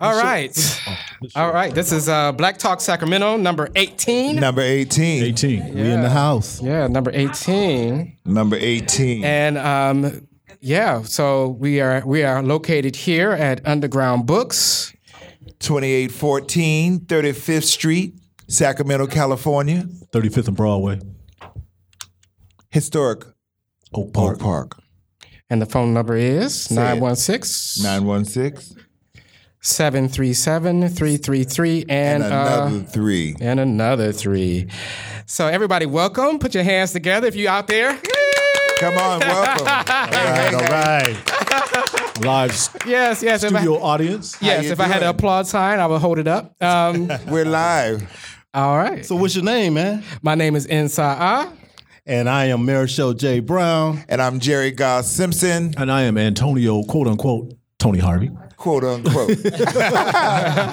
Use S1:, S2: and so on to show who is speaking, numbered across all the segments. S1: All right.
S2: Oh,
S1: All right. This is uh, Black Talk Sacramento, number 18.
S2: Number 18.
S3: 18.
S2: We in the house.
S1: Yeah, number 18.
S2: Number 18.
S1: And um, yeah, so we are we are located here at Underground Books.
S2: 2814 35th Street, Sacramento, California.
S3: 35th and Broadway.
S2: Historic
S3: Oak
S2: Park
S3: Park.
S2: Park.
S1: And the phone number is
S2: it.
S1: 916
S2: 916.
S1: 737 333 and
S2: And
S1: uh,
S2: another three.
S1: and another three. So everybody, welcome. Put your hands together if you out there.
S2: Come on, welcome. Hey, hey,
S3: All
S2: hey.
S3: right. Live
S1: Yes, yes. If I,
S3: studio audience.
S1: yes,
S2: you
S1: if I had an
S2: doing?
S1: applaud sign, I would hold it up. Um,
S2: We're live.
S1: all right.
S4: So what's your name, man?
S1: My name is Inside.
S4: And I am Marichelle J. Brown.
S2: And I'm Jerry Goss Simpson,
S3: And I am Antonio, quote unquote, Tony Harvey.
S2: quote unquote.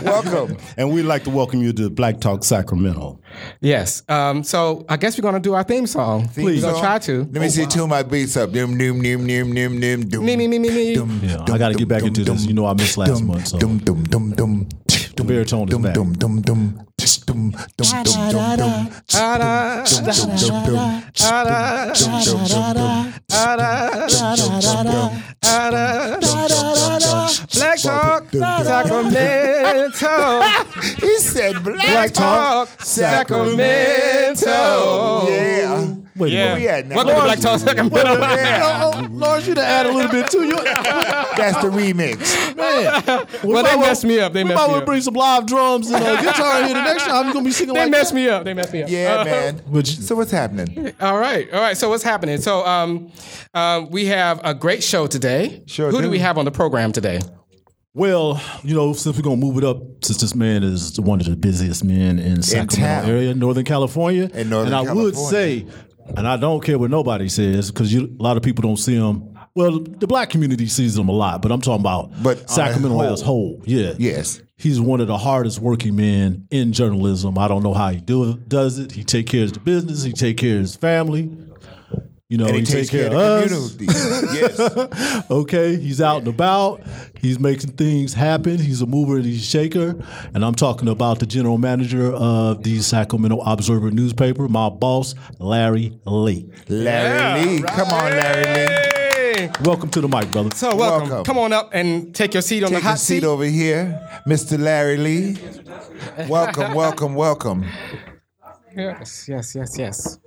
S2: welcome.
S4: And we'd like to welcome you to Black Talk Sacramento.
S1: Yes. Um, so I guess we're gonna do our theme song.
S2: Theme
S1: We're gonna
S2: song?
S1: try to.
S2: Let me see, tune my beats up. Dum, dum, dum, dum, dum, dum, dum.
S1: Me, me, me, me, me.
S2: Dum,
S3: Yeah,
S2: dum,
S3: I got to get
S2: dum,
S3: back
S2: dum,
S3: into this.
S2: dum,
S3: You know, I missed last
S2: dum,
S3: month. So
S2: Dum, dum, dum, dum. Dum,
S3: baritone is
S2: dum,
S3: back.
S2: Dum, dum, dum, Tsh, dum. Dum, dum, dum, dum. Tsh, dum,
S1: Da-da,
S2: dum, dum, dum, dum. Tsh, dum, dum, dum, dum. Tsh, dum, dum, dum,
S1: da-da,
S2: dum, dum, dum.
S1: Black Talk
S2: Dum, dum, dum.
S1: Sacramento.
S2: He said black
S1: Black Talk Sacramento.
S2: Yeah.
S3: wait a
S1: Yeah.
S3: minute.
S2: we at now?
S1: Welcome to Black Talk Sacramento.
S2: Yeah.
S4: Oh, Lord, you done add a little bit to you.
S2: That's the remix.
S4: Man.
S1: Well, they messed me up. They
S4: We
S1: messed
S4: might want
S1: me
S4: to
S1: up.
S4: bring some live drums and a guitar here the next time. You're going to be singing
S1: They
S4: like
S1: messed me up. They messed me up.
S2: Yeah,
S1: Uh,
S2: man.
S3: Would you-
S2: So what's happening?
S1: All right. All right. So what's happening? So um, um, we have a great show today.
S2: Sure
S1: Who do
S2: do.
S1: we have on the program today?
S3: Well, you know, since we're gonna move it up, since this man is one of the busiest men in
S2: town.
S3: Sacramento area, Northern California,
S2: In Northern
S3: and I would
S2: California.
S3: say, and I don't care what nobody says, because a lot of people don't see him. Well, the black community sees him a lot, but I'm talking about
S2: But on a
S3: Sacramento
S2: whole.
S3: as whole. Yeah,
S2: Yes.
S3: he's one of the hardest working men in journalism. I don't know how he do, does it. He take care of the business. He take care of his family. You know,
S2: And he takes care of the
S3: us.
S2: community. Yes.
S3: Okay, he's out and about. He's making things happen. He's a mover and he's a shaker. And I'm talking about the general manager of the Sacramento Observer newspaper, my boss, Larry Lee.
S2: Larry Lee. Come on, Larry Lee.
S1: Hey.
S3: Welcome to the mic, brother.
S1: So welcome.
S2: Welcome.
S1: Come on up and take your seat on
S2: Take
S1: the hot
S2: a seat over here, Mr. Larry Lee. Welcome, welcome, welcome.
S1: Yes, yes, yes, yes.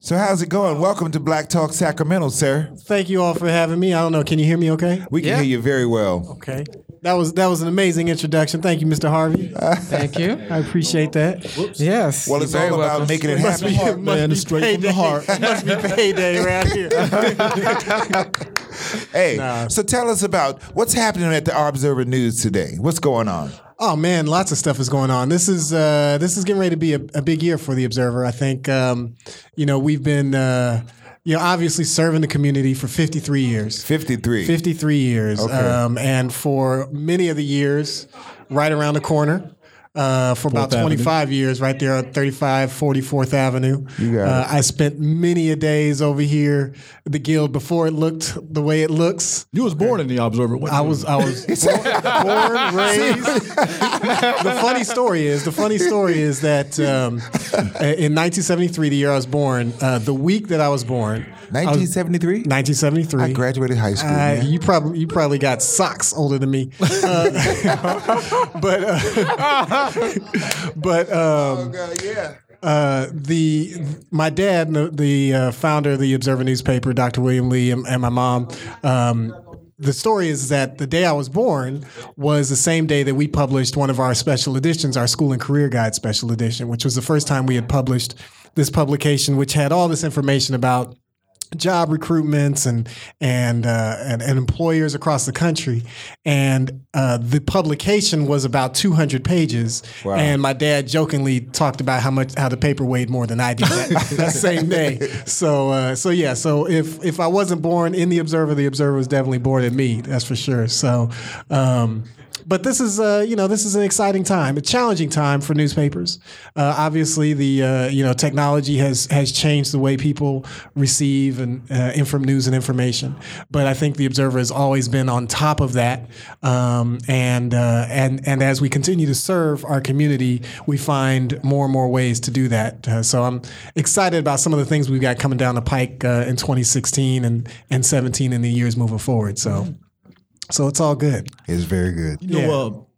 S2: So how's it going? Welcome to Black Talk Sacramento, sir.
S5: Thank you all for having me. I don't know. Can you hear me okay?
S2: We can
S1: Yeah.
S2: hear you very well.
S5: Okay. That was that was an amazing introduction. Thank you, Mr. Harvey.
S1: Thank you.
S5: I appreciate that.
S1: Yes.
S2: Well,
S1: you're
S2: it's all
S1: very
S2: about
S1: welcome.
S2: making it
S5: Must be,
S2: happen.
S5: must
S3: man,
S5: be
S3: it's straight from the
S5: payday.
S3: heart.
S5: must be payday around here.
S2: Hey, so tell us about what's happening at the Observer News today. What's going on?
S5: Oh man, lots of stuff is going on. This is uh, this is getting ready to be a, a big year for the Observer. I think um, you know we've been uh, you know obviously serving the community for 53 years.
S2: 53.
S5: 53 years. Um, and for many of the years, right around the corner. Uh, for about
S3: Avenue.
S5: 25 years, right there on 35, 44th Avenue.
S2: You got
S5: uh, I spent many a days over here, the guild, before it looked the way it looks.
S3: You was born in the Observer. wasn't
S5: I
S3: you?
S5: was uh, I was born, born, raised. the funny story is the funny story is that um, in 1973, the year I was born, uh, the week that I was born,
S2: 1973?
S5: Oh, 1973.
S2: I graduated high school.
S5: Uh,
S2: man.
S5: you probably you probably got socks older than me, Uh, but uh, but um,
S2: yeah.
S5: uh, the my dad, the, the uh, founder of the Observer newspaper, Dr. William Lee, and, and my mom. Um, the story is that the day I was born was the same day that we published one of our special editions, our school and career guide special edition, which was the first time we had published this publication, which had all this information about job recruitments and and, uh, and and employers across the country. And uh, the publication was about 200 pages. And my dad jokingly talked about how much how the paper weighed more than I did that, that same day. So uh, so yeah. So if if I wasn't born in the Observer, the Observer was definitely born in me. That's for sure. So. Um, but this is, uh, you know, this is an exciting time, a challenging time for newspapers. Uh, obviously, the uh, you know technology has has changed the way people receive given uh, inform news and information. But I think the Observer has always been on top of that, um, and uh, and and as we continue to serve our community, we find more and more ways to do that. Uh, so I'm excited about some of the things we've got coming down the pike uh, in 2016 and and 17 and the years moving forward. So. So it's all good.
S2: It's very good.
S3: You
S5: Yeah.
S3: know,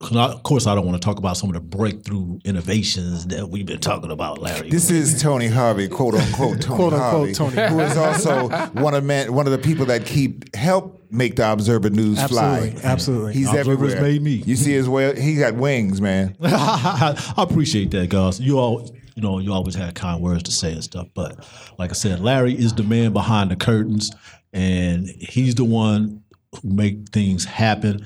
S3: uh, 'cause I- of course, I don't want to talk about some of the breakthrough innovations that we've been talking about, Larry.
S2: This is Tony Harvey, quote unquote Tony
S5: Quote,
S2: Harvey,
S5: unquote, Tony.
S2: who is also one of man, one of the people that keep help make the Observer News
S5: Absolutely,
S2: fly.
S5: absolutely.
S2: He's
S3: Observer's
S2: everywhere.
S3: made me.
S2: You see his well, he got wings, man.
S3: I appreciate that, guys. You all, you know, you always had kind words to say and stuff. But like I said, Larry is the man behind the curtains, and he's the one who make things happen.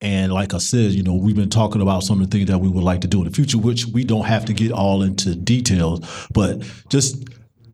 S3: And like I said, you know, we've been talking about some of the things that we would like to do in the future, which we don't have to get all into details, but just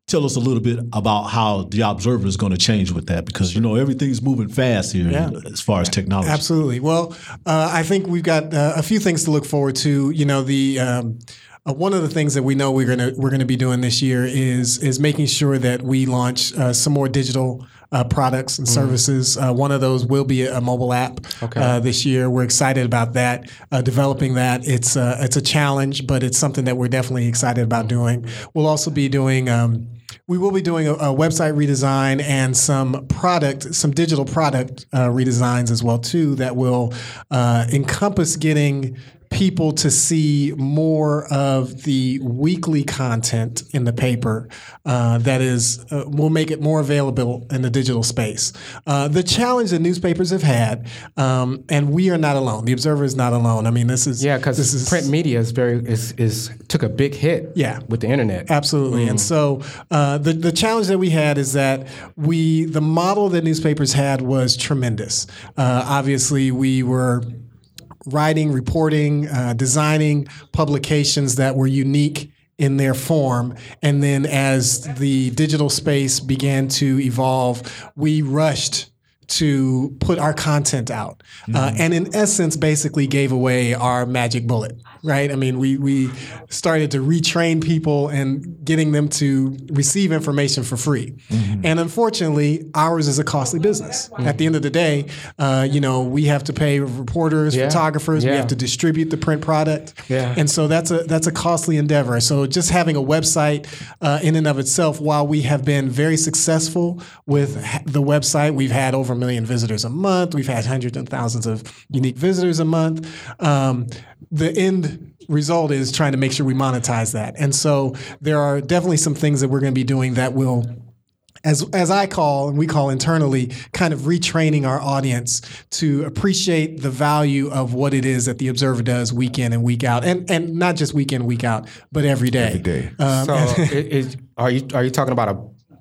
S3: tell us a little bit about how the observer is going to change with that because you know everything's moving fast here
S5: Yeah.
S3: as far as technology
S5: Absolutely. Well, uh, I think we've got uh, a few things to look forward to. You know, the um, uh, one of the things that we know we're gonna we're gonna be doing this year is is making sure that we launch uh, some more digital. Uh, products and services. Uh, one of those will be a mobile app uh, this year. We're excited about that. Uh, developing that, it's uh, it's a challenge, but it's something that we're definitely excited about doing. We'll also be doing. Um, we will be doing a, a website redesign and some product, some digital product uh, redesigns as well too. That will uh, encompass getting people to see more of the weekly content in the paper. Uh, that is, uh, will make it more available in the digital space. Uh, the challenge that newspapers have had, um, and we are not alone. The Observer is not alone. I mean, this is
S1: Yeah,
S5: this
S1: because
S5: is
S1: print media is very is, is took a big hit.
S5: Yeah.
S1: with the internet.
S5: Absolutely. And so uh, the the challenge that we had is that we the model that newspapers had was tremendous. Uh, obviously, we were writing, reporting, uh, designing publications that were unique in their form. And then as the digital space began to evolve, we rushed to put our content out uh, and in essence basically gave away our magic bullet right i mean we we started to retrain people and getting them to receive information for free and unfortunately ours is a costly business at the end of the day uh, you know we have to pay reporters
S1: Yeah.
S5: photographers we
S1: Yeah.
S5: have to distribute the print product
S1: Yeah.
S5: and so that's a that's a costly endeavor. So just having a website uh, in and of itself, while we have been very successful with ha- the website, we've had over a million visitors a month. We've had hundreds and thousands of unique visitors a month. Um, the end result is trying to make sure we monetize that. And so there are definitely some things that we're going to be doing that will as as I call and we call internally, kind of retraining our audience to appreciate the value of what it is that the observer does week in and week out, and and not just week in week out, but every day. Uh, Every
S2: day.
S1: So, it, it, are you are you talking about a,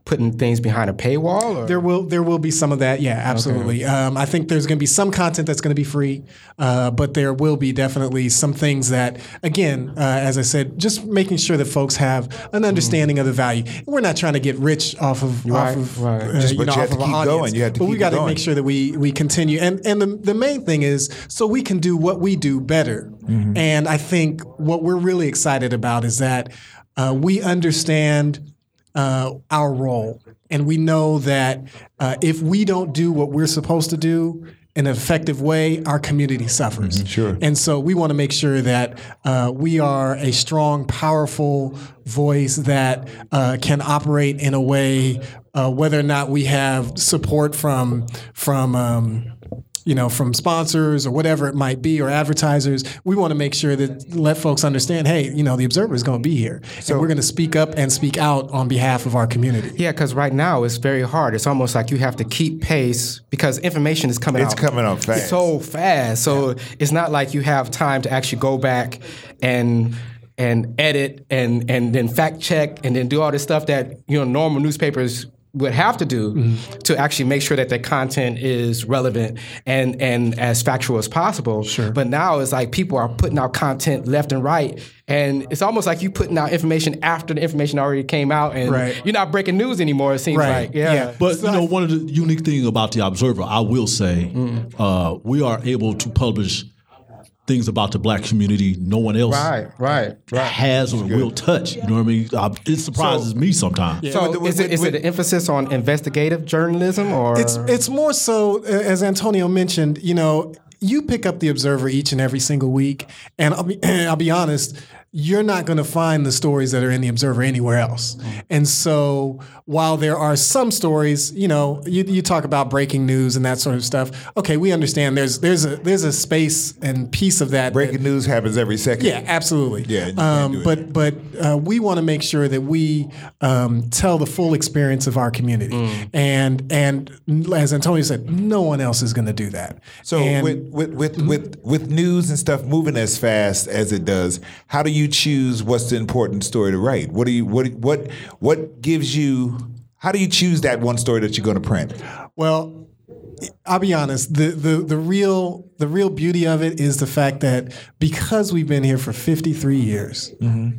S1: putting things behind a paywall? Or?
S5: There will there will be some of that, yeah, absolutely. Um, I think there's going to be some content that's going to be free, uh, but there will be definitely some things that, again, uh, as I said, just making sure that folks have an understanding of the value. We're not trying to get rich off of,
S1: Right,
S5: off of
S1: right.
S5: uh,
S2: Just-
S5: you
S2: but
S5: know,
S2: you have to
S5: off of our
S2: keep
S5: audience.
S2: going. You have to
S5: but we
S2: keep
S5: gotta
S2: going.
S5: make sure that we we continue. And and the the main thing is so we can do what we do better.
S2: Mm-hmm.
S5: And I think what we're really excited about is that uh, we understand uh, our role, and we know that uh, if we don't do what we're supposed to do. In an effective way, our community suffers. Sure. And so we want to make sure that uh, we are a strong, powerful voice that uh, can operate in a way, uh, whether or not we have support from from um, you know, from sponsors or whatever it might be, or advertisers, we want to make sure that let folks understand, hey, you know, the observer is going to be here, and we're going to speak up and speak out on behalf of our community.
S1: Yeah, because right now it's very hard. It's almost like you have to keep pace because information is coming
S2: It's
S1: out.
S2: coming out fast.
S1: So fast. So it's not like you have time to actually go back and and edit and and then fact check and then do all this stuff that you know normal newspapers would have to do
S5: Mm-hmm.
S1: to actually make sure that their content is relevant and and as factual as possible. Sure. But now it's like people are putting out content left and right. And it's almost like you putting out information after the information already came out and
S5: Right.
S1: you're not breaking news anymore, it seems
S5: Right.
S1: like. Yeah.
S5: Yeah.
S3: But you know, one of the
S1: Mm-hmm.
S3: unique thing about the Observer, I will say, uh, we are able to publish things about the black community no one else
S1: Right, right, right.
S3: has or will touch. You know what I mean? I, it surprises me sometimes.
S1: So
S2: but the-
S1: is, it,
S2: with-
S1: is
S2: with-
S1: it an emphasis on investigative journalism or
S5: It's it's more so a- as Antonio mentioned. You know, you pick up the Observer each and every single week, and I'll be, I'll be honest. You're not going to find the stories that are in the Observer anywhere else. And so, while there are some stories, you know, you, you talk about breaking news and that sort of stuff. Okay, we understand. There's there's a there's a space and piece of that. that
S2: Breaking news happens every second.
S5: yeah, absolutely.
S2: Yeah, you can't do
S5: Um,
S2: it.
S5: but but uh, we want to make sure that we um, tell the full experience of our community,
S2: Mm.
S5: and and as Antonio said, no one else is going to do that.
S2: So
S5: And- Mm-hmm.
S2: with, with with with with news and stuff moving as fast as it does, how do you choose what's the important story to write? What do you what what what gives you? How do you choose that one story that you're going to print?
S5: Well, I'll be honest. The, the the real the real beauty of it is the fact that because we've been here for 53 years,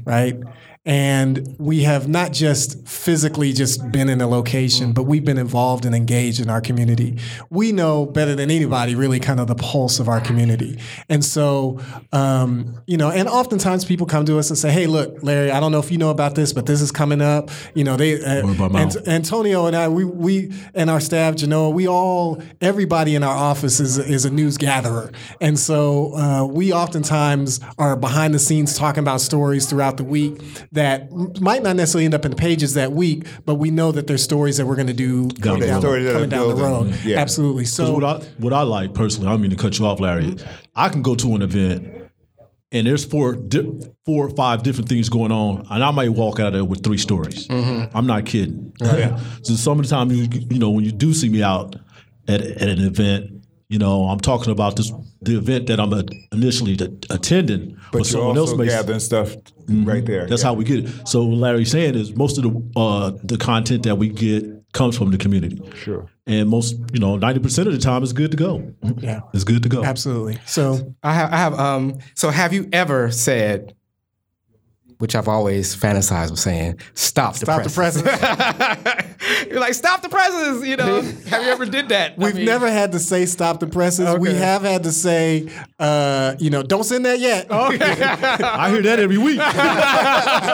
S5: right? And we have not just physically just been in a location, but we've been involved and engaged in our community. We know better than anybody, really, kind of the pulse of our community. And so, um, you know, and oftentimes people come to us and say, "Hey, look, Larry, I don't know if you know about this, but this is coming up." You know, they uh,
S3: Word by
S5: and-
S3: mouth.
S5: Antonio and I, we we and our staff, Genoa, we all, everybody in our office is is a news gatherer, and so uh, we oftentimes are behind the scenes talking about stories throughout the week that m- might not necessarily end up in the pages that week, but we know that there's stories that we're going to do coming
S3: the
S5: down,
S2: road.
S5: coming down the road.
S2: Yeah.
S5: Absolutely. So
S3: what I what I like personally, I don't mean to cut you off, Larry. I can go to an event and there's four di- four or five different things going on, and I might walk out of there with three stories.
S2: Mm-hmm.
S3: I'm not kidding. so some of the time you you know when you do see me out at at an event, you know I'm talking about this the event that I'm uh, initially t- attending, but,
S2: You're
S3: someone else
S2: also
S3: may
S2: gathering stuff
S5: Mm-hmm.
S2: right there.
S3: that's how we get it. So what Larry's saying is most of the uh, the content that we get comes from the community. Sure. And most, you know, ninety percent of the time it's good to go.
S5: Yeah.
S3: It's good to go.
S5: absolutely. So
S1: I have, I have um so have you ever said which I've always fantasized of saying, stop,
S5: stop the
S1: the
S5: presses.
S1: presses. You're like, stop the presses, you know. have you ever did that? I
S5: We've
S1: mean-
S5: never had to say stop the presses. We
S1: Okay.
S5: have had to say, uh, you know, don't send that yet.
S1: Oh,
S3: I hear that every week. On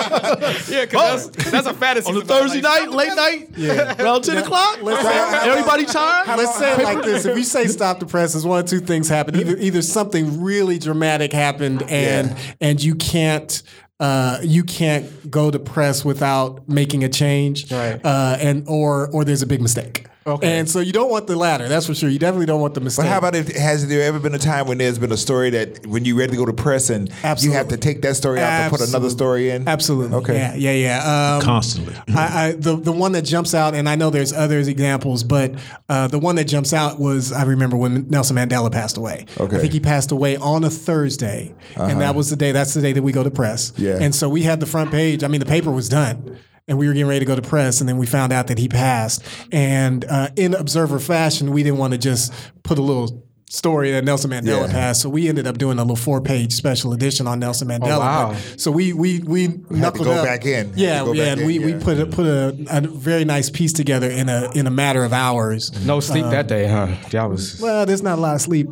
S1: Yeah, because that's, that's oh, a fantasy.
S3: a
S1: for me.
S3: Thursday
S1: Like,
S3: night, late night, around ten o'clock. Everybody tired.
S5: Let's say it like this: If you say stop the presses, one of two things happen. Either either something really dramatic happened, and and you can't. Uh, you can't go to press without making a change,
S1: Right.
S5: Uh, and or or there's a big mistake,
S1: Okay.
S5: and so you don't want the latter. That's for sure. You definitely don't want the mistake.
S2: But how about if has there ever been a time when there's been a story that when you're ready to go to press and you have
S5: Absolutely.
S2: to take that story out to put another
S5: Absolutely.
S2: story in?
S5: Absolutely.
S2: Okay.
S5: Yeah. Yeah. Yeah. Um,
S3: Constantly.
S5: I, I, the the one that jumps out, and I know there's other examples, but uh, the one that jumps out was I remember when Nelson Mandela passed away.
S2: Okay. Uh-huh.
S5: I think he passed away on a Thursday, and that was the day. That's the day that we go to press.
S2: Yeah.
S5: And so we had the front page. I mean, the paper was done. And we were getting ready to go to press, and then we found out that he passed. And uh, in observer fashion, we didn't want to just put a little story that Nelson Mandela
S2: Yeah.
S5: passed. So we ended up doing a little four-page special edition on Nelson
S2: Oh,
S5: Mandela.
S1: wow.
S5: But- So we we we knuckled
S2: go
S5: up.
S2: back in. Had to
S5: Yeah,
S2: go
S5: yeah,
S2: back
S5: and
S2: in,
S5: we,
S2: yeah.
S5: we put a, put a, a very nice piece together in a in a matter of hours.
S1: No sleep that day, huh? Y'all was
S5: Well, there's not a lot of sleep,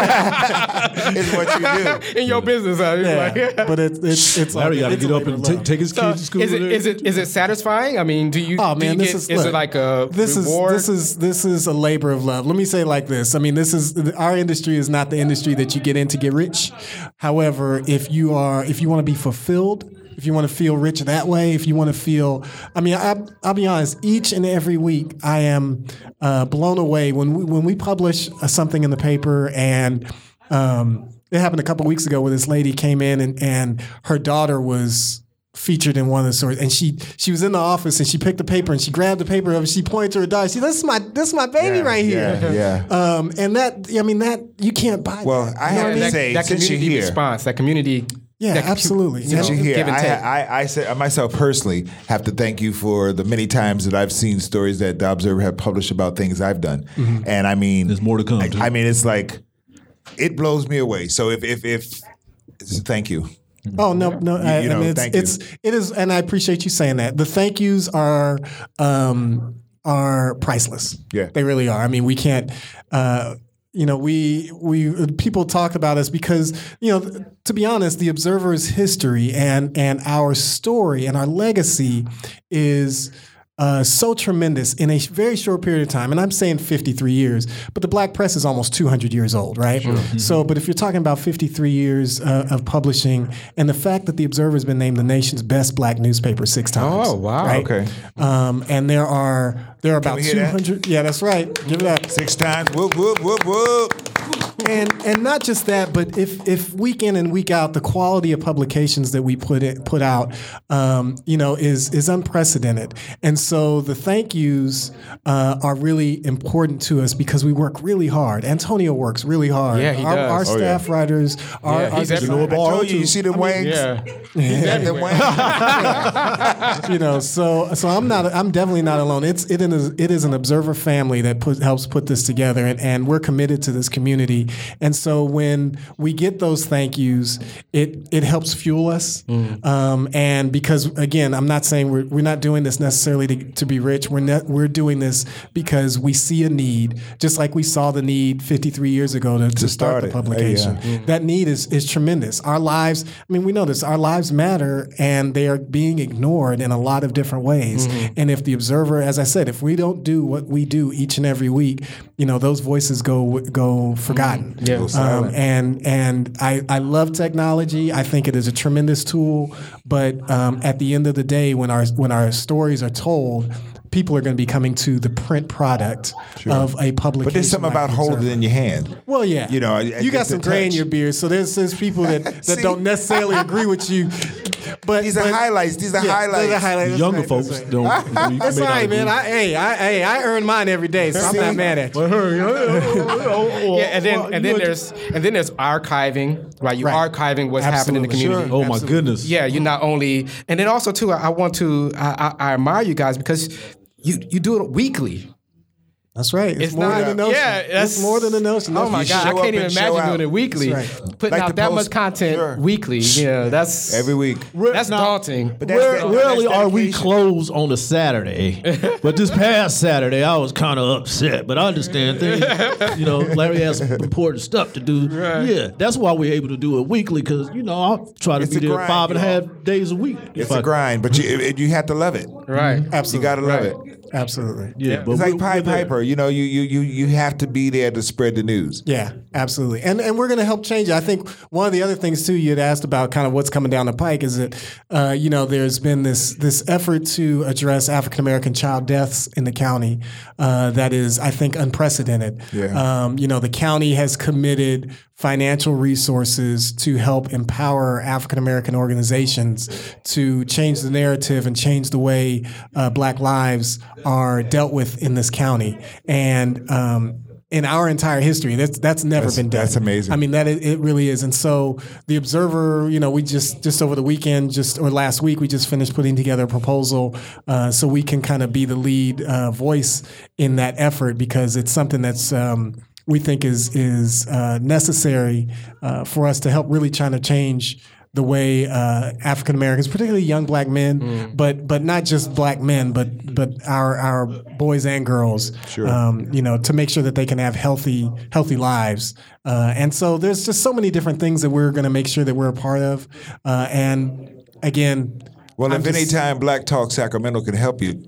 S2: It's what you do.
S1: in your business, huh? You're like-
S5: yeah, but it's it's it's all
S3: Larry
S5: good.
S3: got to
S5: It's
S3: get
S5: a
S3: up
S5: labor
S3: and
S5: of love.
S3: ta- take his
S1: So
S3: kids to school.
S1: is it
S3: with
S1: is it is it satisfying? I mean, do you?
S5: Oh
S1: do you
S5: man, this
S1: get-
S5: is
S1: is
S5: look,
S1: it like a
S5: this
S1: reward?
S5: is this is this is a labor of love. Let me say it like this. I mean, this is our industry is not the industry that you get in to get rich. However, if you are if you want to be fulfilled, if you want to feel rich that way, if you want to feel, I mean, I, I'll be honest. Each and every week, I am uh, blown away when we, when we publish uh, something in the paper and. Um, it happened a couple weeks ago where this lady came in and, and her daughter was featured in one of the stories. And she she was in the office and she picked the paper and she grabbed the paper and she pointed to her daughter. She, this is my this is my baby right here.
S2: Yeah. yeah.
S5: Um, and that I mean that you can't buy.
S2: Well,
S5: that.
S2: I
S5: You know
S2: have
S5: what
S2: to
S5: mean?
S2: say,
S1: that
S2: since you're
S1: community
S2: here,
S1: response, that community.
S5: Yeah,
S1: that,
S5: absolutely.
S1: You know,
S5: Since
S2: you're here,
S1: give and
S2: I,
S1: take.
S2: I, I, said, I myself personally have to thank you for the many times that I've seen stories that the Observer have published about things I've done,
S1: Mm-hmm.
S2: and I mean,
S3: There's more to come,
S2: I,
S3: too.
S2: I mean, it's like it blows me away. So if if if, thank you.
S5: Oh no, no, I,
S2: you know,
S5: I mean, it's,
S2: thank you.
S5: it's it is, and I appreciate you saying that. The thank yous are um, are priceless.
S2: Yeah.
S5: they really are. I mean, we can't. Uh, you know, we we people talk about us because you know, to be honest, the Observer's history and and our story and our legacy is. Uh, so tremendous in a very short period of time, and I'm saying 53 years, but the black press is almost 200 years old, right?
S1: Mm-hmm.
S5: So, but if you're talking about 53 years uh, of publishing, and the fact that the Observer has been named the nation's best black newspaper six times,
S1: Oh, wow.
S2: Okay.
S5: um, and there are there are about
S2: we hear that?
S5: 200. Yeah, that's right. Give it up.
S2: Six times. Whoop, whoop, whoop, whoop.
S5: And and not just that, but if if week in and week out, the quality of publications that we put it, put out, um, you know, is is unprecedented. And so the thank yous uh, are really important to us because we work really hard. Antonio works really hard.
S1: Yeah, he
S5: our,
S1: does.
S5: our
S1: Oh,
S5: staff writers, our,
S1: Yeah,
S5: our
S1: he's everywhere.
S2: I told you, you see them wings?
S1: Yeah.
S2: You got them wings?
S5: you know, so so I'm not I'm definitely not alone. It's it is it is an observer family that put, helps put this together, and, and we're committed to this community. And so when we get those thank yous, it it helps fuel us. Um, and because again, I'm not saying we're we're not doing this necessarily to, to be rich. We're not, we're doing this because we see a need, just like we saw the need 53 years ago to, to,
S2: start
S5: start, the
S2: it. Yeah. Mm.
S5: publication. That need is is tremendous. Our lives, I mean, we know this. Our lives matter, and they are being ignored in a lot of different ways.
S2: Mm-hmm.
S5: And if the observer, as I said, if we don't do what we do each and every week, you know, those voices go go
S2: Mm-hmm.
S5: forgotten.
S1: Yeah.
S5: Um, and and I, I love technology. I think it is a tremendous tool. But um, at the end of the day, when our when our stories are told. People are going to be coming to the print product of a publication.
S2: But there's something
S5: like
S2: about
S5: the
S2: holding
S5: Observer.
S2: it in your hand.
S5: Well, yeah,
S2: You know, I- I
S5: you
S2: get
S5: got
S2: the
S5: some gray in
S2: touch.
S5: your beard, so there's there's people that, that
S2: See?
S5: don't necessarily agree with you. But
S2: These are
S5: but-
S2: highlights. These are
S5: yeah, those
S2: highlights.
S5: are highlights. That's
S3: Younger
S5: right,
S3: folks
S5: That's right,
S3: don't. may
S5: That's
S3: not
S5: right, man.
S3: agree.
S5: I, hey, I, hey, I earn mine every day, so I'm
S2: See?
S5: not mad at you.
S1: Yeah, and then
S3: Well,
S1: and
S3: you
S1: then
S3: know,
S1: there's and then there's archiving, right? You
S5: Right.
S1: archiving what's happening in the
S5: Absolutely.
S1: community.
S3: Oh my goodness.
S1: Yeah, you not only, and then also too, I I want to, I, I, I admire you guys because you you do it weekly.
S5: That's right. It's, more than a notion.
S1: Yeah, that's
S5: it's more than a notion.
S1: Oh my
S2: You
S1: God, I
S2: show up
S1: can't even
S2: and show
S1: imagine
S2: out.
S1: doing it weekly.
S5: That's right.
S1: Putting
S2: Like the
S1: out that
S2: post-
S1: much content
S2: Sure.
S1: weekly. Yeah, that's
S2: Every week.
S1: That's daunting.
S2: But that's
S3: Rare-
S2: the-
S3: Rarely
S2: that's
S3: are we
S2: dedication.
S3: closed on a Saturday, but this past Saturday I was kind of upset. But I understand things. You know, Larry has some important stuff to do. Yeah, that's why we're able to do it weekly because you know I try to
S2: It's
S3: be
S2: a
S3: there
S2: grind,
S3: five and a half
S2: y'all.
S3: days a week.
S2: It's
S3: if I-
S2: a grind, but you it- you have to love it.
S1: right.
S2: You got to love
S1: Right.
S2: it.
S5: Absolutely.
S3: Yeah, but
S2: It's
S3: we-
S2: like Pied
S3: we're there.
S2: Piper. You know, you you you you have to be there to spread the news.
S5: Yeah, absolutely. And and we're going to help change it. I think one of the other things too you had asked about kind of what's coming down the pike is that uh, you know there's been this this effort to address African American child deaths in the county uh, that is I think unprecedented.
S2: Yeah.
S5: Um, you know the county has committed financial resources to help empower African American organizations to change the narrative and change the way uh, Black lives are dealt with in this county and. Um, in our entire history. That's that's never been done.
S2: that's amazing.
S5: I mean, that is, it really is. And so the Observer, you know, we just just over the weekend, just or last week, we just finished putting together a proposal uh, so we can kind of be the lead uh, voice in that effort because it's something that's. Um, we think is is uh, necessary uh, for us to help really trying to change the way uh, African Americans, particularly young black men,
S1: Mm.
S5: but but not just black men, but but our our boys and girls, um, you know, to make sure that they can have healthy healthy lives. Uh, and so there's just so many different things that we're going to make sure that we're a part of. Uh, and again,
S2: Well,
S5: I'm
S2: if
S5: just-
S2: any time Black Talk Sacramento can help you,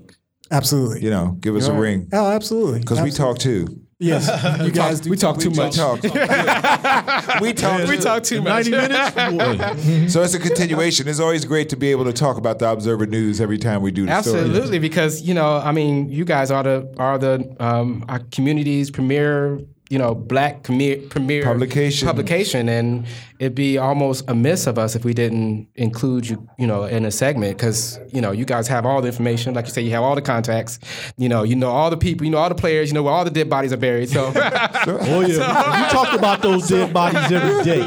S5: absolutely,
S2: you know, give us a ring
S5: oh, absolutely,
S2: because we
S5: Abs-
S2: talk too.
S5: Yes, you guys do.
S1: We talk too much.
S2: Talk. we talk.
S1: We talk too much.
S3: 90 minutes. Boy.
S2: So it's a continuation. It's always great to be able to talk about the Observer News every time we do the story.
S1: Absolutely, because you know, I mean, you guys are the are the um, our community's premier, you know, black commu- premier
S2: Publication.
S1: publication, and it'd be almost amiss of us if we didn't include you, you know, in a segment because you know you guys have all the information, like you say, you have all the contacts, you know, you know all the people, you know all the players, you know where all the dead bodies are buried. So,
S3: Oh yeah, we talk about those dead bodies every day.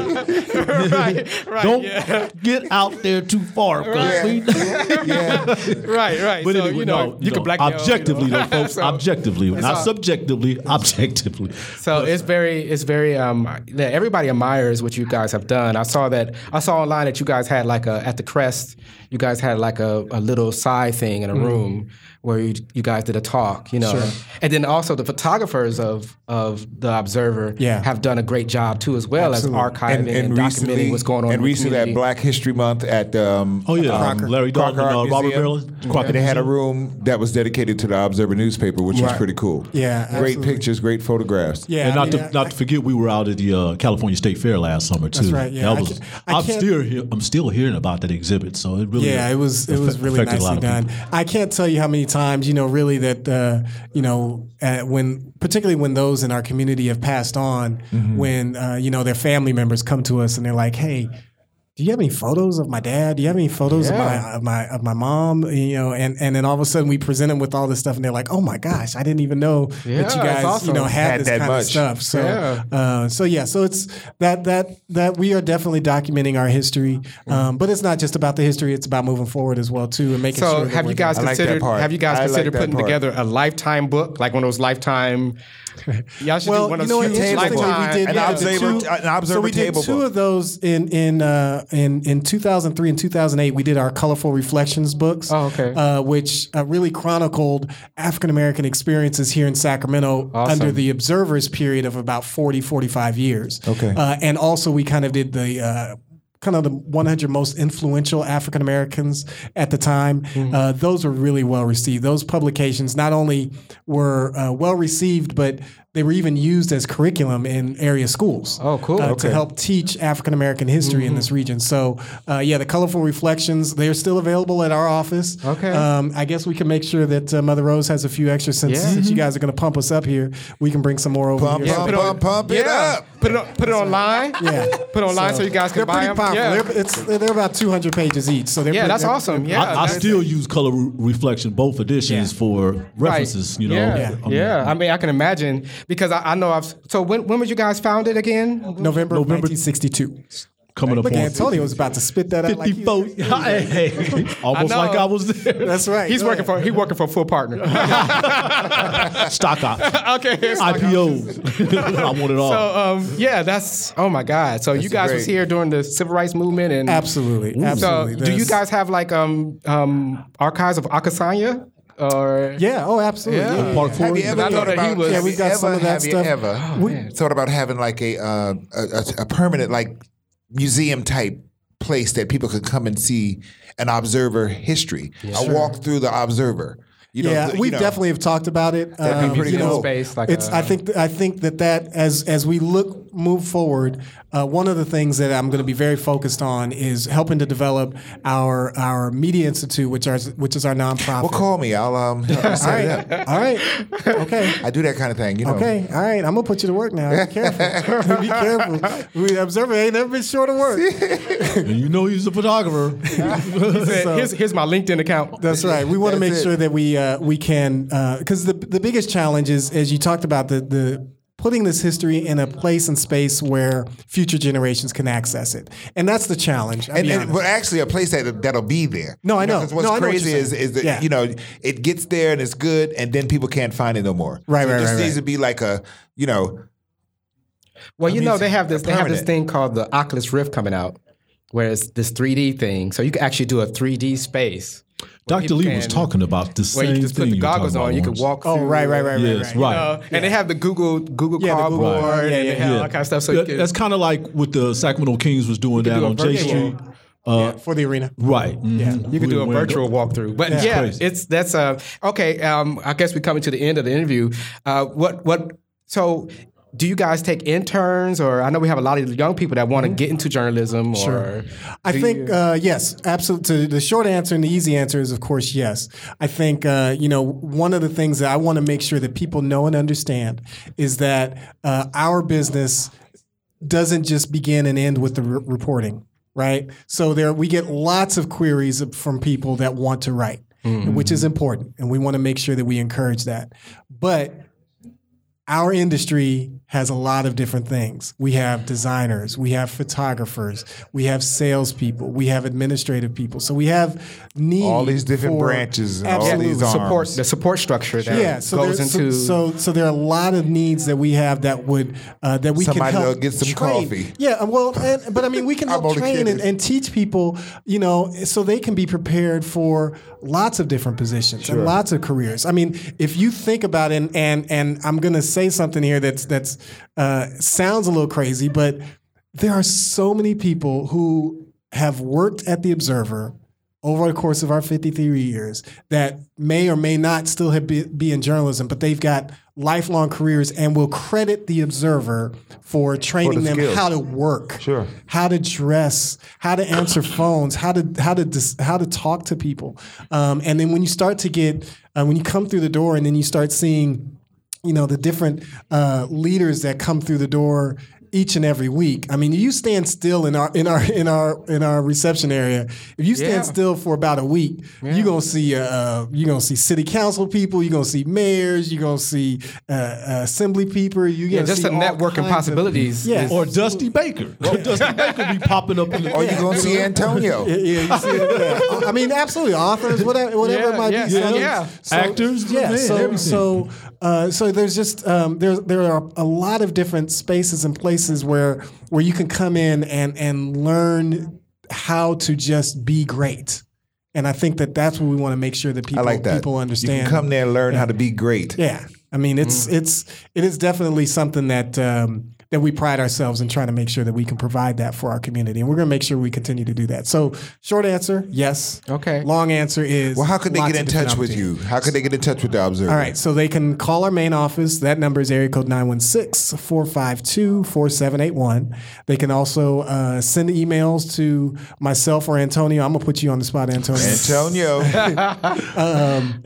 S1: right, right,
S3: Don't
S1: yeah.
S3: get out there too far because we.
S1: right, right.
S3: But
S1: so,
S3: anyway,
S1: you know,
S3: no,
S1: you
S3: no.
S1: can black
S3: objectively,
S1: out, you know.
S3: though, folks.
S1: So-
S3: objectively, not
S1: all-
S3: subjectively. Objectively.
S1: So so it's very, it's very. Um, that everybody admires what you guys have done. I saw that. I saw online that you guys had like a at the crest. You guys had like a, a little side thing in a
S2: Mm-hmm.
S1: room where you, you guys did a talk. You know, and then also the photographers of of the Observer
S5: Yeah.
S1: have done a great job too, as well
S5: Absolutely.
S1: as archiving and, documenting what's going on.
S2: And
S1: in the
S2: recently at
S1: community.
S2: Black History Month at um,
S3: Oh, yeah.
S2: um,
S3: Larry Dalton
S2: Crocker
S3: and,
S2: Art
S3: uh, Robert
S2: Museum,
S3: Maryland. Crocker
S2: They had a
S3: Museum.
S2: room that was dedicated to the Observer newspaper, which was
S5: Right.
S2: pretty cool.
S5: Yeah,
S2: great
S5: absolutely.
S2: pictures, great photographs.
S5: Yeah,
S3: and
S5: I
S3: not to
S5: mean, I-
S3: not to forget, we were out at the uh, California State Fair last summer too.
S5: right, yeah. I
S3: that was.
S5: can't- I
S3: I am
S5: can't-
S3: still here. I'm still hearing about that exhibit. So it really.
S5: yeah, it was it was
S3: affe-
S5: really
S3: affected a lot
S5: nicely
S3: of
S5: done.
S3: people.
S5: I can't tell you how many times you know really that uh, you know uh, when particularly when those in our community have passed on,
S3: Mm-hmm.
S5: when uh, you know their family members come to us and they're like, hey. Do you have any photos of my dad? Do you have any photos of my of my of my mom? You know, and and then all of a sudden we present them with all this stuff, and they're like, "Oh my gosh, I didn't even know that
S1: it's
S5: you guys
S1: awesome.
S5: you know had,
S2: Had
S5: this
S2: that
S5: kind
S2: much.
S5: of stuff." So
S1: Yeah.
S5: uh, so yeah, so it's that that that we are definitely documenting our history,
S1: Mm-hmm.
S5: um, but it's not just about the history; it's about moving forward as well too, and making
S1: So
S5: sure. that
S1: have
S5: we're
S1: you guys
S2: I like that
S1: considered
S2: part.
S1: have you guys
S2: I like
S1: considered
S2: that
S1: putting
S2: part.
S1: together a lifetime book like one of those lifetime? Y'all should
S5: Well,
S1: do one of
S5: you know
S1: those
S5: what?
S1: huge
S5: Interestingly,
S1: lifetime.
S5: we did
S2: An
S5: yeah, the
S2: observer-
S5: two-
S2: an observer
S5: so we did
S2: table
S5: two
S2: book.
S5: of those in in uh, in in 2003 and 2008. We did our colorful reflections books.
S1: Oh, okay.
S5: Uh, which uh, really chronicled African American experiences here in Sacramento under the observers period of about 40 45 years.
S2: Okay.
S5: Uh, and also, we kind of did the. Uh, Kind of the 100 most influential African Americans at the time.
S1: Mm-hmm.
S5: Uh, those were really well received. Those publications not only were uh, well received, but they were even used as curriculum in area schools.
S1: Oh, cool.
S5: uh,
S1: Okay. Mm-hmm.
S5: To help teach African American history in this region. So, uh, yeah, the colorful reflections they're still available at our office.
S1: Okay.
S5: Um, I guess we can make sure that uh, Mother Rose has a few extra since,
S1: Yeah. Mm-hmm.
S5: since you guys are going to pump us up here. We can bring some more over
S2: Pump,
S5: here.
S2: pump,
S1: it on-
S2: pump, pump it
S1: yeah.
S2: up.
S1: Put it on, put it online.
S5: Yeah.
S1: Put it online so, you guys
S5: They're
S1: can buy
S5: pretty
S1: them.
S5: powerful.
S1: Yeah.
S5: They're, it's, they're about 200 pages each. So they're
S1: yeah,
S5: pretty-
S1: that's
S5: they're-
S1: awesome. Yeah.
S3: I, I
S1: that's-
S3: still use color re- reflection both editions for
S1: right.
S3: references. You know.
S1: Yeah.
S5: Yeah.
S1: Yeah. I mean, I can imagine because I, I know I've. So when when was you guys founded again?
S5: November, of
S3: November-
S5: 1962.
S3: Coming up
S5: Look,
S3: on
S5: Antonio was about to spit that out. like he-
S3: 54. Hey, hey. Almost
S1: I know.
S3: like I was there.
S5: That's right.
S1: He's
S5: Go
S1: working
S5: ahead.
S1: for he working for a full partner.
S3: Stock options.
S1: okay. it's like-
S3: IPO. I want it all.
S1: So um, yeah, that's oh my god. So you guys was
S2: great.
S1: here during the civil rights movement and
S5: Absolutely.
S1: So,
S5: Absolutely.
S1: do you
S5: That's-
S1: guys have like um, um, archives of Akasanya? Or
S5: Yeah. Oh, absolutely.
S1: Yeah.
S5: Yeah.
S3: Park
S2: Have
S3: Forward.
S2: you ever
S1: I know
S2: thought
S1: that he
S2: about?
S1: was-
S5: Yeah,
S2: have
S5: we
S2: you
S5: got
S2: ever,
S5: some of that
S2: have you
S5: stuff.
S2: ever
S3: Oh,
S2: thought about having like a, uh, a, a a permanent like museum type place that people could come and see an observer history? A walk through the observer. You know,
S5: yeah,
S2: the- you
S5: we
S2: know.
S5: definitely have talked about it. um,
S2: That'd be pretty
S5: you
S2: cool.
S5: know,
S1: Space, like
S5: it's,
S1: a-
S5: I think I think that that as as we look move forward, uh, one of the things that I'm going to be very focused on is helping to develop our our media institute, which are which is our nonprofit.
S2: Well, call me. I'll um. I'll set it up.
S5: All right, okay.
S2: I do that kind of thing. You know.
S5: Okay, all right. I'm gonna put you to work now. Be careful. Be careful. We observe it ain't never been short of work.
S3: And you know he's a photographer.
S1: Said, here's, here's my LinkedIn account.
S5: That's right. We want to make
S2: That's it.
S5: sure that we uh, we can because the the biggest challenge is as you talked about the the putting this history in a place and space where future generations can access it, and that's the challenge. I'll
S2: and,
S5: be
S2: and
S5: honest.
S2: but actually a place that that'll be there.
S5: No, I know.
S2: 'cause what's
S5: No, I know what
S2: crazy
S5: you're
S2: is
S5: saying.
S2: is that
S5: Yeah.
S2: you know it gets there and it's good, and then people can't find it no more.
S5: Right,
S2: so
S5: right,
S2: It just
S5: right,
S2: needs
S5: right.
S2: to be like a you know
S1: Well, you know they have this they have this
S2: permanent.
S1: thing called the Oculus Rift coming out, where it's this 3D thing. So you can actually do a 3D space
S3: Dr. Lee was
S1: can-
S3: talking about the
S1: where you
S3: same
S1: can just
S3: thing
S1: put the
S3: you were talking
S1: goggles
S3: about,
S1: on. You can
S3: Lawrence.
S1: walk.
S5: oh
S1: through,
S5: right, right, right,
S3: Yes,
S5: right, right.
S1: you know,
S3: right.
S1: And they have the Google Google
S5: Yeah, the Google-
S1: cardboard
S5: Right.
S1: and
S5: Yeah,
S1: they have
S5: yeah.
S1: all kind of stuff. So you
S3: That-
S1: can,
S3: that's kind of like what the Sacramento Kings was doing down
S1: do a
S3: on J
S1: virtual-
S3: Street.
S5: for the arena.
S3: Right. Mm-hmm. Yeah.
S1: you can do a virtual walkthrough. But yeah,
S3: crazy.
S1: it's that's uh, okay. Um, I guess we're coming to the end of the interview. Uh, what what so. Do you guys take interns, or I know we have a lot of young people that want
S3: Mm-hmm.
S1: to get into journalism, or
S5: I think uh, yes, absolutely. The short answer and the easy answer is, of course, yes. I think uh, you know one of the things that I want to make sure that people know and understand is that uh, our business doesn't just begin and end with the re- reporting, right? So there we get lots of queries from people that want to write, which
S2: Mm-hmm.
S5: is important, and we want to make sure that we encourage that. But our industry has a lot of different things. We have designers, we have photographers, we have salespeople, we have administrative people. So we have need
S2: All these different
S5: for-
S2: branches and all these
S5: absolutely.
S2: arms.
S1: support the support structure that
S5: Yeah, so
S1: goes
S5: there, so-
S1: into
S5: so, so there are a lot of needs that we have that would uh, that we
S2: Somebody
S5: can help
S2: will get some
S5: train.
S2: coffee.
S5: Yeah, and well, and, but I mean, we can
S2: I'm
S5: help
S2: only
S5: train and,
S2: kidding.
S5: and teach people, you know, so they can be prepared for lots of different positions and lots of careers. I mean, if you think about it, and and, and I'm going to say something here that's that's uh, sounds a little crazy, but there are so many people who have worked at the Observer over the course of our 53 years that may or may not still have be, be in journalism, but they've got lifelong careers and will credit the observer for training them
S2: skills.
S5: how to work,
S2: Sure.
S5: how to dress, how to answer phones, how to how to dis, how to talk to people. Um, and then when you start to get uh, when you come through the door and then you start seeing you know the different uh, leaders that come through the door each and every week. I mean, you stand still in our in our in our in our reception area. If you stand
S1: Yeah.
S5: still for about a week, you're gonna see uh, you're gonna see city council people. You're gonna see mayors. You're gonna see uh, uh, assembly people. You
S1: yeah, just the
S5: network
S1: networking possibilities.
S5: Yeah.
S1: is-
S3: Or Dusty Baker.
S1: Oh.
S3: Or Dusty Baker be popping up in the
S2: Or oh, you gonna see Antonio?
S5: yeah, you see, yeah. I mean, absolutely. Authors, whatever, whatever it
S1: Yeah,
S5: might
S1: yeah,
S5: be. So-
S1: yeah.
S5: so-
S3: Actors,
S5: yeah.
S3: man,
S5: so,
S3: everything.
S5: so, uh, so there's just um, there there are a lot of different spaces and places where where you can come in and and learn how to just be great. And I think that that's what we want to make sure that people
S2: I like that.
S5: people understand.
S2: You can come there and learn how to be great.
S5: Yeah, I mean, it's
S2: Mm.
S5: it's it is definitely something that. Um, that we pride ourselves in trying to make sure that we can provide that for our community, and we're going to make sure we continue to do that. So, short answer, yes.
S1: Okay.
S5: Long answer is.
S2: Well, how could they
S5: lots
S2: get in
S5: of different
S2: touch with
S5: opportunities.
S2: you? How could they get in touch with the Observer?
S5: All right, so they can call our main office. That number is area code 916 452 4781. They can also uh, send emails to myself or Antonio. I'm going to put you on the spot, Antonio.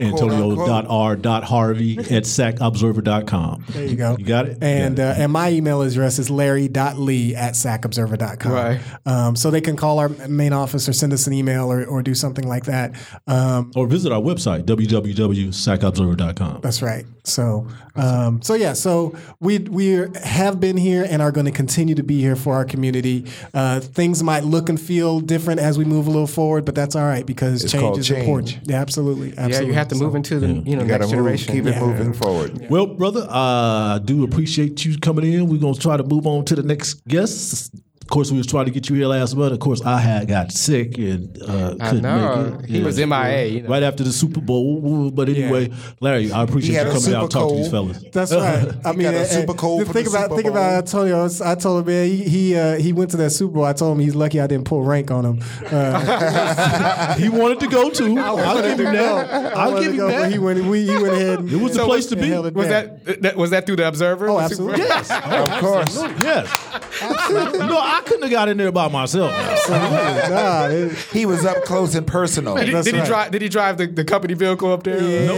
S2: Antonio.
S3: Antonio.r.harvey at sacobserver.com.
S5: There you go.
S3: You got it?
S5: And uh, and my email address is larry.lee at sacobserver.com.
S1: Right.
S5: Um, so they can call our main office or send us an email or, or do something like that. Um,
S3: Or visit our website, www.sacobserver.com.
S5: that's right. So um, so yeah. So we we have been here and are going to continue to be here for our community. Uh, things might look and feel different as we move a little forward, but that's all right because change
S2: called
S5: is
S2: change.
S5: important. Yeah, absolutely.
S1: yeah,
S5: absolutely.
S1: you have to move into the you know
S2: You gotta
S1: next
S2: move,
S1: generation.
S2: keep it
S5: Yeah.
S2: moving forward.
S3: Well, brother, I do appreciate you coming in. We're going to try to move on to the next guest. Of course, we was trying to get you here last month. Of course, I had got sick and uh, couldn't
S1: know.
S3: make it.
S1: He was MIA, you know.
S3: Right after the Super Bowl. But anyway, Larry, I appreciate
S2: He had
S3: you
S2: a
S3: coming out and talking to these
S2: super cold.
S3: fellas.
S5: That's right. I mean,
S2: got a
S5: eh, eh,
S2: super cold for
S5: think
S2: the
S5: about
S2: Super
S5: think
S2: Bowl.
S5: about Antonio. I told him, man, he he, uh, he went to that Super Bowl. I told him he's lucky I didn't pull rank on him. Uh,
S3: He wanted to go to. I'll give him that. I'll
S5: wanted
S3: give
S5: to
S3: him
S5: go, but He
S3: that.
S5: went. We, he went ahead. And,
S3: It was the place to be.
S5: held it
S1: Was
S5: down.
S1: that, that was that through the Observer?
S5: Oh,
S1: Was it-
S5: absolutely.
S2: Of course.
S3: Yes. no, I couldn't have got in there by myself.
S2: Oh,
S5: Nah, it-
S2: He was up close and personal.
S1: Did,
S5: That's
S1: did he
S5: right.
S1: drive? Did he drive the, the company vehicle up there?
S5: yeah,
S3: No.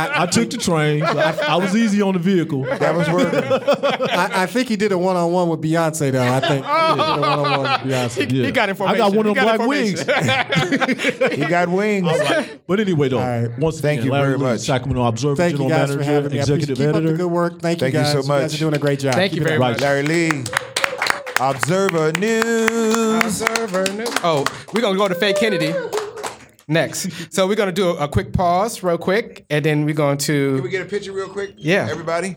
S3: I, I took the train. I, I was easy on the vehicle.
S2: That was working.
S5: I, I think he did a one on one with Beyonce though. I think
S2: Oh.
S5: he did a one on one with Beyonce.
S1: He
S3: Yeah.
S1: got information.
S3: I got one
S1: He
S3: on black
S1: information.
S3: wings.
S2: He got wings.
S3: But anyway, though,
S5: right.
S3: once
S2: Thank
S3: again,
S2: you
S3: Larry
S2: very
S3: Lee,
S2: much.
S3: Sacramento Observer,
S5: Thank you
S3: General
S5: guys
S3: Manager,
S5: for having me. I appreciate-
S3: Executive
S5: keep
S3: Editor.
S5: up the good work. Thank,
S2: Thank
S5: you
S2: you
S5: guys.
S2: so
S5: guys
S2: much.
S5: are doing a great job.
S1: Thank you
S5: Keep it
S1: very
S5: up.
S1: much.
S2: Larry Lee. Observer News.
S1: Observer News. Oh, we're gonna go to Faye Kennedy next. So we're gonna do a, a quick pause, real quick, and then we're going to.
S2: Can we get a picture real quick?
S1: Yeah.
S2: Everybody?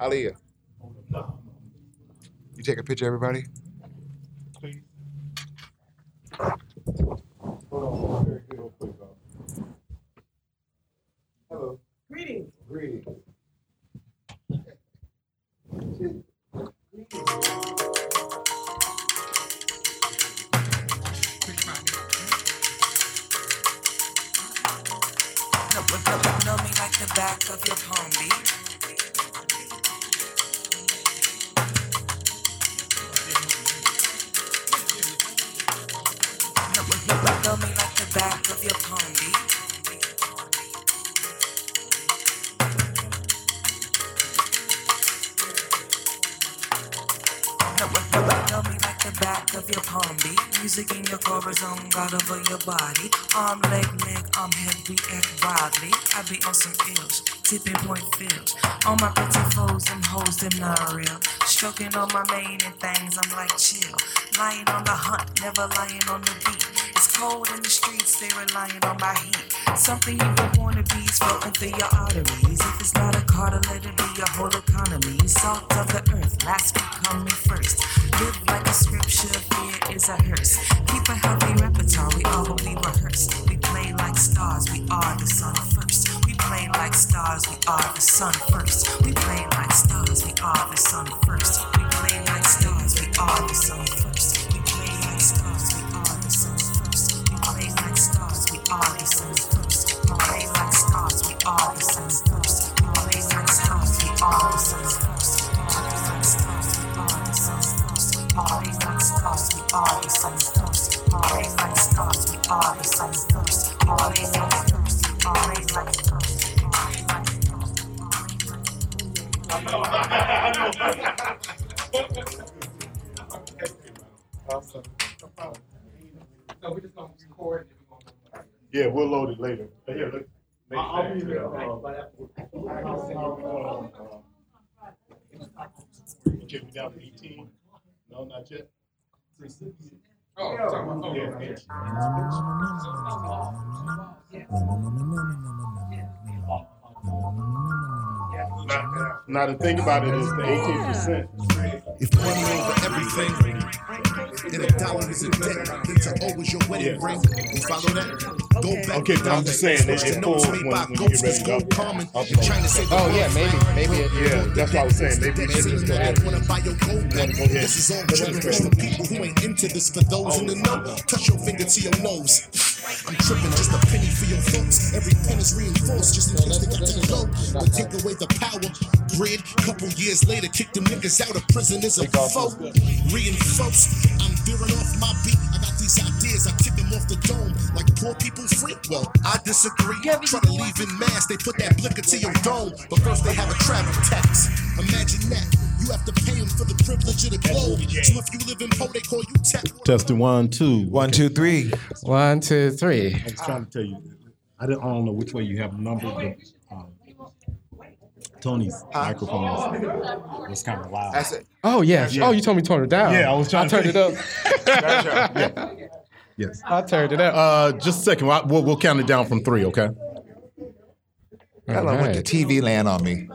S2: Aliyah. You take a picture, everybody?
S6: Know me like the back of your palm beach. Know me like the back of your palm beach. Know me like the back of your palm beat. Music in your corazon, God over your body. Arm, leg, neck, arm, head, we act wildly. I be on some ills. tipping point feel. All my pretty foes, them hoes, them not real. Stroking on my mane and things, I'm like chill. Lying on the hunt, never lying on the beat. It's cold in the streets, they relying on my heat. Something you don't wanna be is floating through your arteries. If it's not a carter, let it be your whole economy. Salt of the earth, last week come me first. Live like a scripture, fear is a hearse. Keep a healthy repertoire, we are what we rehearse. We play like stars, we are the sun first. We play like stars, we are the sun first. We play like stars, we are the sun first. We play like stars, we are the sun first. We play like stars, we are the sun first. We play like stars, we are the sun first. We play like stars, we are the sun first. We play like stars, we are the sun first. We play like stars, we are the sun first. We play like stars, we are the sun first. We play like stars, we are the sun first. We play like stars, we are the sun first. We play like stars, we are the sun first.
S7: Yeah, we'll load it later. But here, look. uh, Okay, we down to eighteen? No, not yet. Oh, yeah, 18. Now- Now, the thing about it is the eighteen percent.
S8: If money over everything, and a dollar is a debt, then to always your wedding ring. You follow that? Go back.
S7: Okay, but I'm just saying, it- it pulls when- when you get ready to
S8: Gold
S7: upload.
S8: common.
S7: Upload.
S8: China said the
S1: Oh yeah, maybe maybe it,
S7: Yeah, that's what I was saying. Maybe maybe
S8: Sitting
S7: just
S8: in
S7: go
S8: the
S7: ahead.
S8: ad, wanna buy your gold gun.
S7: Go ahead.
S8: This is all gibberish for people who ain't into this. For those in the know, touch your finger to your nose. I'm tripping just a penny for your votes. Every pen is reinforced just in case they got too low. But take away the power grid. Couple years later, kick them niggas out of prison is a foe. Reinforced. I'm veering off my beat. I got these ideas. I kick them off the dome like poor people free. Well, I disagree. Try to leave in mass. They put that blicker to your dome. But first they have a travel tax. Imagine that. You have to pay them for the privilege of the globe. So if you live in Poe, they call you tech.
S9: Testing one, two.
S2: One, two, three.
S1: one, two, three.
S10: I was trying to tell you. I don't, I don't know which way you have numbered the. Um, Tony's microphone was, was kind of loud.
S7: That's it.
S1: Oh yes. Oh, you told me to turn it down.
S10: Yeah, I was trying
S1: I
S10: to
S1: turned it up.
S10: Yes.
S1: I turned it up.
S9: Uh, just a second. We'll, we'll, we'll count it down from three, okay?
S2: Hello,
S1: All
S2: went to
S1: right.
S2: TV land on me.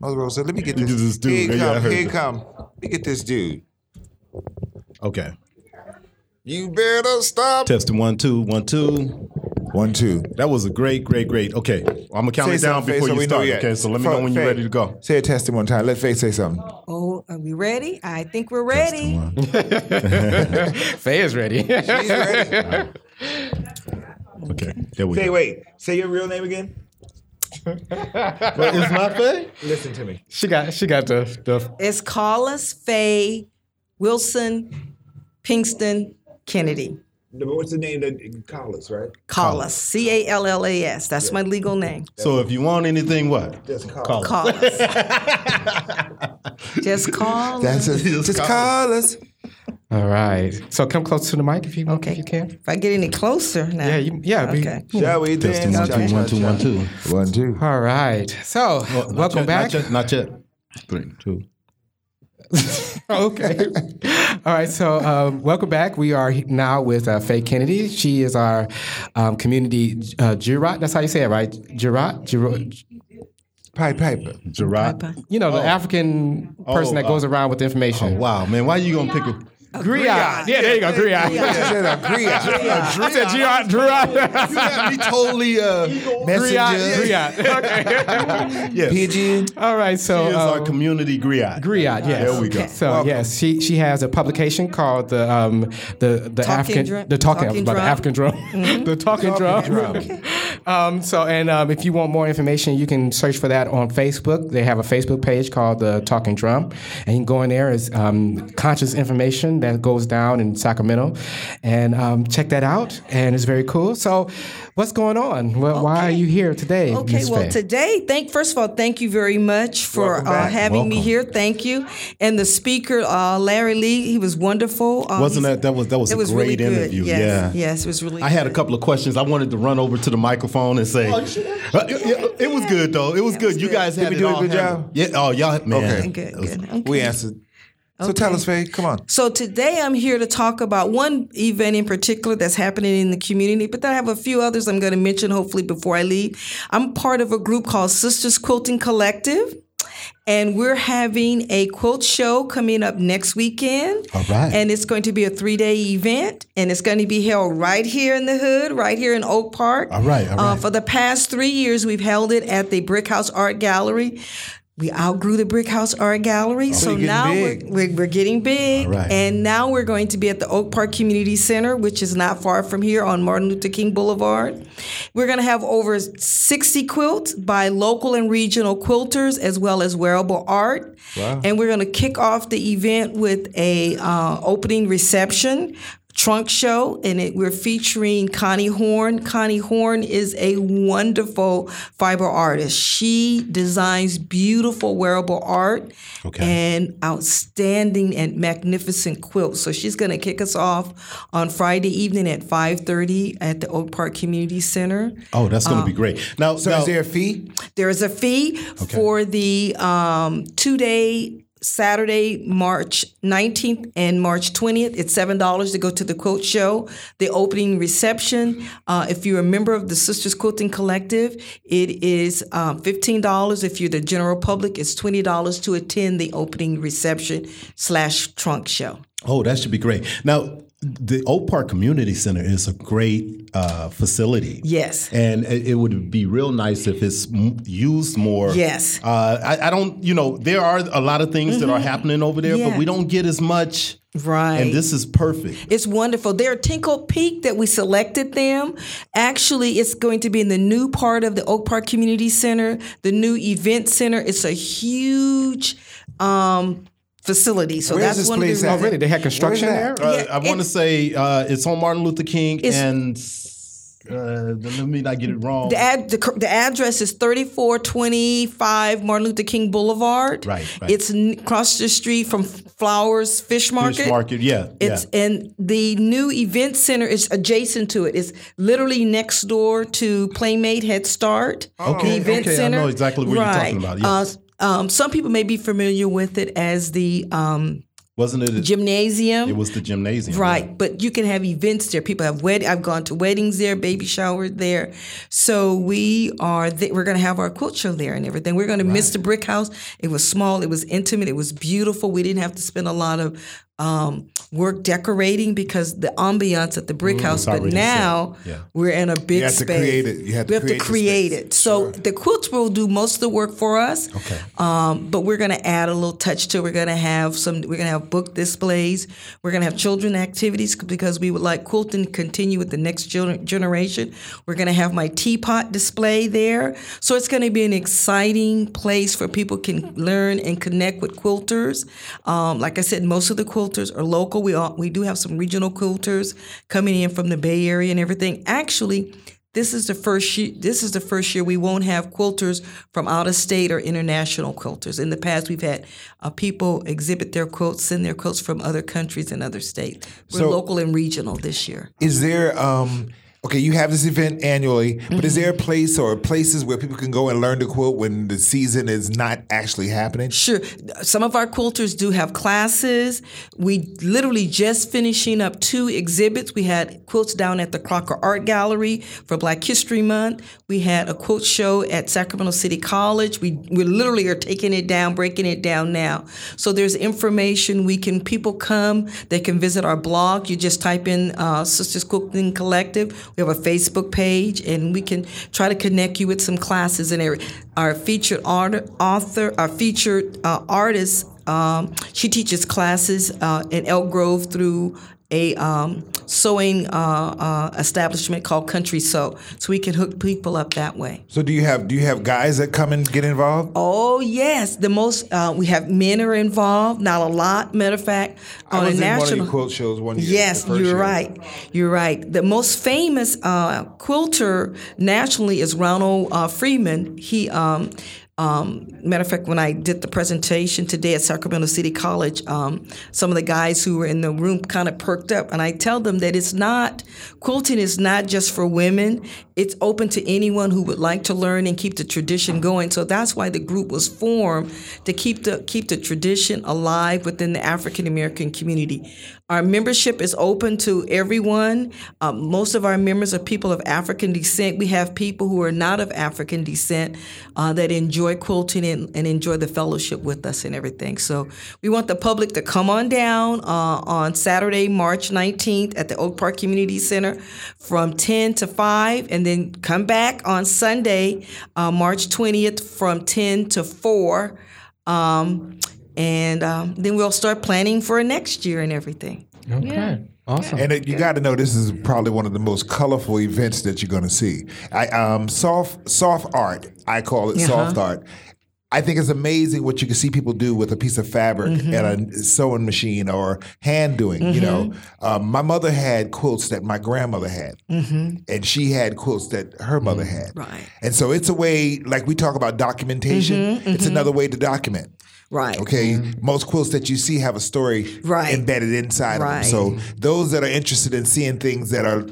S2: Mother Rose said, let me get this.
S9: Look at this dude.
S2: Here he
S9: Yeah, I
S2: come,
S9: heard
S2: here he
S9: that.
S2: come. Let me get this dude.
S9: Okay.
S2: You better stop.
S9: Testing one, two, one, two.
S2: One, two.
S9: That was a great, great, great. Okay, I'm gonna count
S2: Say
S9: it down
S2: something, Faye,
S9: before
S2: so
S9: you
S2: we know
S9: start.
S2: yet.
S9: Okay, so let me
S2: Fuck,
S9: know when you're
S2: Faye.
S9: ready to go.
S2: Say a testing one time. Let Faye say something.
S11: Oh, are we ready? I think we're ready.
S1: Oh, Faye is ready.
S2: He's ready.
S9: Okay, there we
S2: Faye,
S9: go.
S2: wait. Say your real name again.
S9: It's my thing.
S2: Listen to me.
S1: she got she got the the
S11: It's Carlos Faye Wilson Pinkston Kennedy.
S2: No, but What's the name that Collis, right?
S11: Callas, C A L L A S. That's my legal name.
S9: So if you want anything, what?
S2: Just Collis.
S11: Callas. Just call.
S2: That's
S11: us.
S2: a, just Collis.
S1: All right. So come close to the mic if you want,
S11: Okay.
S1: if you can.
S11: If I get any closer now.
S1: Yeah, you, yeah. we-
S11: Okay.
S2: Shall we
S9: Testing one,
S2: dance?
S9: two, one, two, one, two.
S2: One, two.
S1: All right. So
S9: Not
S1: welcome
S9: yet,
S1: back.
S9: Not yet, not yet. Three, two.
S1: okay. All right. So, um, welcome back. We are he- now with uh, Faye Kennedy. She is our um, community uh, Jurat. That's how you say it, right? Jurat. Jurat.
S2: Pied Piper.
S9: Gerard.
S1: You know, the African person that
S9: Oh. uh,
S1: goes around with information.
S9: Wow, man, why you gonna pick a?
S1: Griot. Yeah, there you go. Griot.
S2: I said a Griot.
S1: I said Jurat. Jurat.
S9: You got me totally. Uh,
S2: Messenger.
S1: Griot. Okay.
S9: yes. He is
S2: Pigeon.
S1: All right. So,
S9: our
S1: um,
S9: community griot.
S1: Griot, yes.
S9: There we go.
S1: So yes, she she has a publication called the um the the African
S11: Drum-
S1: the talking, I was
S11: Talking
S1: about the
S11: Drum. Mm-hmm.
S1: African drum the talking, drum, Um, so, and um, if you want more information, you can search for that on Facebook. They have a Facebook page called the Talking Drum, and you can go in there. It's um, conscious information that goes down in Sacramento, and um, check that out. And it's very cool. So, what's going on? Well, Why are you here today?
S11: Okay,
S1: Ms.
S11: well,
S1: Faye?
S11: today, thank first of all, thank you very much for uh, having me
S10: Welcome.
S11: here. Thank you, and the speaker, uh, Larry Lee, he was wonderful. Um,
S10: Wasn't
S11: he's-
S10: that that was that was
S11: it
S10: a
S11: was really
S10: great
S11: good.
S10: interview?
S11: Yes,
S10: yeah,
S11: yes, it was really.
S10: I had a
S11: good.
S10: couple of questions. I wanted to run over to the microphone and say,
S11: Oh, you should have-
S10: Uh, it, it- it was good though. It was good. You guys
S2: Did
S10: had
S2: we
S10: it
S2: do a
S10: all
S2: good
S10: handled.
S2: job?
S10: Yeah. Oh, y'all man.
S2: Okay.
S11: Good, good. Okay.
S2: We answered. So tell us, Faye. Come on.
S11: So today I'm here to talk about one event in particular that's happening in the community, but then I have a few others I'm going to mention hopefully before I leave. I'm part of a group called Sisters Quilting Collective. And we're having a quilt show coming up next weekend. All
S10: right.
S11: And it's going to be a three day event. And it's going to be held right here in the hood, right here in Oak Park.
S10: All right, all
S11: Uh,
S10: right.
S11: for the past three years, we've held it at the Brick House Art Gallery. We outgrew the Brick House Art
S10: Oh,
S11: Gallery. so
S2: you're getting
S11: now we're,
S2: big.
S11: we're, we're getting big.
S10: All right.
S11: And now we're going to be at the Oak Park Community Center, which is not far from here on Martin Luther King Boulevard. We're going to have over 60 quilts by local and regional quilters, as well as wearable art.
S2: Wow.
S11: And we're going to kick off the event with a uh, opening reception trunk show and it, we're featuring connie horn connie horn is a wonderful fiber artist she designs beautiful wearable art and outstanding and magnificent quilts so she's going to kick us off on friday evening at 5.30 at the oak park community center
S10: Oh, that's going to
S11: Um,
S10: be great. Now,
S2: So
S10: now
S2: is there a fee?
S11: there is a fee for the um, two day Saturday, March 19th and March 20th. It's $7 to go to the quilt show, the opening reception. Uh, if you're a member of the Sisters Quilting Collective, it is um, $15. If you're the general public, it's $20 to attend the opening reception slash trunk show.
S10: Oh, that should be great. Now, the Oak Park Community Center is a great uh, facility.
S11: Yes.
S10: And it it would be real nice if it's m- used more.
S11: Yes.
S10: Uh, I, I don't, you know, there are a lot of things that are happening over there,
S11: Yeah.
S10: but we don't get as much.
S11: Right.
S10: And this is perfect.
S11: It's wonderful. Their Tinkle Peak that we selected them. Actually, it's going to be in the new part of the Oak Park Community Center, the new event center. It's a huge um, facility. So
S2: Where's
S11: that's
S2: this
S11: one of the
S2: place at?
S11: reasons.
S1: oh, really? They had construction
S2: Where's
S1: there?
S2: that?
S10: Uh,
S11: Yeah,
S10: I want to
S11: it-
S10: say uh, it's on Martin Luther King
S11: It's-
S10: and s- uh, let me not get it wrong.
S11: The, ad, the, cor- the address is 3425 Martin Luther King Boulevard.
S10: Right, right.
S11: It's n- across the street from Flowers Fish Market.
S10: Fish Market, yeah.
S11: It's
S10: yeah.
S11: and the new event center is adjacent to it. It's literally next door to Playmate Head Start.
S10: Oh, Okay,
S11: the event
S10: okay, I
S11: center.
S10: know exactly what you're talking
S11: Right.
S10: about, yes.
S11: Uh, um, some people may be familiar with it as the um,
S10: Wasn't it?
S11: gymnasium.
S10: it was the gymnasium.
S11: Right, but you can have events there. People have wed. I've gone to weddings there, baby showers there. So we are. Th- we're going to have our quilt show there and everything. We're going to miss the brick house. It was small. It was intimate. It was beautiful. We didn't have to spend a lot of um, work decorating because the ambiance at the brick
S2: Mm,
S11: house. But
S10: already set.
S11: now
S10: Yeah.
S11: we're in a big
S2: have to
S11: space.
S2: create it. You have to
S11: we have
S2: create
S11: to
S2: the
S11: create
S2: space.
S11: it. So the quilts will do most of the work for us. Okay. Um, but we're going to add a little touch to. it. We're going to have some. We're going to have book displays. We're going to have children activities because we would like quilting to continue with the next gen- generation. We're going to have my teapot display there. So it's going to be an exciting place for people can learn and connect with quilters. Um, like I said, most of the quilters are local. We all, we do have some regional quilters coming in from the Bay Area and everything. Actually this is the first year, this is the first year we won't have quilters from out of state or international quilters. In the past, we've had uh, people exhibit their quilts, send their quilts from other countries and other states. We're
S2: So-
S11: local and regional this year.
S2: Is there um okay, you have this event annually, but
S11: Mm-hmm.
S2: is there a place or places where people can go and learn to quilt when the season is not actually happening?
S11: Sure, some of our quilters do have classes. We literally just finishing up two exhibits. We had quilts down at the Crocker Art Gallery for Black History Month. We had a quilt show at Sacramento City College. We we literally are taking it down, breaking it down now. So there's information we can people come. They can visit our blog. You just type in uh, Sisters Quilting Collective. We have a Facebook page, and we can try to connect you with some classes and everything. Our featured art, author, our featured uh, artist, um, she teaches classes uh, in Elk Grove through a um, sewing uh, uh, establishment called Country Sew, so we can hook people up that way.
S2: So do you have do you have guys that come and get involved?
S11: Oh yes, the most uh, we have men are involved. Not a lot, matter of fact.
S2: I
S11: on
S2: was
S11: a
S2: in one of
S11: national
S2: your quilt shows one year.
S11: Yes,
S2: the first
S11: you're
S2: year.
S11: right. You're right. The most famous uh, quilter nationally is Ronald uh, Freeman. He, um, um, matter of fact, when I did the presentation today at Sacramento City College, um, some of the guys who were in the room kind of perked up, and I tell them that it's not quilting is not just for women. It's open to anyone who would like to learn and keep the tradition going. So that's why the group was formed to keep the keep the tradition alive within the African American community. Our membership is open to everyone. Um, most of our members are people of African descent. We have people who are not of African descent uh, that enjoy quilting and, and enjoy the fellowship with us and everything. So we want the public to come on down uh, on Saturday, March 19th at the Oak Park Community Center from 10 to 5, and then come back on Sunday, uh, March 20th from 10 to 4. Um, and um, then we'll start planning for next year and everything.
S1: Okay. Awesome.
S2: And it, you got to know this is probably one of the most colorful events that you're going to see. I um, soft soft art, I call it
S11: Uh-huh.
S2: soft art. I think it's amazing what you can see people do with a piece of fabric
S11: Mhm.
S2: and a sewing machine or hand doing. You know, um, my mother had quilts that my grandmother had,
S11: Mm-hmm.
S2: and she had quilts that her mother had.
S11: Right.
S2: And so it's a way, like we talk about documentation,
S11: Mhm,
S2: it's
S11: mhm.
S2: another way to document.
S11: Right.
S2: Okay. Most quilts that you see have a story
S11: Mm-hmm. Right.
S2: embedded inside
S11: Right.
S2: of them. So those that are interested in seeing things that are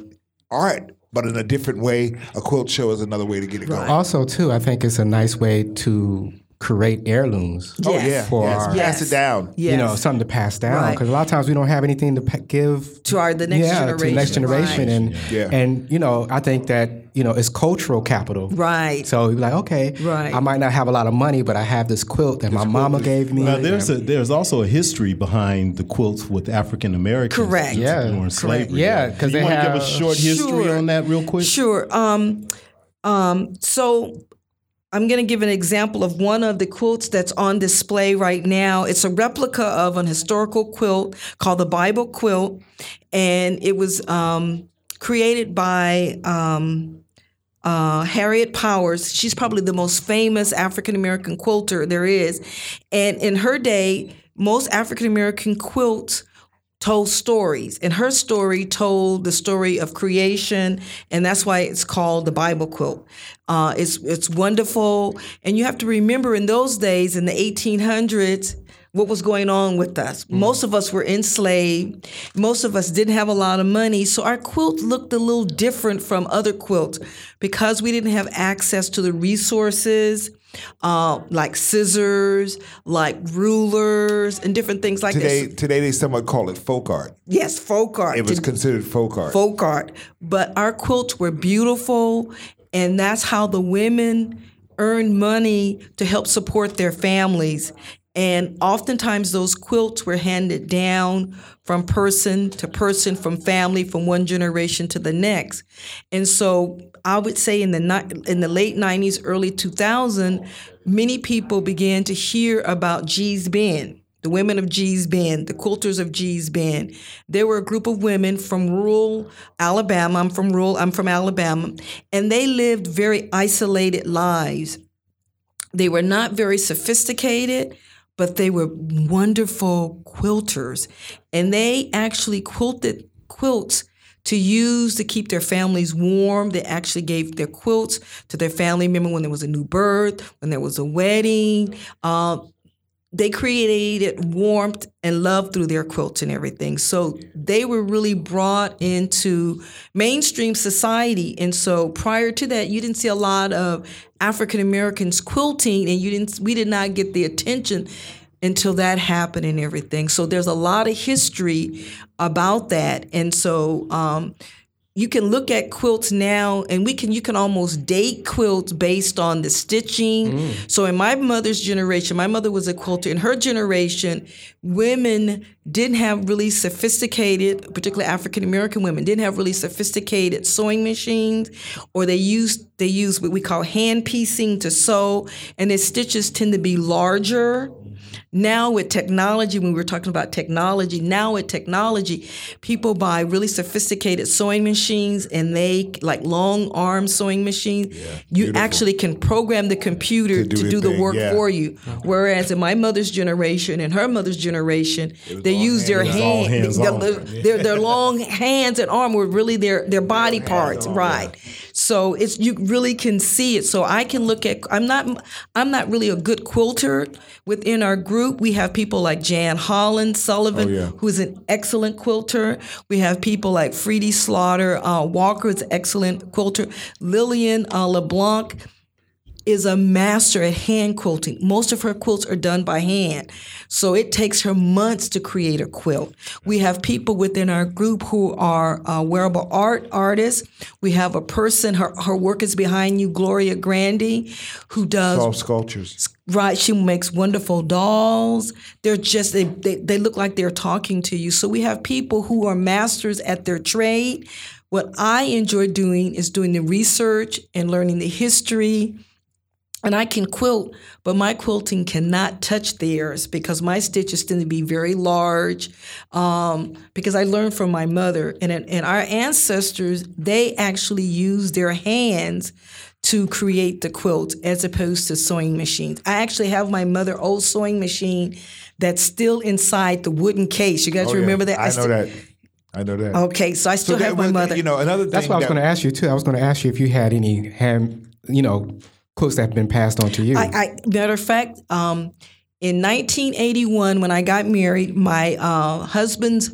S2: art, but in a different way, a quilt show is another way to get it going.
S1: Also, too, I think it's a nice way to create heirlooms.
S2: Oh, Yes. yeah.
S1: for
S2: Yes.
S1: our-
S2: Pass it down.
S1: You know,
S2: Yes.
S1: something to pass down
S2: Right.
S1: because a lot of times we don't have anything to pa- give
S11: To our the next
S1: yeah,
S11: generation.
S1: to the next generation, and
S2: Yeah.
S1: and you know, I think that you know it's cultural capital.
S11: Right.
S1: So you're like, okay,
S11: Right.
S1: I might not have a lot of money, but I have this quilt that my mama gave me.
S3: Now, there's a, there's also a history behind the quilts with African Americans.
S11: Correct.
S3: since
S11: Yeah.
S3: During slavery.
S1: Yeah, 'cause
S3: You
S1: they
S3: wanna give
S1: have-
S3: a short history
S11: Sure.
S3: on that real quick?
S11: Sure. Um, um, so I'm going to give an example of one of the quilts that's on display right now. It's a replica of an historical quilt called the Bible quilt, and it was um, created by. Um, uh, Harriet Powers. She's probably the most famous African American quilter there is. And in her day, most African American quilts told stories. And her story told the story of creation, and that's why it's called the Bible quilt. Uh, it's, it's wonderful. And you have to remember in those days, in the 1800s, what was going on with us. Most of us were enslaved. Most of us didn't have a lot of money. So our quilt looked a little different from other quilts because we didn't have access to the resources uh, like scissors, like rulers, and different things like
S2: today,
S11: that.
S2: today they somewhat call it folk art.
S11: Yes, folk art.
S2: It was
S11: Did-
S2: considered folk art.
S11: folk art. But our quilts were beautiful, and that's how the women earned money to help support their families. And oftentimes, those quilts were handed down from person to person, from family, from one generation to the next. And so, I would say in the ni- in the late '90s, early 2000, many people began to hear about G's Bend the women of G's Bend, the quilters of G's Bend. They were a group of women from rural Alabama. I'm from rural, I'm from Alabama. And they lived very isolated lives. They were not very sophisticated, but they were wonderful quilters. And they actually quilted quilts to use to keep their families warm. They actually gave their quilts to their family member when there was a new birth, when there was a wedding. Uh, they created warmth and love through their quilts and everything. So they were really brought into mainstream society. And so prior to that, you didn't see a lot of African Americans quilting, and you didn't. We did not get the attention until that happened and everything. So there's a lot of history about that, and so. Um, you can look at quilts now and we can you can almost date quilts based on the stitching so in my mother's generation my mother was a quilter in her generation women didn't have really sophisticated particularly african american women didn't have really sophisticated sewing machines or they used they used what we call hand piecing to sew and their stitches tend to be larger Now with technology, when we were talking about technology, now with technology, people buy really sophisticated sewing machines and they like long arm sewing machines. you actually can program the computer
S2: do
S11: to
S2: the
S11: do the
S2: thing,
S11: work
S2: yeah.
S11: for you. Whereas in my mother's generation and her mother's generation, they used their
S2: hands- it was all
S11: hand,
S2: hands
S11: their,
S2: on.
S11: their- their, their long hands and arm were really their their body parts, right? So it's you really can see it. So I can look at. I'm not. I'm not really a good quilter. Within our group, we have people like Jan Holland Sullivan,
S2: Oh, yeah.
S11: who is an excellent quilter. We have people like Freddie Slaughter uh, Walker, is an excellent quilter. Lillian uh, LeBlanc is a master at hand quilting. Most of her quilts are done by hand. So it takes her months to create a quilt. We have people within our group who are uh, wearable art artists. We have a person, her, her work is behind you, Gloria Grandy, who does
S2: Soft sculptures.
S11: Right, she makes wonderful dolls. They're just they, they they look like they're talking to you. So we have people who are masters at their trade. What I enjoy doing is doing the research and learning the history. And I can quilt, but my quilting cannot touch theirs because my stitches tend to be very large. Um, because I learned from my mother and and our ancestors, they actually used their hands to create the quilt as opposed to sewing machines. I actually have my mother old sewing machine that's still inside the wooden case. You guys
S2: Oh, yeah.
S11: remember that?
S2: I know
S11: still-
S2: that. I know that.
S11: Okay, so I still
S2: that
S11: have my
S2: was-
S11: mother.
S2: You know, another thing.
S1: That's what I was
S2: that-
S1: going to ask you too. I was going to ask you if you had any hand, you know, quotes that have been passed on to you.
S11: I, I matter of fact, um, in 1981, when I got married, my uh, husband's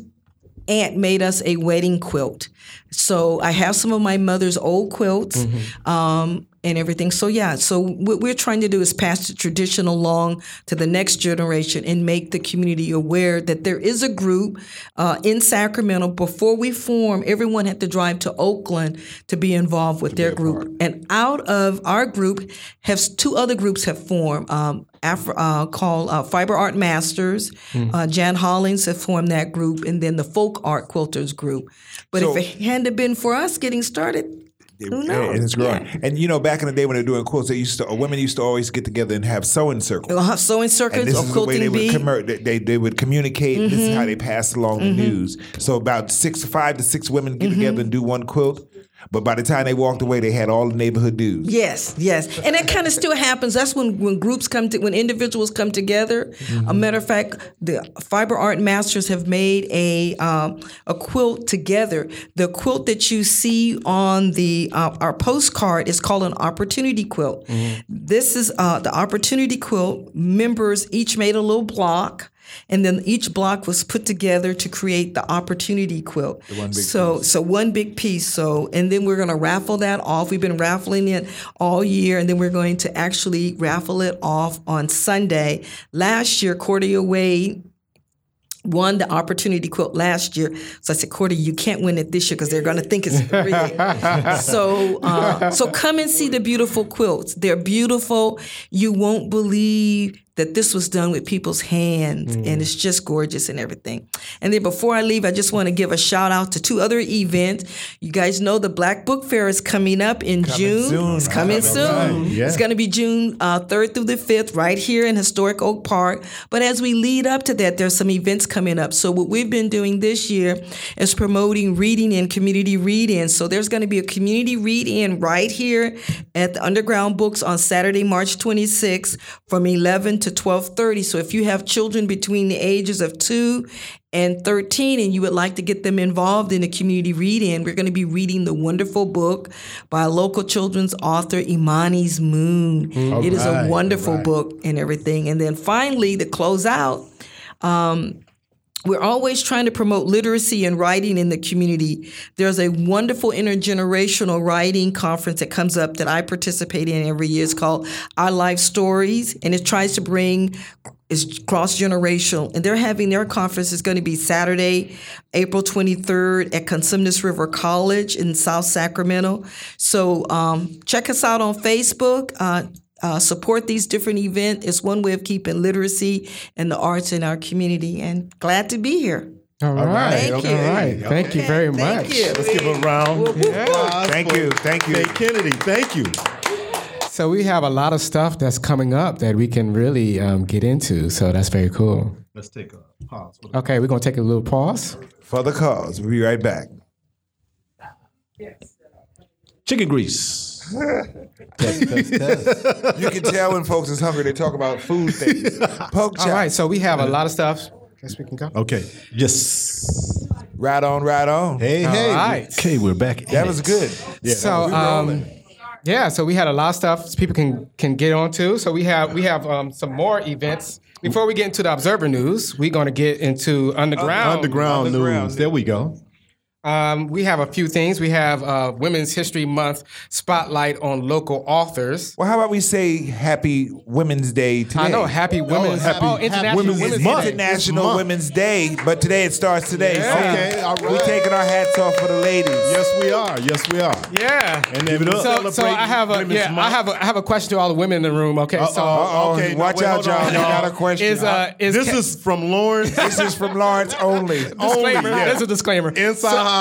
S11: aunt made us a wedding quilt. So I have some of my mother's old quilts um, and everything. So yeah, so what we're trying to do is pass the tradition along to the next generation and make the community aware that there is a group uh, in Sacramento. Before we form, everyone had to drive to Oakland to be involved with their group. And out of our group, have two other groups have formed. Um, Afro, uh, called uh, Fiber Art Masters. Uh, Jan Hollings had formed that group, and then the Folk Art Quilters group. But
S2: So-
S11: if it hadn't have been for us getting started, who
S2: Yeah,
S11: knows?
S2: And it's growing.
S11: Yeah.
S2: And you know, back in the day when they were doing quilts, they used to women used to always get together and have sewing circles.
S11: We'll have sewing
S2: And
S11: circuits
S2: this
S11: or
S2: is the way
S11: quilting
S2: they would
S11: bee.
S2: commer- they, they they would communicate. This is how they pass along the news. So about six, five to six women get together and do one quilt. But by the time they walked away, they had all the neighborhood dudes.
S11: Yes, yes, and that kind of still happens. That's when when groups come to when individuals come together.
S2: Mm-hmm.
S11: A matter of fact, the fiber art masters have made a um, a quilt together. The quilt that you see on the uh, our postcard is called an opportunity quilt.
S2: Mm-hmm.
S11: This is uh, the opportunity quilt. Members each made a little block. And then each block was put together to create the opportunity quilt. so so one big piece. So and then we're going to raffle that off. We've been raffling it all year, and then we're going to actually raffle it off on Sunday. Last year, Cordia Wade won the opportunity quilt last year. So I said, Cordy, you can't win it this year because they're going to think it's rigged. so, uh, so come and see the beautiful quilts. They're beautiful. You won't believe that this was done with people's hands, and it's just gorgeous and everything. And then before I leave, I just want to give a shout out to two other events. You guys know the Black Book Fair is coming up in June.
S2: soon.
S11: It's coming soon. It's going to be June uh, 3rd through the 5th, right here in historic Oak Park. But as we lead up to that, there's some events coming up. So what we've been doing this year is promoting reading and community read-in. So there's going to be a community read-in right here at the Underground Books on Saturday, March 26th from 11 to 12:30. So if you have children between the ages of 2 and 13 and you would like to get them involved in a community read-in, we're going to be reading the wonderful book by a local children's author Imani's Moon. It is a wonderful book and everything. And then finally, to close out, we're always trying to promote literacy and writing in the community. There's a wonderful intergenerational writing conference that comes up that I participate in every year. It's called Our Life Stories, and it tries to bring it's cross generational. And they're having their conference is going to be Saturday, April 23rd at Consumnes River College in South Sacramento. So um, check us out on Facebook. Uh, uh, support these different events. It's one way of keeping literacy and the arts in our community. And glad to be here.
S1: all right.
S11: Thank
S1: all
S11: you.
S1: right. Thank you very much.
S11: Thank you.
S10: Let's give a round.
S11: Woo, woo, woo.
S10: Thank you. Thank you. Kennedy, thank you.
S1: So we have a lot of stuff that's coming up that we can really um, get into. So that's very cool.
S10: Let's take a pause.
S1: Okay, we're gonna take a little pause.
S2: For the cause. We'll be right back.
S3: Chicken grease.
S2: you can tell when folks is hungry, they talk about food things. Poke
S1: All
S2: chop.
S1: right, so we have a lot of stuff. Guess we can go.
S3: Okay. Yes.
S2: Right on, right on.
S3: Hey, hey.
S1: right.
S3: Okay, we're back. in
S2: That was
S3: it.
S2: good.
S1: so um, yeah, so we had a lot of stuff people can can get onto. So we have we have um, some more events. Before we get into the Observer news, we're going to get into underground.
S9: Underground news. There we go.
S1: Um, we have a few things. We have uh, Women's History Month spotlight on local authors.
S2: Well, how about we say Happy Women's Day today?
S1: I know Happy Women's
S9: happy-
S1: oh,
S9: happy
S1: International
S9: Women's
S1: Women's,
S2: It's
S9: Month.
S1: Day.
S2: International
S9: Month.
S2: Women's Day, but today it starts today.
S1: Yeah.
S9: Okay, all
S2: We're
S9: right.
S2: taking our hats off for the ladies.
S9: Yes, we are. Yes, we are.
S1: Yeah.
S9: And then
S1: So, so I have a yeah, I have a, I have a question to all the women in the room. Okay, so uh,
S2: Uh-oh,
S9: Okay, no,
S2: Oh, watch
S9: wait,
S2: out,
S9: hold
S2: y'all.
S9: on,
S2: You got
S9: y'all.
S2: a question.
S1: is uh is
S9: this
S1: ca-
S9: is from Lawrence.
S2: this is from Lawrence only. Oh,
S9: only,
S1: disclaimer.
S9: yeah.
S1: There's a disclaimer.
S9: Inside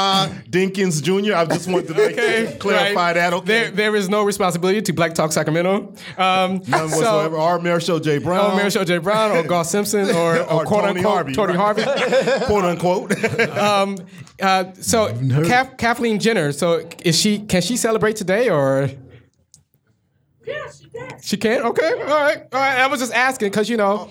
S9: Dinkins Jr. I just wanted to make- clarify
S1: right.
S9: that. Okay.
S1: There, there is no responsibility to Black Talk Sacramento. Um,
S9: None whatsoever.
S1: So,
S9: Or Mayor Show J. Brown.
S1: Oh, Mary Show J. Brown or Gar Simpson or, or,
S9: Or
S1: quote
S9: Tony
S1: unquote
S9: Harvey,
S1: Tony
S9: right.
S1: Harvey.
S9: Quote unquote.
S1: Uh, so Kath, Kathleen Jenner. So is she? Can she celebrate today or?
S6: Yeah, she did.
S1: She can. Okay. All right. All right. I was just asking because you know
S9: Oh,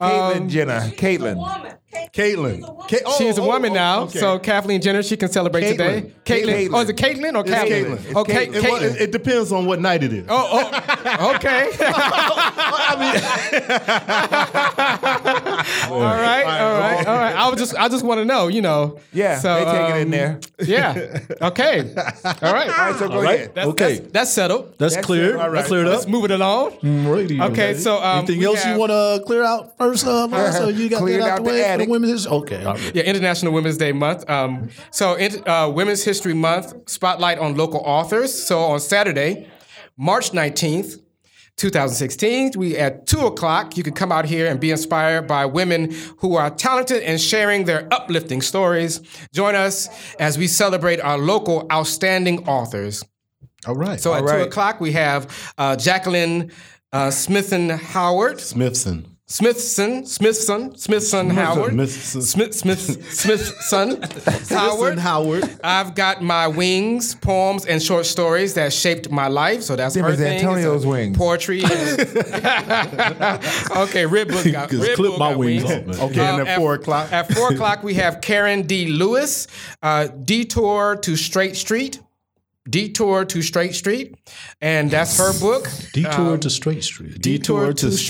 S1: Um,
S2: Caitlyn Jenner. Caitlyn.
S6: Woman. Kate-
S9: Caitlyn. Ka- oh,
S1: she is a
S9: oh,
S1: woman
S9: oh,
S1: now.
S9: okay.
S1: So Kathleen Jenner, she can celebrate
S2: Caitlyn.
S1: today. Caitlyn.
S2: Caitlyn.
S1: Oh, is it Caitlyn or
S9: It's
S1: Kathleen?
S9: Caitlyn. It's
S1: Oh, Ka-
S2: Caitlyn.
S9: It, well,
S1: Caitlyn.
S9: it- it depends on what night it is. Oh,
S1: Oh, okay. all right, all right, all right. I was just, I just want to know, you know.
S2: Yeah,
S1: So,
S2: they take it in
S1: um,
S2: there.
S1: Yeah. Okay. All right.
S2: All right, so go ahead.
S1: That's,
S3: Okay.
S1: That's, that's settled.
S3: That's,
S2: That's
S3: clear.
S2: it. All right.
S3: That's cleared
S1: Let's
S3: up.
S1: move it along.
S3: Alrighty.
S1: Okay, so, um,
S3: anything
S1: we
S3: else
S1: have-
S3: you want to clear out first? Um, so you got
S2: Cleared
S3: that
S2: out
S3: out, the
S2: the
S3: way for
S2: attic.
S3: the women's. Okay, all right.
S1: Yeah, International Women's Day month. Um, so, in, uh, Women's History Month spotlight on local authors. So, on Saturday, March 19th, 2016, we at 2 o'clock, you can come out here and be inspired by women who are talented and sharing their uplifting stories. Join us as we celebrate our local outstanding authors.
S9: all right.
S1: So, at
S2: right.
S1: 2 o'clock, we have uh, Jacqueline uh, Smithen Howard.
S9: Smithson.
S1: Smithson, Smithson, Smithson Howard,
S9: Smithson.
S1: Smith, Smith, Smithson Howard.
S9: Howard.
S1: I've got my wings, poems, and short stories that shaped my life. So that's
S2: Them
S1: her
S2: is
S1: thing.
S2: Antonio's
S1: It's a-
S2: wings.
S1: Poetry. okay, Red Book got
S3: Just
S1: Red
S3: clip
S1: Bull
S3: my
S1: got
S3: wings
S1: wings. Uh,
S3: off, man.
S9: Okay, and at four o'clock?
S1: At four o'clock, we have Karen D. Lewis, uh, Detour to Straight Street. Detour to Straight Street, and that's her book.
S3: Detour to Straight Street.
S1: I guess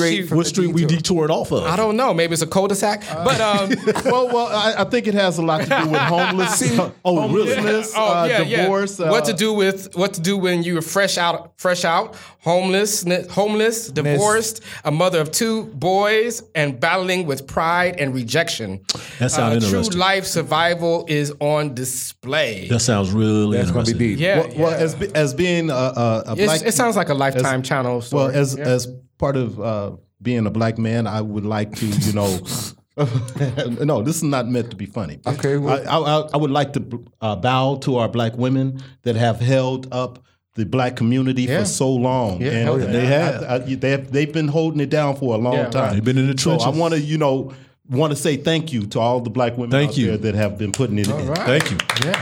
S1: she-
S3: What street we detoured off of?
S1: I don't know. Maybe it's a cul-de-sac. but um,
S9: well, well, I, I think it has a lot to do with homeless, uh,
S3: Oh, really?
S9: homelessness,
S1: oh
S9: uh,
S1: yeah,
S9: divorce.
S1: yeah.
S9: uh,
S1: what to do with what to do when you're fresh out, fresh out, homeless, homeless, divorced, a mother of two boys, and battling with pride and rejection. Uh,
S3: That sounds
S1: True
S3: interesting.
S1: life survival is on display.
S3: That sounds really
S2: That's going to be
S3: interesting.
S2: deep.
S1: yeah,
S9: Well, well as be- as being a, a, a
S1: It's-
S9: black,
S1: it sounds like a lifetime channel. Story.
S9: well as as part of uh, being a black man, I would like to, you know. no, this is not meant to be funny.
S2: Okay, well-
S9: I, I, I would like to uh, bow to our black women that have held up the black community for so long, yeah, and they have I, they have they've been holding it down for a long
S1: Yeah,
S9: time.
S3: They've been in the
S9: So I
S3: trenches.
S9: want to, you know, want to say thank you to all the black women
S3: Thank
S9: out
S3: you.
S9: there that have been putting it in.
S3: Thank you.
S1: yes,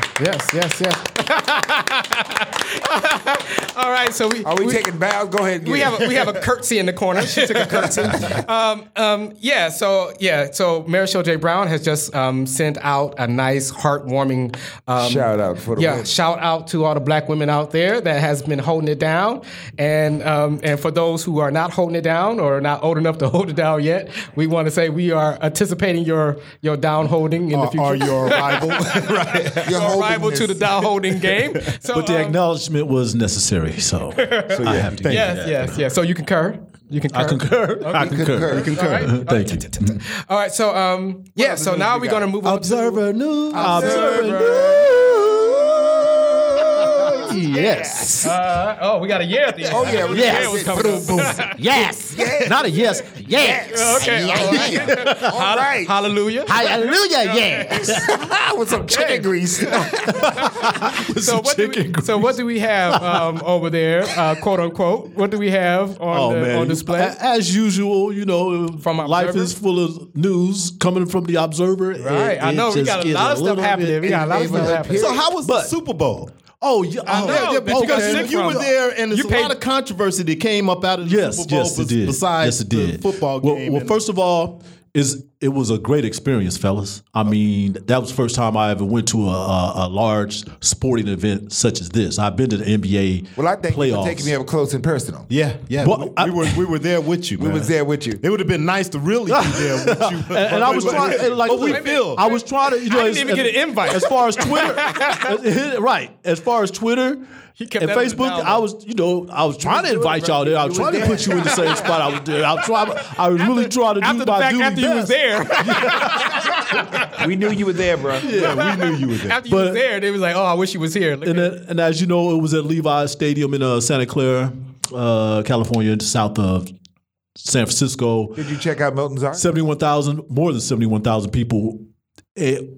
S1: yes, yes. All right, so we
S2: Are we, taking bows? Go ahead. and
S1: we
S2: get
S1: have a, we have a curtsy in the corner. She took a curtsy. Um, um, yeah. So yeah. So Marichal J. Brown has just um, sent out a nice heartwarming um,
S2: Shout out for the
S1: yeah
S2: women.
S1: shout out to all the black women out there that has been holding it down, and um, and for those who are not holding it down or not old enough to hold it down yet, we want to say we are anticipating your your down holding in the future.
S9: Are your arrival
S2: it. Your whole
S1: arrival to the
S2: business.
S1: down holding game. So,
S3: But the
S1: um,
S3: acknowledgement was necessary, Uh, so, I have to.
S1: yes, yes, yes. So you concur. You concur.
S3: I concur. I concur.
S2: You concur.
S3: Thank you.
S1: All right, so um, yeah, so now we're
S3: Oh,
S1: gonna move on. to-
S3: Observer news. Observer news.
S1: Observer.
S12: Yes.
S1: Uh, oh, we got a yeah at the end.
S12: Oh, yeah,
S1: I knew the
S12: yes.
S1: was coming up.
S12: Yes. Not a yes. Yes.
S1: Okay, all right. Hall- Hallelujah.
S12: Hallelujah,
S1: Okay.
S12: yes. With some chicken grease.
S1: So what, do we, so what do we have um, over there, uh, quote unquote? What do we have on,
S3: Oh
S1: the,
S3: man!
S1: on display?
S3: A- As usual, you know, from life
S1: Observer?
S3: is full of news coming from the Observer.
S1: Right, I know, we
S3: just
S1: got a
S3: gets
S1: lot of stuff
S3: little
S1: happening.
S3: bit
S1: We got a lot of stuff
S3: innovative.
S1: happening.
S9: So how was the Super Bowl?
S3: Oh, yeah,
S9: I
S3: oh,
S9: know,
S3: yeah,
S9: because
S3: okay.
S9: you were there, and there's a lot of controversy that came up out of the
S3: Yes,
S9: Super Bowl.
S3: yes, it
S9: bes-
S3: did.
S9: Besides
S3: yes, it did.
S9: the football
S3: well,
S9: game,
S3: Well,
S9: and-
S3: first of all, is it was a great experience, fellas. I mean, that was the first time I ever went to a, a, a large sporting event such as this. I've been to the NBA
S2: Well, I thank you
S3: playoffs.
S2: for taking me up close and personal.
S9: yeah, yeah,
S3: Well,
S9: we,
S3: I-
S9: we were we were there with you.
S2: We
S9: man.
S2: was there with you.
S9: It would have been nice to really be there with you.
S3: and, and I was trying, and like,
S9: but we
S3: look,
S9: feel.
S3: I was trying to, you know,
S1: I didn't
S3: as-
S1: even get an invite.
S3: As far as Twitter, as- right? As far as Twitter
S1: kept
S3: and
S1: that on the
S3: Facebook,
S1: down
S3: I was, you know, I was trying to invite y'all there. I was trying to put you in the same spot. I was there. I was trying. I was really trying to do
S1: After the
S3: my
S1: fact,
S3: duty
S1: after you was
S3: best.
S1: there,
S2: We knew you were there, bro.
S9: yeah, we knew you were there.
S1: after you was
S3: But-
S1: there, they was like, "Oh, I wish you was here." Look
S3: And,
S1: at-
S3: then- and as you know, it was at Levi's Stadium in uh, Santa Clara, uh, California, south of San Francisco.
S2: Did you check out Milton's art?
S3: 71,000, more than 71,000 people. It,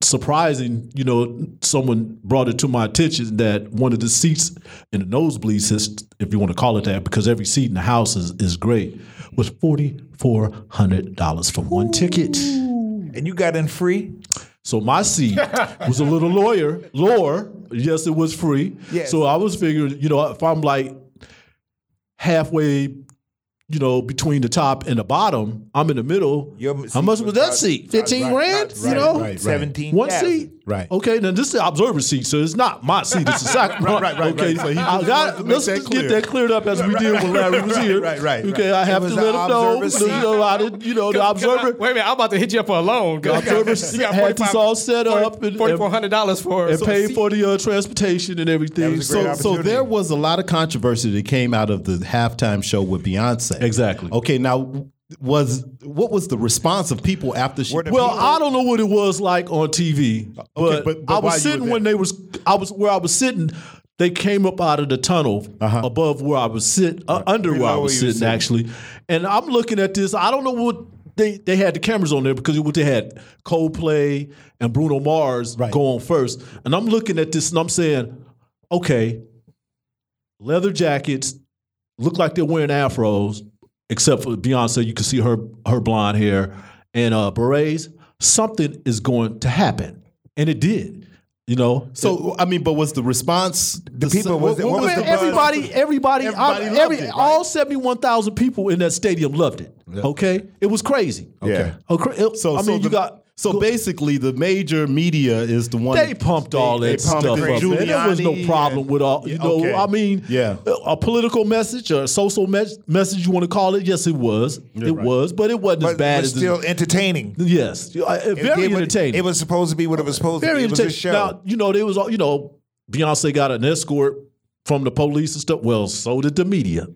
S3: surprising, you know, someone brought it to my attention that one of the seats in the nosebleed sys- if you want to call it that, because every seat in the house is, is great, was $4,400 for one ticket.
S2: and you got in free?
S3: So my seat was a little lawyer, lore. Yes, it was free.
S2: Yes.
S3: So I was figuring, you know, if I'm like halfway, you know, between the top and the bottom, I'm in the middle.
S2: Your
S3: How
S2: seat
S3: much was
S2: was
S3: that
S2: not-
S3: seat?
S2: not-
S3: Fifteen
S2: right,
S3: grand.
S2: not-
S3: you
S2: right,
S3: know,
S9: right.
S2: Seventeen.
S3: one seat.
S9: Right.
S3: Okay. Now this is the observer seat, so it's not my seat. It's the second.
S9: Right, right, right,
S3: Okay.
S9: right. So he
S3: I
S9: just wanted
S3: got.
S9: to make
S3: Let's
S9: that
S3: just
S9: clear.
S3: get that cleared up as we did when Larry was here.
S9: right, right,
S3: Okay. I have
S2: It
S3: to
S2: was
S3: let
S2: an
S3: him know.
S2: observer
S3: You
S2: seat.
S3: know, I didn't. You know, the observer.
S1: Wait a minute, I'm about to hit you up for a loan.
S3: The observers had this all set up and-
S1: forty four hundred dollars for
S3: and
S1: so-
S3: paid for the uh, transportation and everything.
S2: was a great
S3: So,
S2: opportunity.
S3: so
S9: So there was a lot of controversy that came out of the halftime show with Beyonce.
S3: Exactly.
S9: Okay, now was what was the response of people after she?
S2: Were the
S3: well,
S2: people-
S3: I don't know what it was like on TV, but,
S9: but- but
S3: I was
S9: while you were
S3: sitting
S9: there.
S3: when they was I was where I was sitting. They came up out of the tunnel above where I was sitting, uh, under where I
S2: Below where
S3: was
S2: you
S3: sitting,
S2: were sitting.
S3: actually. And I'm looking at this. I don't know what they they had the cameras on there because what they had Coldplay and Bruno Mars
S9: Right.
S3: go on first, and I'm looking at this and I'm saying, okay, leather jackets look like they're wearing afros, except for Beyonce. You can see her her blonde hair and uh, berets. Something is going to happen, and it did. You know,
S9: so I mean, but was the response the,
S2: people-
S9: same-
S2: was it- what was
S9: the
S2: the
S9: buzz?
S3: everybody, everybody,
S9: Everybody
S3: I-
S9: loved
S3: every-
S9: it, right?
S3: all seventy-one thousand people in that stadium loved it. Okay, it was crazy.
S2: Yeah.
S3: okay. it-
S9: So
S3: I mean,
S9: so
S3: you
S9: the-
S3: got
S9: so basically the major media is the one
S3: They
S9: that-
S3: pumped all
S9: they
S3: that stuff up.
S9: pumped
S3: man. There was
S9: Giuliani
S3: no problem
S9: and-
S3: with all. You
S9: Yeah,
S3: know,
S9: okay.
S3: I mean,
S9: Yeah.
S3: a, a political message, a social mes- message you want to call it. Yes, it was. it was, but it wasn't
S2: But
S3: as bad
S2: it was
S3: as
S2: still
S3: It,
S2: entertaining.
S3: yes, You- I- very
S2: It did what-
S3: entertaining.
S2: It was supposed to be what it was supposed
S3: very
S2: to be. It was a
S3: entertaining.
S2: show.
S3: Now you know there was all. You know, Beyonce got an escort from the police and stuff. Well, so did the media.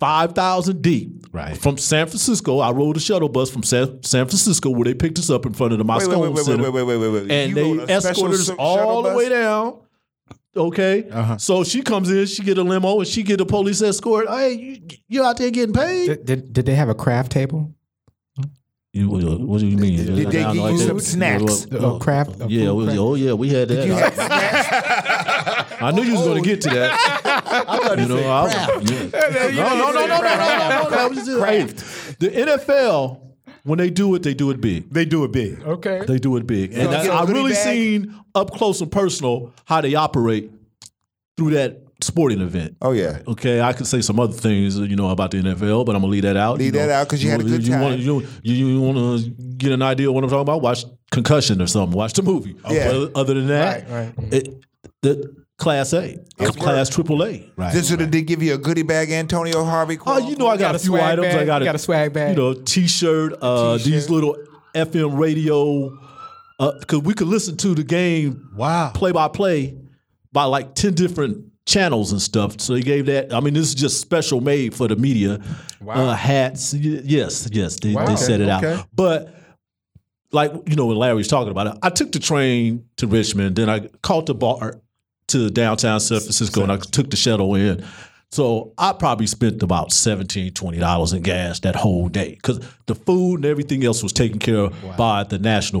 S3: Five thousand deep,
S9: Right.
S3: From San Francisco, I rode a shuttle bus from San, San Francisco where they picked us up in front of the
S2: wait,
S3: Moscone
S2: wait, wait, wait,
S3: Center
S2: wait, wait, wait, wait, wait.
S3: and
S2: You rode
S3: they
S2: a special
S3: escorted us
S2: shuttle
S3: all the
S2: bus?
S3: way down. Okay,
S9: Uh-huh.
S3: so she comes in, she get a limo, and she get a police escort. Hey, you, you out there getting paid?
S1: did, did, did they have a craft table?
S3: You, what, what do you mean?
S2: did they
S3: Down
S2: give
S3: like
S2: you
S3: that?
S2: some snacks?
S3: Oh,
S1: A craft- a
S3: yeah,
S1: food
S3: we-
S1: craft-
S3: oh yeah, we had that. I knew you was going to get to that. I thought you know, I was, yeah. no, no, no, no, no, no, no, no, no. That was just- The NFL, when they do it, they do it big.
S9: They do it big.
S1: Okay.
S3: They do it big, and
S2: you
S3: I,
S2: get a
S3: I
S2: goodie
S3: really
S2: bag?
S3: seen up close and personal how they operate through that sporting event.
S2: Oh yeah.
S3: Okay, I could say some other things, you know, about the NFL, but I'm gonna leave that out.
S2: Leave
S3: you know.
S2: that out 'cause you had a good
S3: you
S2: time.
S3: Wanna, you you, you want to get an idea of what I'm talking about? Watch Concussion or something. Watch the movie.
S2: Oh, Yeah.
S3: But other than that, It, the Class A, Class Triple A. Right.
S2: This would did give you a goodie bag, Antonio Harvey.
S3: Oh,
S2: Claw?
S3: you know, I got,
S1: got
S3: a
S1: a
S3: few
S1: swag
S3: items.
S1: bag?
S3: I got a,
S1: You got a swag bag?
S3: You know, t-shirt. Uh, These little FM radio, because we could listen to the game.
S9: Wow.
S3: Play by play, by like ten different channels and stuff. So they gave that. I mean, this is just special made for the media. Wow. Uh, hats. y- Yes, yes. They, they set it
S2: okay.
S3: out. But like you know, when Larry was talking about it, I took the train to Richmond. Then I caught the bar to downtown San Francisco and I took the shuttle in. So I probably spent about $17, $20 in gas that whole day because the food and everything else was taken care of by the National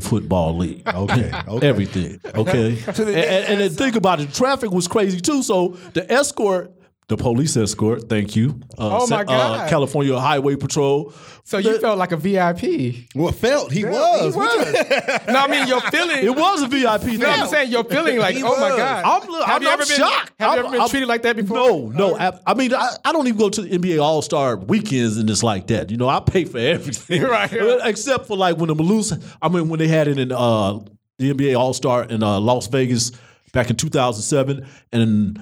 S3: Football League. Okay. everything. Okay. and, and, and then think about it, traffic was crazy too. So the escort, the police escort, thank you. Uh,
S1: Oh, my
S3: Sa-
S1: God.
S3: Uh, California Highway Patrol.
S1: So you felt like a VIP.
S9: Well, felt he
S1: was. no, I mean your feeling.
S3: It was a VIP.
S1: No, I'm
S3: thing.
S1: saying your feeling. Like,
S3: He
S1: oh my
S3: was.
S1: god.
S3: I'm, I'm,
S1: have you
S3: I'm
S1: ever been
S3: shocked.
S1: Have
S3: I'm-
S1: you ever been
S3: I'm-
S1: treated like that before?
S3: No, no. I, I mean, I, I don't even go to the NBA All Star weekends and it's like that. You know, I pay for everything,
S1: Right.
S3: Except for like when the Maloose. I mean, when they had it in uh, the NBA All Star in uh, Las Vegas back in 2007, and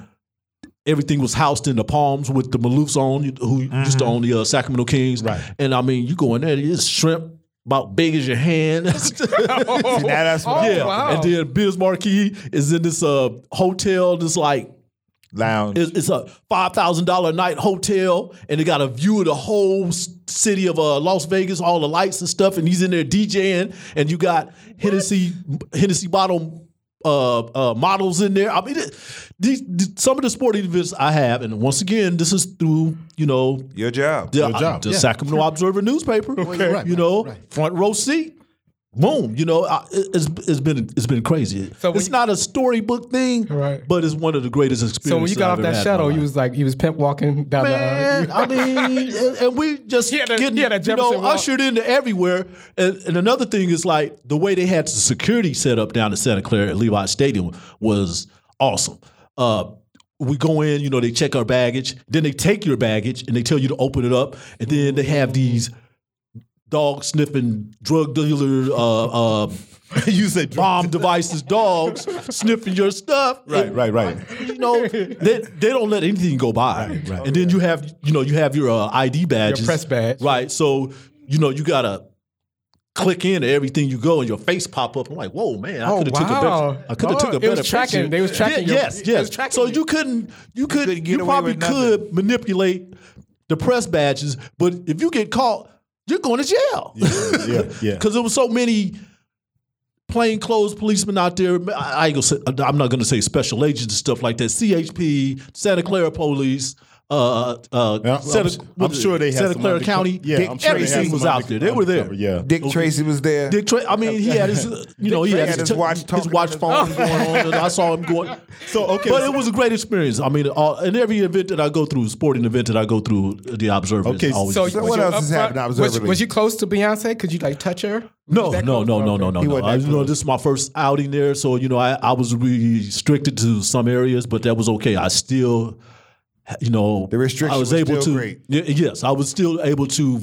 S3: everything was housed in the palms with the Maloofs on, who used
S1: Mm-hmm.
S3: to own the uh, Sacramento Kings. Right. And I mean, you go in there, it's shrimp. About big as your hand.
S1: Oh,
S2: that's what I'm talking
S3: yeah.
S2: about.
S3: And then Biz Marquee is in this uh hotel, this like
S2: Lounge.
S3: it's, it's a five thousand dollar night hotel, and they got a view of the whole s- city of uh, Las Vegas, all the lights and stuff. And he's in there DJing, and you got Hennessy Hennessy bottle uh, uh, models in there. I mean, it, these, these- some of the sporting events I have, and once again, this is through you know
S2: Your job.
S3: the,
S9: Your job,
S3: the
S9: yeah.
S3: Sacramento Observer newspaper.
S9: right,
S3: you know, front row seat. Boom, you know, I, it- it's, it's been it's been crazy.
S1: So when
S3: it's not a storybook thing,
S1: Right.
S3: But it's one of the greatest experiences.
S1: So when you got
S3: I've
S1: off
S3: ever
S1: that
S3: had in my
S1: shuttle,
S3: life.
S1: you was like, you was pimp walking down
S3: Man,
S1: the. uh,
S3: I mean, and, and we just
S1: Yeah, the-
S3: getting
S1: yeah, the
S3: you know,
S1: Jefferson Walk.
S3: ushered into everywhere. And, and another thing is like the way they had the security set up down at Santa Clara at Levi Stadium was awesome. Uh, we go in, you know, they check our baggage, then they take your baggage and they tell you to open it up, and then they have these dog sniffing drug dealer. Uh, uh, you say bomb devices, dogs sniffing your stuff.
S9: Right, right, right.
S3: You know, they, they don't let anything go by. Right, right. And then you have, you know, you have your uh, ID badges.
S1: press badge.
S3: Right. So, you know, you got to click in to everything you go and your face pop up. I'm like, whoa, man, I
S1: Oh,
S3: could have took a
S1: wow.
S3: better, I could
S1: Oh,
S3: have took a
S1: it
S3: better
S1: was tracking-
S3: picture.
S1: they was tracking
S3: Yeah,
S1: your-
S3: yes,
S1: it
S3: yes.
S1: was tracking
S3: so
S1: you.
S3: you couldn't, you could,
S2: couldn't get
S3: you
S2: away
S3: probably
S2: with nothing.
S3: could manipulate the press badges, but if you get caught, you're going to jail.
S9: yeah, yeah.
S3: Because there was so many plainclothes policemen out there. I, I ain't gonna say, I'm not going to say special agents and stuff like that. CHP, Santa Clara Police. Uh, uh,
S9: Yeah, I'm-
S3: Santa,
S9: I'm
S3: what is it?
S9: sure they had
S3: Santa
S9: some
S3: Clara
S9: underco-
S3: County.
S9: yeah,
S3: Dick-
S9: I'm sure they had
S3: everything
S9: some
S3: was out there. They were there.
S9: undercover, yeah.
S2: Dick Tracy was there.
S3: Dick Tra- I mean, he had his, you know, he had,
S2: had
S3: his,
S2: his watch
S3: his
S2: talking
S3: watch
S2: on his-
S3: phone going on, and I saw him going. So okay, but it was a great experience. I mean, all, and every event that I go through, sporting event that I go through, the observer.
S9: Okay,
S3: is always
S1: So,
S2: So
S1: was
S2: what
S1: you
S2: else
S1: up
S2: is
S1: front?
S2: happening? I was
S1: Was,
S2: over
S1: was
S2: there.
S1: you close to Beyonce? Could you like touch her?
S3: No,
S1: Was that
S3: no,
S1: close?
S3: no, no, no, no, no.
S2: wasn't
S3: I,
S2: that
S3: you know, this is my first outing there, so you know, I, I was restricted to some areas, but that was okay. I still, you know,
S2: The restriction
S3: I was,
S2: was
S3: able
S2: still
S3: to.
S2: great.
S3: Y- Yes, I was still able to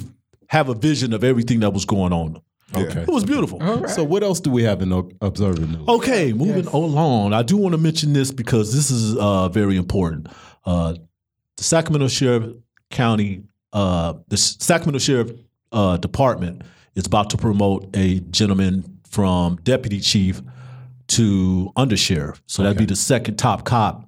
S3: have a vision of everything that was going on.
S9: Okay.
S3: It was beautiful.
S9: So what else do we have in o- observer news?
S3: Okay, moving along. I do want to mention this because this is uh, very important. Uh, the Sacramento Sheriff County, uh, the S- Sacramento Sheriff uh, Department is about to promote a gentleman from deputy chief to undersheriff. So that'd be the second top cop,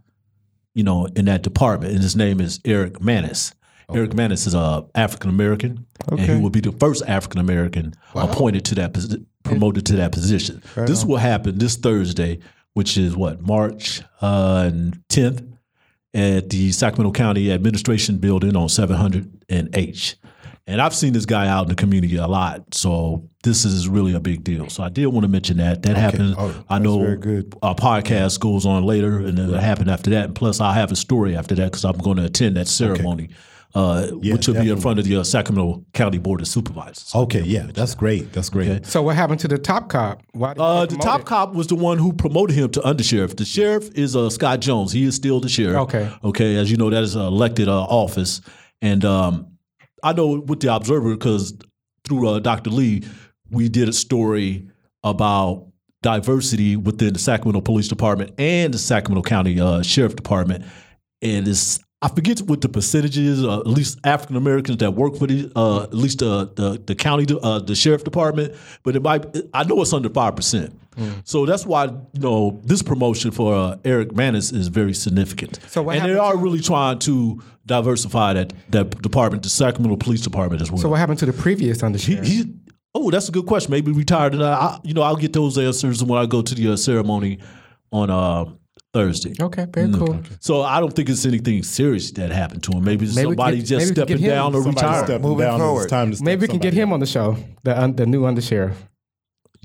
S3: you know, in that department. And his name is Eric Manis. Eric Manis is a African American, and he will be the first African American appointed to that posi- promoted to that position. this will happen this Thursday, which is what March uh, tenth at the Sacramento County Administration Building on 700 and H. And I've seen this guy out in the community a lot, so this is really a big deal. So I did want to mention that that happened.
S9: Oh,
S3: I know our podcast goes on later, and it'll happen after that. And plus, I have a story after that because I'm going to attend that ceremony, uh, which will be in front of the uh, Sacramento County Board of Supervisors.
S9: Okay, yeah, that's great. That's great.
S1: So what happened to the top cop? Why did he
S3: Uh,
S1: get
S3: the top
S1: promoted?
S3: cop was the one who promoted him to undersheriff. The sheriff is uh, Scott Jones. He is still the sheriff.
S1: Okay.
S3: Okay. As you know, that is an elected uh, office. And um, I know with the Observer, because through uh, Dr. Lee, we did a story about diversity within the Sacramento Police Department and the Sacramento County uh, Sheriff Department. And it's, I forget what the percentages, uh, at least African Americans that work for the, uh, at least the, the, the county, uh, the sheriff department, but it might, I know it's under 5%.
S1: Mm.
S3: So that's why, you know, this promotion for uh, Eric Manis is very significant.
S1: So what
S3: and they
S1: happened
S3: are really trying to diversify that, that department, the Sacramento Police Department as well.
S1: So what happened to the previous
S3: He,
S1: undersheriff?
S3: he, oh, that's a good question. Maybe retired, and I, I, you know, I'll get those answers when I go to the uh, ceremony on uh, Thursday.
S1: Mm-hmm. Okay, very cool.
S3: So I don't think it's anything serious that happened to him. Maybe, it's
S1: Maybe we
S3: somebody
S1: could-
S3: just
S1: maybe we could
S3: stepping
S1: get him.
S3: down or
S1: Somebody
S3: retiring.
S1: stepping Moving down, it's forward. time
S9: to step
S1: Maybe we can get him on the show, the un, the new undersheriff.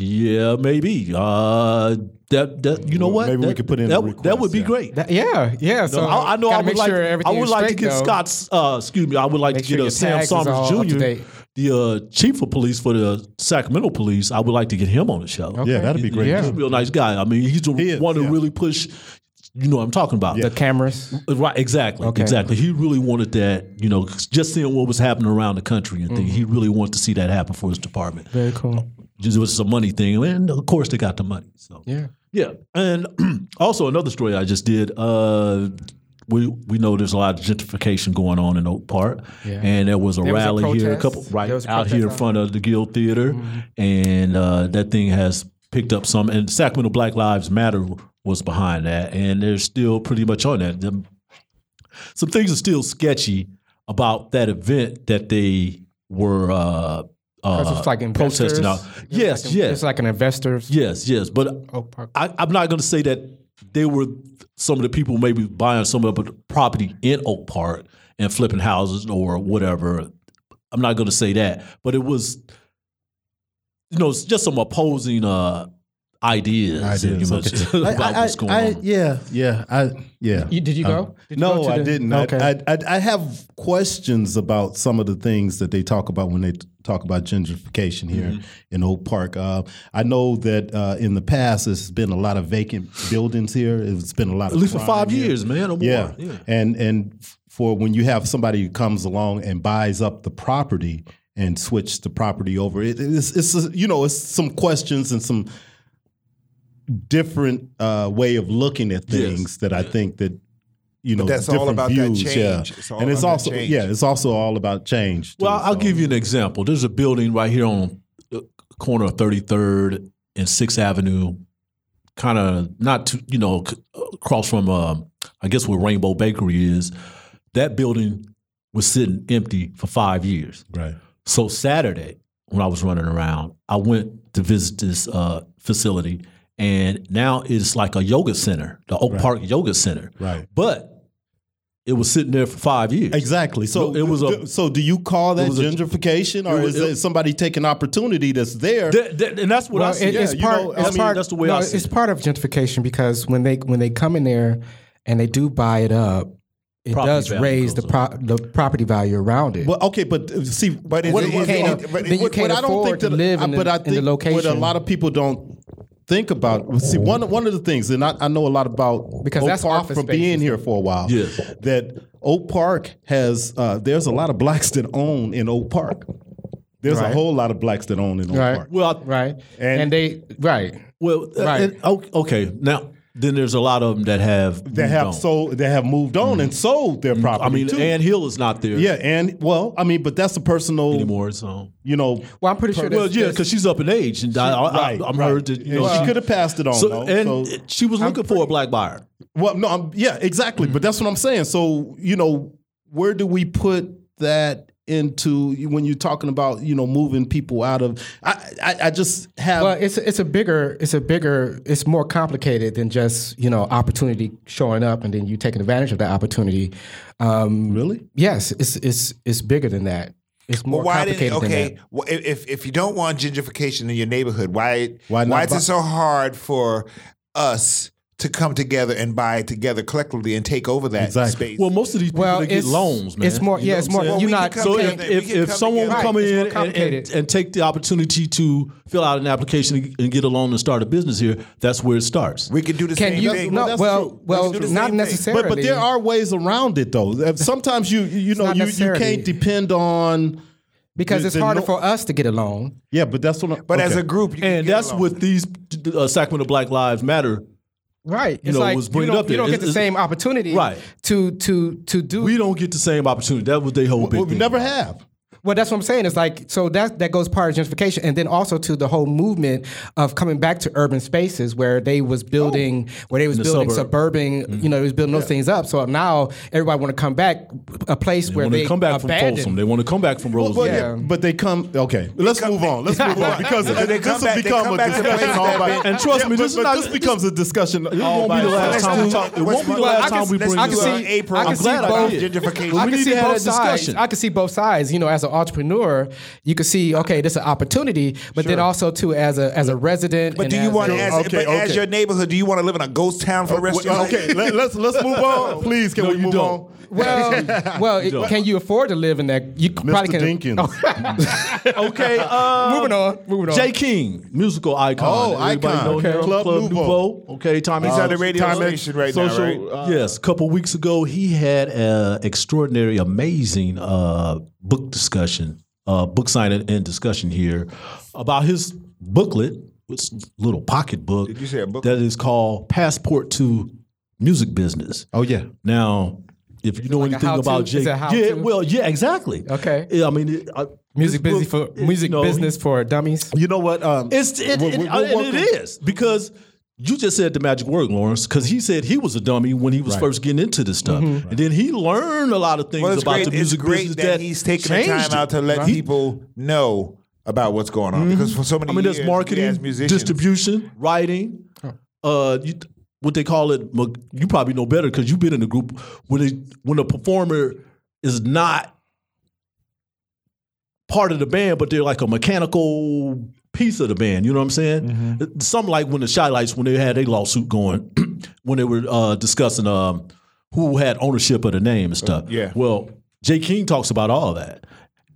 S3: Yeah, maybe. Uh, that that you know what?
S1: Maybe we
S3: That-
S1: could put in a
S3: that.
S1: request,
S3: that would be great.
S1: That- yeah, yeah. So
S3: I, I know I
S1: gotta
S3: would
S1: make
S3: like.
S1: sure
S3: I
S1: everything
S3: would
S1: is
S3: like to
S1: straight,
S3: get
S1: though.
S3: Scott's. Uh, excuse me. I would like
S1: Make
S3: to
S1: sure
S3: get
S1: your
S3: a Sam
S1: tags is all
S3: Saunders
S1: up to
S3: Jr.,
S1: date.
S3: the uh, chief of police for the Sacramento Police. I would like to get him on the show.
S9: Yeah, that'd be great,
S3: He's a
S9: too.
S3: real nice guy. I mean, he's the one to really push. You know what I'm talking about.
S1: The cameras.
S3: Right, exactly,
S1: Okay.
S3: exactly. He really wanted that, you know, 'cause just seeing what was happening around the country and
S1: Mm-hmm.
S3: things. He really wanted to see that happen for his department.
S1: Very cool.
S3: Just it was a money thing, and of course they got the money. So
S1: Yeah.
S3: yeah, and also another story I just did. Uh, we we know there's a lot of gentrification going on in Oak Park,
S1: Yeah.
S3: and there was a
S1: There was a
S3: rally here, a
S1: protest.
S3: couple right
S1: There was a
S3: out
S1: protest Mm-hmm.
S3: here in
S1: on-
S3: front of the Guild Theater, and uh, that thing has picked up some. And Sacramento Black Lives Matter was behind that, and they're still pretty much on that. The- some things are still sketchy about that event that they were uh,
S1: Because
S3: uh,
S1: it's like investors.
S3: protesting out. Yes,
S1: It's like an-
S3: yes,
S1: It's like an investor's.
S3: yes, yes. But I, I'm not going to say that they were some of the people maybe buying some of the property in Oak Park and flipping houses or whatever. I'm not going to say that, but it was, you know, it's just some opposing uh, ideas,
S9: Ideas,
S3: you know,
S9: okay.
S3: about
S9: I- I-
S3: what's going
S9: I-
S3: on.
S9: Yeah, yeah, I yeah.
S1: You- did you
S9: Uh,
S1: go? Did you
S9: no,
S1: go to
S9: I
S1: the-
S9: didn't. I-
S1: Okay.
S9: I, I I have questions about some of the things that they talk about when they t- talk about gentrification here in Oak Park. Uh, I know that uh, in the past there's been a lot of vacant buildings here. It's been a lot
S3: At
S9: of
S3: least for
S9: crime
S3: five
S9: here.
S3: years, man, or more.
S9: Yeah.
S3: Yeah.
S9: and and for when you have somebody who comes along and buys up the property and switch the property over, it, it's it's a, you know it's some questions and some different uh, way of looking at things that I think that you know
S2: But that's all
S9: different
S2: about that
S9: views,
S2: change.
S9: yeah,
S2: It's all
S9: and it's
S2: about
S9: also
S2: change.
S9: yeah, it's also all about change.
S3: Well, I'll give you an example. There's a building right here on the corner of 33rd and 6th Avenue, kind of not too, you know, c- across from, um, I guess, where Rainbow Bakery is. That building was sitting empty for five years.
S9: Right.
S3: So Saturday, when I was running around, I went to visit this uh, facility, and now it's like a yoga center, the Oak Park Yoga Center.
S9: Right.
S3: But it was sitting there for five years.
S9: Exactly. So
S3: it was a
S9: do- so. Do you call that
S3: was a-
S9: gentrification, or
S3: it was-
S9: is it, somebody taking opportunity that's there?
S3: That- that- and that's what I
S9: Well,
S3: see.
S9: it-
S1: it's
S9: Yeah, you
S1: part.
S9: know, I
S1: it's
S9: mean,
S1: part.
S9: that's the way
S1: no,
S9: I see
S1: it's part of gentrification because when they when they come in there and they do buy it up, it
S9: Property
S1: does
S9: value
S1: raise the pro- the property value around it.
S9: Well, okay, but uh, see, but
S1: is it- is it- but then you can't afford to live in the- in the
S9: What a
S1: location.
S9: lot of people don't think about. See, one one of the things, and I, I know a lot about
S1: Because
S9: Oak
S1: that's
S9: Park
S1: office
S9: from
S1: space
S9: being
S1: and
S9: here for a while.
S3: Yes.
S9: that Oak Park has. Uh, there's a lot of blacks that own in Oak Park. There's a
S1: Right.
S9: whole lot of blacks that own in Oak
S1: right.
S9: Park.
S3: Well,
S1: right. And, they right.
S3: Well, uh,
S1: Right.
S3: and- o- okay. Now, then there's a lot of them that have
S9: That
S3: moved
S9: have
S3: on. Mm.
S9: sold, that have moved on and sold their property.
S3: I mean,
S9: too.
S3: Ann Hill is not there
S9: yeah, and well, I mean, but that's a personal,
S3: anymore. So,
S9: you know,
S1: Well, I'm pretty sure.
S3: well,
S1: that's-
S3: yeah,
S1: that's-
S3: because she's up in age, and I, I,
S9: Right,
S3: I, am
S9: right.
S3: heard that you know,
S9: And she
S3: she-
S9: could have passed it on.
S3: So,
S9: though,
S3: and
S9: so-
S3: she was looking for a black buyer.
S9: Well, no, I'm, yeah, exactly. But that's what I'm saying. So, you know, where do we put that into when you're talking about, you know, moving people out of? I, I, I just have.
S1: Well, it's it's a bigger it's a bigger it's more complicated than just you know opportunity showing up and then you taking advantage of that opportunity. Um,
S9: really?
S1: Yes, it's it's it's bigger than that. It's more
S2: why didn't
S1: complicated than
S2: okay?
S1: that.
S2: Well, if if- if you don't want gentrification in your neighborhood, why why,
S9: Why not
S2: is
S9: buy-
S2: it so hard for us to come together and buy together collectively and take over that
S9: Exactly.
S2: space?
S3: Well, most of these people
S1: Well,
S3: they get
S1: it's-
S3: loans, man.
S1: it's more-
S3: You
S1: yeah,
S3: know
S1: it's
S3: what I'm
S1: more-
S3: saying?
S1: you're not-
S2: come
S3: So
S2: together,
S3: if,
S2: we
S3: if,
S2: can
S3: if
S2: come
S3: someone
S2: together.
S3: would come
S1: Right, it's more
S3: in and, and,
S1: complicated.
S3: and take the opportunity to fill out an application and get a loan and start a business here, that's where it starts.
S2: we can do the
S1: Can
S2: same
S1: you?
S2: thing.
S1: no,
S2: That's
S1: well,
S2: true.
S1: well,
S2: We can do the
S1: not
S2: same thing.
S1: necessarily.
S9: but but there are ways around it though. If Sometimes you you know
S1: not
S9: you, you
S1: necessarily.
S9: can't depend on.
S1: because
S9: the-
S1: it's
S9: the
S1: harder
S9: no-
S1: for us to get a loan.
S9: Yeah, but that's what. I'm,
S2: But as
S9: okay.
S2: a group, you can
S3: And
S2: get
S3: that's
S2: along.
S3: what these uh, Sacramento Black Lives Matter
S1: Right. It's
S3: know,
S1: like
S3: was
S1: you
S3: bringing
S1: don't,
S3: up
S1: you
S3: there.
S1: don't get
S3: It's-
S1: the
S3: it's-
S1: same opportunity
S3: Right.
S1: to to to do
S3: we don't get the same opportunity. That was their whole big
S9: we
S3: thing.
S9: never have.
S1: Well, that's what I'm saying. It's like so that that goes part of gentrification, and then also to the whole movement of coming back to urban spaces where they was building,
S2: Oh.
S1: where they was
S3: In the
S1: building
S3: suburb.
S1: suburban, you know, they was building those things up. So now everybody want to come back a place where
S3: when they
S1: they
S3: come back from
S1: abandoned.
S3: Folsom, they want to come back from
S9: Well,
S3: Roseland.
S9: well, yeah, but they come. Okay, let's move on. Let's move on because
S3: Yeah. They
S9: this
S3: come
S9: will
S3: back- they come
S9: become a
S3: back to
S9: discussion
S3: places
S9: all by.
S3: that- And trust me,
S9: but-
S3: this is
S9: but
S3: not-
S9: this becomes a discussion. It won't be the last time we talk. It won't be the last time we bring
S1: I can
S9: this up.
S1: see, I can
S9: I'm
S1: see
S9: glad
S1: both.
S9: did.
S1: I
S9: We
S1: can
S9: need
S1: see
S9: to have
S1: both
S9: a
S1: sides.
S9: discussion.
S1: I can see both sides. You know, as an entrepreneur, you can see okay, this is an opportunity, but then also too as a as a resident.
S2: But
S1: and
S2: do you
S1: as
S2: want
S1: a-
S2: as, but as your neighborhood? Do you want to live in a ghost town for the rest of your
S9: Oh, Well,
S2: life?
S9: okay, let, us let's move on, please. Can
S2: No,
S9: we
S2: you
S9: move
S2: don't.
S9: on?
S1: Well, well,
S9: You don't.
S1: can you afford to live in that? You probably can. Oh.
S9: Dinkins.
S3: okay, um,
S1: moving on. Moving on.
S3: Jay King, musical icon.
S9: Oh,
S3: Everybody
S9: icon.
S3: Know
S9: Okay.
S3: him.
S9: Club
S3: Club,
S9: Nouveau.
S3: Nouveau. Okay, Tommy.
S2: He's on the radio station right now, right? Uh,
S3: yes, a couple weeks ago, he had an extraordinary, amazing uh, book discussion, uh, book signing and discussion here about his booklet, this little pocketbook. Did
S2: you say a booklet?
S3: That is called Passport to Music Business.
S9: Oh yeah.
S3: Now, if you know
S1: like a
S3: anything
S1: how-to?
S3: about
S1: Is
S3: Jay,
S1: it a how-to?
S3: yeah, well, yeah, exactly.
S1: Okay.
S3: Yeah, I mean, it, I,
S1: Music
S3: this
S1: busy
S3: book,
S1: for
S3: it-
S1: music
S3: no,
S1: business for dummies.
S9: You know what? Um,
S3: It's it,
S9: What-
S3: it- uh,
S9: what- what-
S3: and it is because you just said the magic word, Lawrence, because he said he was a dummy when he was first getting into this stuff,
S9: Mm-hmm.
S3: and then he learned a lot of things
S2: Well, it's
S3: about
S2: great.
S3: the
S2: it's
S3: music
S2: great
S3: business
S2: that, he's taking the
S3: changed
S2: time
S3: it.
S2: out to let
S3: He-
S2: people know about what's going on because for so many
S3: I mean,
S2: years,
S3: there's marketing,
S2: as musicians,
S3: distribution, writing. Uh, you, what they call it, Mc- you probably know better because you've been in the group when a, when a performer is not part of the band, but they're like a mechanical piece of the band. You know what I'm saying? Some like when the Shy Lights when they had a lawsuit going when they were uh, discussing um, who had ownership of the name and stuff.
S2: yeah.
S3: Well, Jay King talks about all that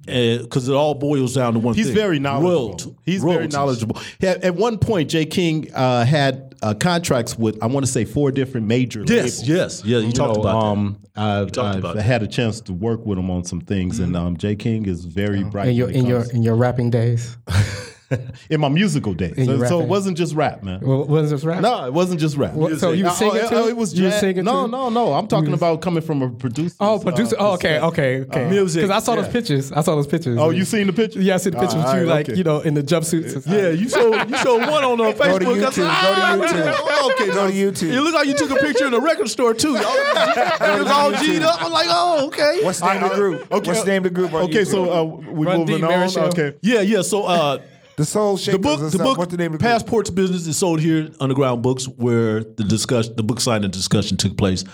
S3: because it all boils down to one
S9: He's
S3: thing.
S9: very knowledgeable.
S3: Royalt-
S9: He's very
S3: royalties.
S9: knowledgeable. He had- at one point, Jay King uh, had uh, contracts with I want to say four different major labels.
S3: Yes, yes, yeah. You, talked
S9: know,
S3: about
S9: um, I've,
S3: talked
S9: I've
S3: about that.
S9: had a chance to work with him on some things, and
S3: Mm-hmm.
S9: um, Jay King is very bright.
S1: in your
S9: when it
S1: in your
S9: comes-
S1: in your rapping days.
S9: in my musical days,
S1: In your
S9: so, so it
S1: rapping.
S9: wasn't just rap, man.
S1: Well, was this rap?
S9: No, it wasn't just rap.
S1: What- so you
S9: Uh,
S1: singing
S9: oh,
S1: too?
S9: oh, It was
S1: You
S9: jazz.
S1: singing
S9: No,
S1: too? Mm-hmm.
S9: no, no. I'm talking about coming from a producer.
S1: Oh, producer. Oh, okay, okay,
S3: Uh,
S1: okay.
S9: music,
S1: Because I saw
S9: yeah.
S1: those pictures. I saw those pictures.
S9: Oh, you seen the picture?
S1: Yeah, I see the pictures
S9: Ah,
S1: with you,
S9: all
S1: like
S9: right, okay.
S1: you know, in the jumpsuits. and stuff.
S3: Yeah, you showed you showed one on
S2: Go
S3: uh,
S2: to
S3: Facebook. I said,
S2: YouTube,
S3: "Ah,
S2: go to
S3: wait a minute."
S2: YouTube.
S3: Okay,
S2: Go to
S3: It
S2: YouTube.
S3: looked like you took a picture in the record store too. Y'all, it was all G'd up. I'm like, oh, okay.
S2: What's the name of the group?
S9: Okay.
S2: What's the name of the group? on
S9: Okay,
S2: YouTube?
S9: so uh, we're
S1: Run D,
S9: moving
S1: Mary
S9: on.
S1: Shelley.
S9: Okay.
S3: Yeah, yeah. So uh,
S2: the Soul Shakers.
S3: the book,
S2: or
S3: the
S2: something.
S3: book,
S2: What's the name of the group?
S3: Passports Business is sold here. Underground Books, where the discussion, the book signing discussion took place.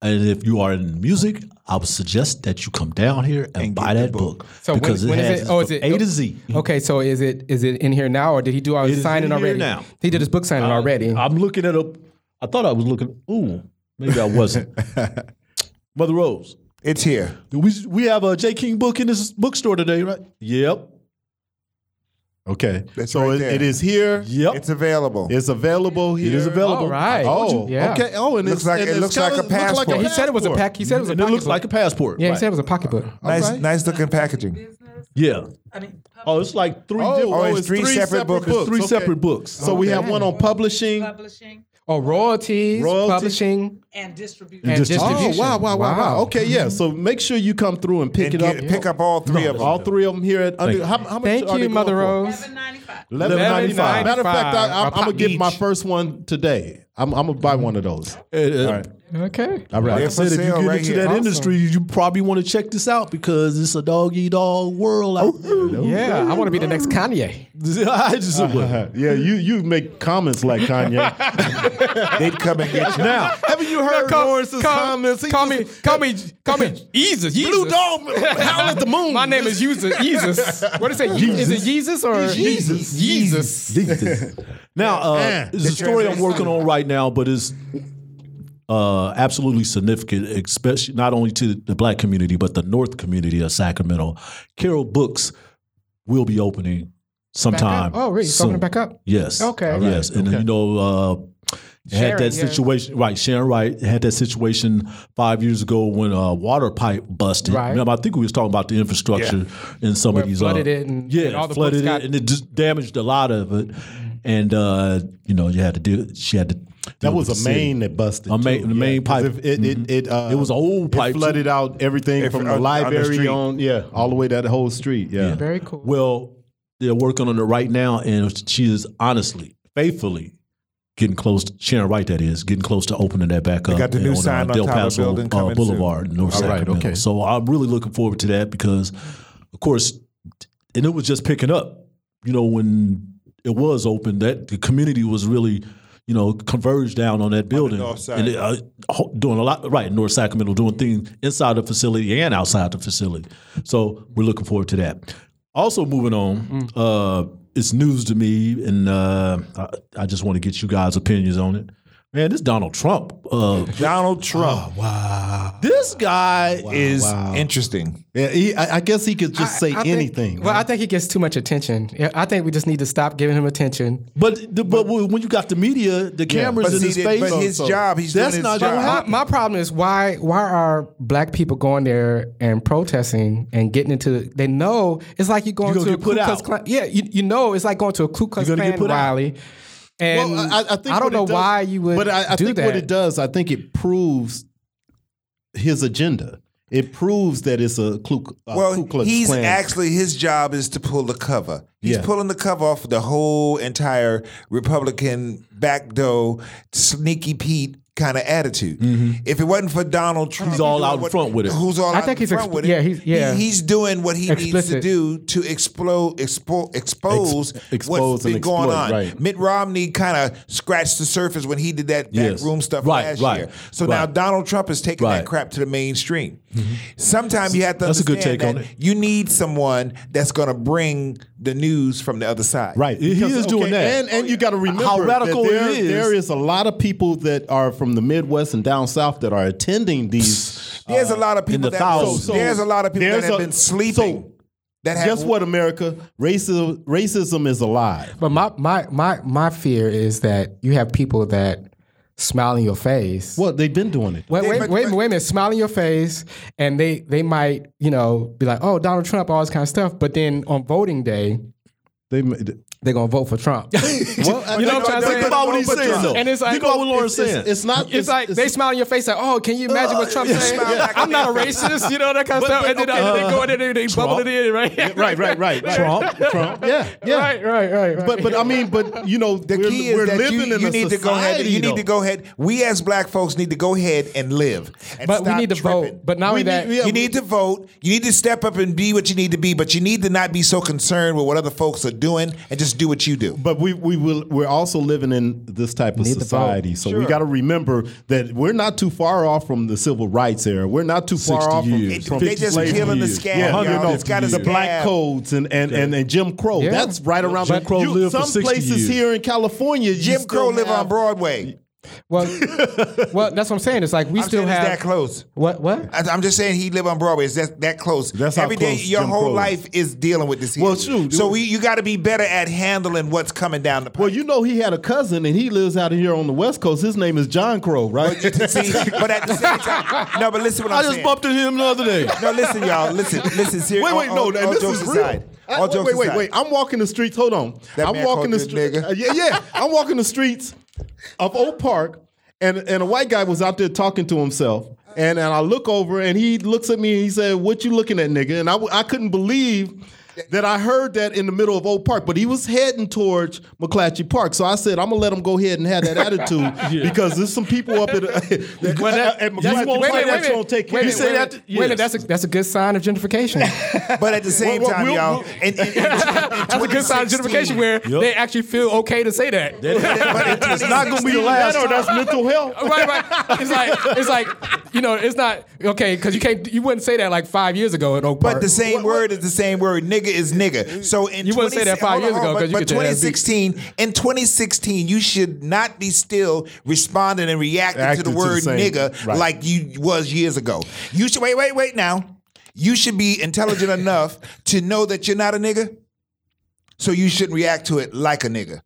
S3: And if you are in music, I would suggest that you come down here and, buy that book,
S1: So when-
S3: because
S1: when
S3: it
S1: is
S3: has
S1: it? Oh, is
S3: from
S1: it-
S3: A to Z.
S1: Okay, so is it is it in here now, or did he do all
S3: It
S1: his
S3: is
S1: signing
S3: in here
S1: already?
S3: now. Uh,
S1: He did his book signing already.
S3: I'm looking at a. I thought I was looking. Ooh, maybe I wasn't. Mother Rose,
S2: It's here.
S3: do we we have a J King book in this bookstore today, right? Yep,
S9: Okay.
S2: That's
S9: so
S2: right
S9: it,
S2: there.
S9: it is here.
S3: yep.
S2: It's available.
S9: It's available here.
S3: It is available.
S1: all right.
S9: Oh,
S1: yeah.
S9: okay. Oh, and
S2: Looks
S9: it's,
S2: like-
S9: and
S2: it
S9: it's
S2: looks like a
S9: kinda look like
S2: passport.
S1: He said it was a
S9: passport.
S1: pack. He said it was a.
S3: And it looks
S1: pocketbook.
S3: like a passport.
S1: Yeah, he
S3: Right.
S1: said it was a pocketbook.
S2: nice,
S9: Alright.
S2: nice looking packaging.
S3: yeah. Oh, it's like three
S9: Oh,
S3: different.
S9: oh,
S2: it's three separate books.
S3: It's three
S9: Okay.
S3: separate books.
S9: So we have one on publishing.
S13: publishing
S1: Oh, royalties,
S9: Royalties.
S1: publishing,
S13: and distribution.
S1: and,
S9: Oh,
S1: distribution.
S9: wow, wow, wow, wow,
S1: Wow.
S9: Okay, yeah. So make sure you come through and pick
S2: And
S9: it up.
S2: get- pick up all three of them.
S9: All three of them here at under.
S3: you.
S9: How, how much
S1: Thank
S9: are they
S1: you,
S9: going
S1: Mother
S9: for?
S1: Rose.
S13: 795.
S9: Eleven ninety five. Matter of fact, I, I'm,
S1: My
S9: I'm gonna
S1: pop-
S9: get my first one today. I'm, I'm gonna buy one of those.
S3: Uh, uh,
S9: All right.
S1: Okay.
S9: All right.
S3: Like I
S2: They're for
S3: said, if you
S2: sale
S3: get
S2: right
S3: into
S2: here.
S3: that
S2: Awesome.
S3: industry, you probably want to check this out because it's a dog eat all world
S2: Oh,
S3: out there.
S1: Yeah, I want to be the next Kanye.
S3: I just-
S9: yeah, you you make comments like Kanye.
S2: They'd come and get you.
S3: now,
S9: Haven't you heard Lawrence's comments? He
S1: Call
S9: just-
S1: me, call me, call me Jesus. Jesus.
S9: Blue dog, howl at the moon.
S1: My name is Jesus. Jesus. What is it? Is it Jesus or Jesus? Jesus.
S3: now uh, it's a story I'm working on right now, but it's uh, absolutely significant, especially not only to the black community but the North community of Sacramento. Carol Books will be opening sometime.
S1: Oh, really? It's
S3: soon.
S1: opening back up.
S3: Yes.
S1: Okay. All right.
S3: Yes, and you know, uh, had
S1: Sharon,
S3: that
S1: yeah.
S3: situation right. Sharon Wright had that situation five years ago when a water pipe busted.
S1: Right.
S3: Remember, I think we was talking about the infrastructure in some
S1: Where
S3: of these.
S1: flooded
S3: uh,
S1: it and-
S3: yeah,
S1: and all the
S3: flooded
S1: books
S3: it,
S1: got-
S3: and it just damaged a lot of it. And uh, you know, you had to do. She had to
S9: That
S3: Deal
S9: was
S3: with the
S9: a
S3: city.
S9: main that busted.
S3: A main-
S9: too.
S3: the main
S9: 'cause
S3: pipe. Mm-hmm.
S9: It it it, it, uh,
S3: It was an old pipe,
S9: It
S3: too.
S9: flooded out everything
S2: If-
S9: from
S2: on-
S9: uh, the
S2: on the
S9: library
S2: street.
S9: on, yeah, all the way to the whole street. Yeah,
S1: Very cool.
S3: Well, they're working on it right now, and she is honestly, faithfully getting close to Sharon Wright. That is getting close to opening that back up.
S2: got the
S3: and
S2: new
S3: uh,
S2: sign on
S3: Del
S2: top of the
S3: Paso
S2: building
S3: uh,
S2: coming soon.
S3: Boulevard, in North
S9: All right,
S3: Sacramento.
S9: okay.
S3: So I'm really looking forward to that because, of course, and it was just picking up. You know, when it was open, that the community was really. You know, converged down on that building,
S2: north side.
S3: and uh, ho- doing a lot right in North Sacramento, doing things inside the facility and outside the facility. So we're looking forward to that. Also, moving on, uh, it's news to me, and uh, I, I just want to get you guys' opinions on it. Man, this Donald Trump, uh,
S2: Donald Trump.
S3: this guy
S2: is
S9: wow.
S2: interesting.
S9: yeah he, I, I guess he could just say
S1: I think-
S9: anything.
S1: well, I think he gets too much attention. Yeah, I think we just need to stop giving him attention.
S3: But the, but when you got the media, the cameras
S2: But
S3: in
S2: see,
S3: his
S2: that-
S3: face,
S2: but his job, he's
S3: that's
S2: doing his
S3: not
S2: job.
S3: gonna
S9: Uh-huh.
S1: My,
S3: happen.
S1: my problem is why why are black people going there and protesting and getting into they know it's like you're going
S3: You're
S1: to a
S3: gonna get
S1: Ku
S3: put
S1: Klux
S3: out.
S1: Klan yeah you, you know it's like going to a Ku Klux
S3: You're gonna get
S1: Klan
S3: put out.
S1: rally and
S9: Well, I, I think
S1: don't
S9: what it
S1: know
S9: does-
S1: why you would
S9: But I, I
S1: do
S9: think
S1: that
S9: what it does, I think it proves his agenda. It proves that it's a Ku,
S3: uh,
S9: a Ku
S2: Well,
S9: Klux
S2: he's
S9: Klan.
S2: actually his job is to pull the cover. He's
S9: Yeah.
S2: pulling the cover off the whole entire Republican backdoor sneaky Pete kind of attitude. If it wasn't for Donald Trump,
S3: Mm-hmm. He's all
S2: doing
S3: out in front with it.
S2: Who's all
S1: I
S2: out
S1: think
S2: in
S1: he's
S2: front
S1: exp-
S2: with it?
S1: yeah, he's- yeah.
S2: He- he's doing what he needs to
S1: Explicit.
S2: do to explode, expo- expose,
S9: Ex- expose
S2: what's been
S9: and
S2: going
S9: exploit,
S2: on.
S9: right.
S2: Mitt Romney kind of scratched the surface when he did that
S3: Yes.
S2: backroom stuff
S3: Right,
S2: last
S3: right,
S2: year. So
S3: right.
S2: now Donald Trump is taking
S3: Right. Mm-hmm.
S2: that crap to the mainstream. Sometimes you have to
S3: That's a good
S2: understand
S3: take on
S2: that
S3: it.
S2: You need someone that's going to bring the news from the other side.
S9: Right,
S3: He is doing that.
S9: and, and you got to remember
S3: How radical
S9: that there,
S3: it is.
S9: There is a lot of people that are from the Midwest and down south that are attending these.
S2: There's a
S1: Uh,
S2: lot of
S3: in
S2: people
S3: the
S2: that
S3: thousands.
S2: so- there's a lot of people that
S9: There's
S2: have
S9: a-
S2: been sleeping.
S9: so,
S2: that have
S9: Guess what, America? Racism, racism is alive.
S1: But my, my my my fear is that you have people that smile in your face.
S9: Well, they've been doing it.
S1: Wait, wait,
S2: but-
S1: wait,
S2: but-
S1: wait a minute, smile in your face, and they they might you know be like, oh, Donald Trump, all this kind of stuff. But then on voting day,
S9: They made it.
S1: they're gonna vote for Trump.
S9: Well,
S1: You know what I'm
S2: Think
S1: trying to say?
S2: about what he's
S1: But-
S2: saying, though.
S1: And it's like,
S3: Think about what Lauren's
S1: it's-
S3: saying.
S1: It's,
S9: It's not.
S1: it's like they smile in your face, like, oh, can you imagine
S2: Uh,
S1: what Trump saying?
S2: smile back
S1: I'm
S2: in
S1: not a racist, you know that kind of stuff. and then uh, they go in there, they bubble it in, right?
S9: Right, right, right. right.
S3: Trump,
S9: Trump. Yeah, yeah.
S1: right, right, right, right.
S9: But but I mean, but you know,
S2: The
S9: we're,
S2: key is
S9: we're
S2: that
S9: living
S2: you,
S9: in
S2: you
S9: a
S2: need to go ahead.
S9: society,
S2: You need
S9: though.
S2: to go ahead. We as black folks need to go ahead and live. And
S1: But we
S2: stop
S1: need to
S2: tripping.
S1: vote. But not only
S9: We
S1: that,
S9: need- yeah,
S2: you need to vote. You need to step up and be what you need to be, but you need to not be so concerned with what other folks are doing and just do what you do.
S9: But we we will we're also living in this type of
S1: Need to
S9: society, so we got to remember that we're not too far off from the civil rights era. We're not too far
S3: 60
S9: off
S3: years.
S9: from, from
S2: They just
S9: slavery.
S2: killing the
S3: years.
S2: scab,
S9: Yeah,
S2: y'all.
S9: you know,
S2: It's got a
S9: the
S2: scab.
S9: black codes and and, and, and Jim Crow.
S1: Yeah.
S9: That's right around
S3: Jim
S9: the-
S3: Crow
S9: you-
S3: lived for
S9: Some
S3: 60
S9: places
S3: years.
S9: here in California, you
S2: Jim Crow
S9: still
S2: live
S9: have-
S2: on Broadway.
S1: well, well, that's what I'm saying. It's like we
S2: I'm
S1: still
S2: saying it's
S1: have
S2: that close.
S1: what what.
S2: I- I'm just saying he live on Broadway. It's that that close.
S9: That's how
S2: every day.
S9: close
S2: Your
S9: Jim
S2: whole
S9: Crow is.
S2: life is dealing with this. Here.
S9: Well, shoot.
S2: So we, you got to be better at handling what's coming down the pipe.
S9: Well, you know, he had a cousin, and he lives out here on the West Coast. His name is John Crow, right?
S2: See, but at the same time, no. But listen, what I'm
S3: I just
S2: saying.
S3: bumped into him the other day.
S2: No, listen, y'all. Listen, listen. Seriously.
S9: Wait, wait, no,
S2: all, all, all
S9: this
S2: jokes
S9: is real.
S2: aside.
S9: I-
S2: All
S9: wait,
S2: jokes
S9: wait, wait,
S2: aside.
S9: wait. I'm walking the streets. Hold on.
S2: That
S9: I'm
S2: man
S9: walking
S2: called
S9: the
S2: you a
S9: streets.
S2: nigga.
S9: Yeah, yeah. I'm walking the streets of Oak Park, and and a white guy was out there talking to himself. And, and I look over, and he looks at me, and he said, "What you looking at, nigga?" And I, w- I couldn't believe that I heard that in the middle of Oak Park, but he was heading towards McClatchy Park. So I said, "I'm gonna let him go ahead and have that attitude because there's some people up at, at, at McClatchy
S1: Wait a
S9: Park
S1: minute, wait a
S9: that's
S1: minute.
S9: gonna take
S1: Wait a minute,
S9: care
S1: wait
S9: of it.
S1: a minute. Wait a minute, that's a that's a good sign of gentrification.
S2: But at the same
S9: Well, well,
S2: time,
S9: we'll-
S2: y'all.
S9: we'll-
S2: and, and, and,
S1: That's a good sign of gentrification where they actually feel okay to say that.
S2: it's not
S9: gonna be the last. Or that's mental health.
S1: right, right. It's like it's like you know, it's not okay because you can't. You wouldn't say that like five years ago at Oak Park.
S2: But the same word is the same word. Nigga is nigga. So in
S1: You wouldn't say that
S2: 20
S1: five
S2: hold on,
S1: years ago,
S2: hold on,
S1: 'cause you
S2: But,
S1: could
S2: but
S1: tell that beat.
S2: 2016, in 2016, you should not be still responding and reacting to
S9: Acting to
S2: the
S9: the
S2: word
S9: same-
S2: nigga
S9: right.
S2: like you was years ago. You should wait, wait, wait. Now you should be intelligent enough to know that you're not a nigga. So you shouldn't react to it like a nigga.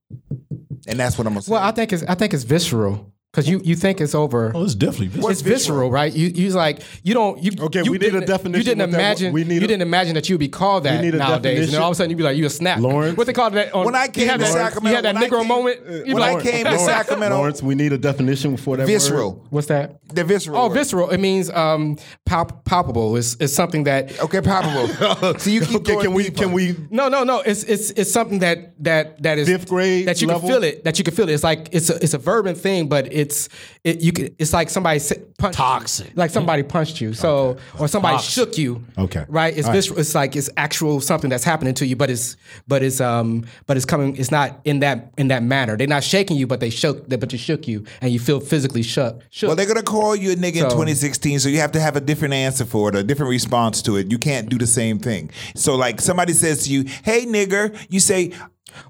S2: And that's what I'm gonna say.
S1: well, I think it's I think it's visceral. Cause you, you think it's over. Oh,
S3: it's definitely visceral.
S1: It's visceral, right? You you like you don't you okay.
S9: we need a definition
S1: You didn't
S9: with that.
S1: imagine
S9: We need
S1: you
S9: a-
S1: didn't imagine that you'd be called that
S9: We need a
S1: nowadays. And then all of a
S9: definition.
S1: sudden you'd be like you a snap. Lawrence, what they call that? On,
S2: When I
S1: you
S2: came
S1: had
S2: to
S1: that,
S2: Sacramento-
S1: you had that
S2: when I
S1: Negro
S2: came-
S1: moment.
S2: when
S1: you'd be
S2: I
S1: like,
S2: came to Sacramento-
S9: Uh, Lawrence, we need a definition for that
S2: Visceral.
S9: word.
S1: What's that?
S2: The visceral.
S1: Oh, visceral. It means um, palp- palpable. It's, it's something that.
S2: Okay, palpable. so you keep
S9: Okay,
S2: going
S9: can we
S2: deeper.
S9: can we
S1: No, no, no. It's it's it's something that that that is
S9: Fifth grade
S1: that you
S9: level?
S1: can feel it. That you can feel it. It's like it's a it's a verbal thing, but it's it you can. It's like somebody s- punched toxic. Like somebody punched you. So or somebody
S9: Toxic.
S1: shook you.
S9: Okay.
S1: Right. It's
S9: All right.
S1: visceral. It's like it's actual something that's happening to you, but it's but it's um but it's coming. It's not in that in that manner. They're not shaking you, but they shook. But they shook you, and you feel physically shook. shook.
S2: Well, they're gonna call you a nigga in
S1: So-
S2: 2016, so you have to have a different answer for it, a different response to it. You can't do the same thing. So, like somebody says to you, "Hey, nigger," you say,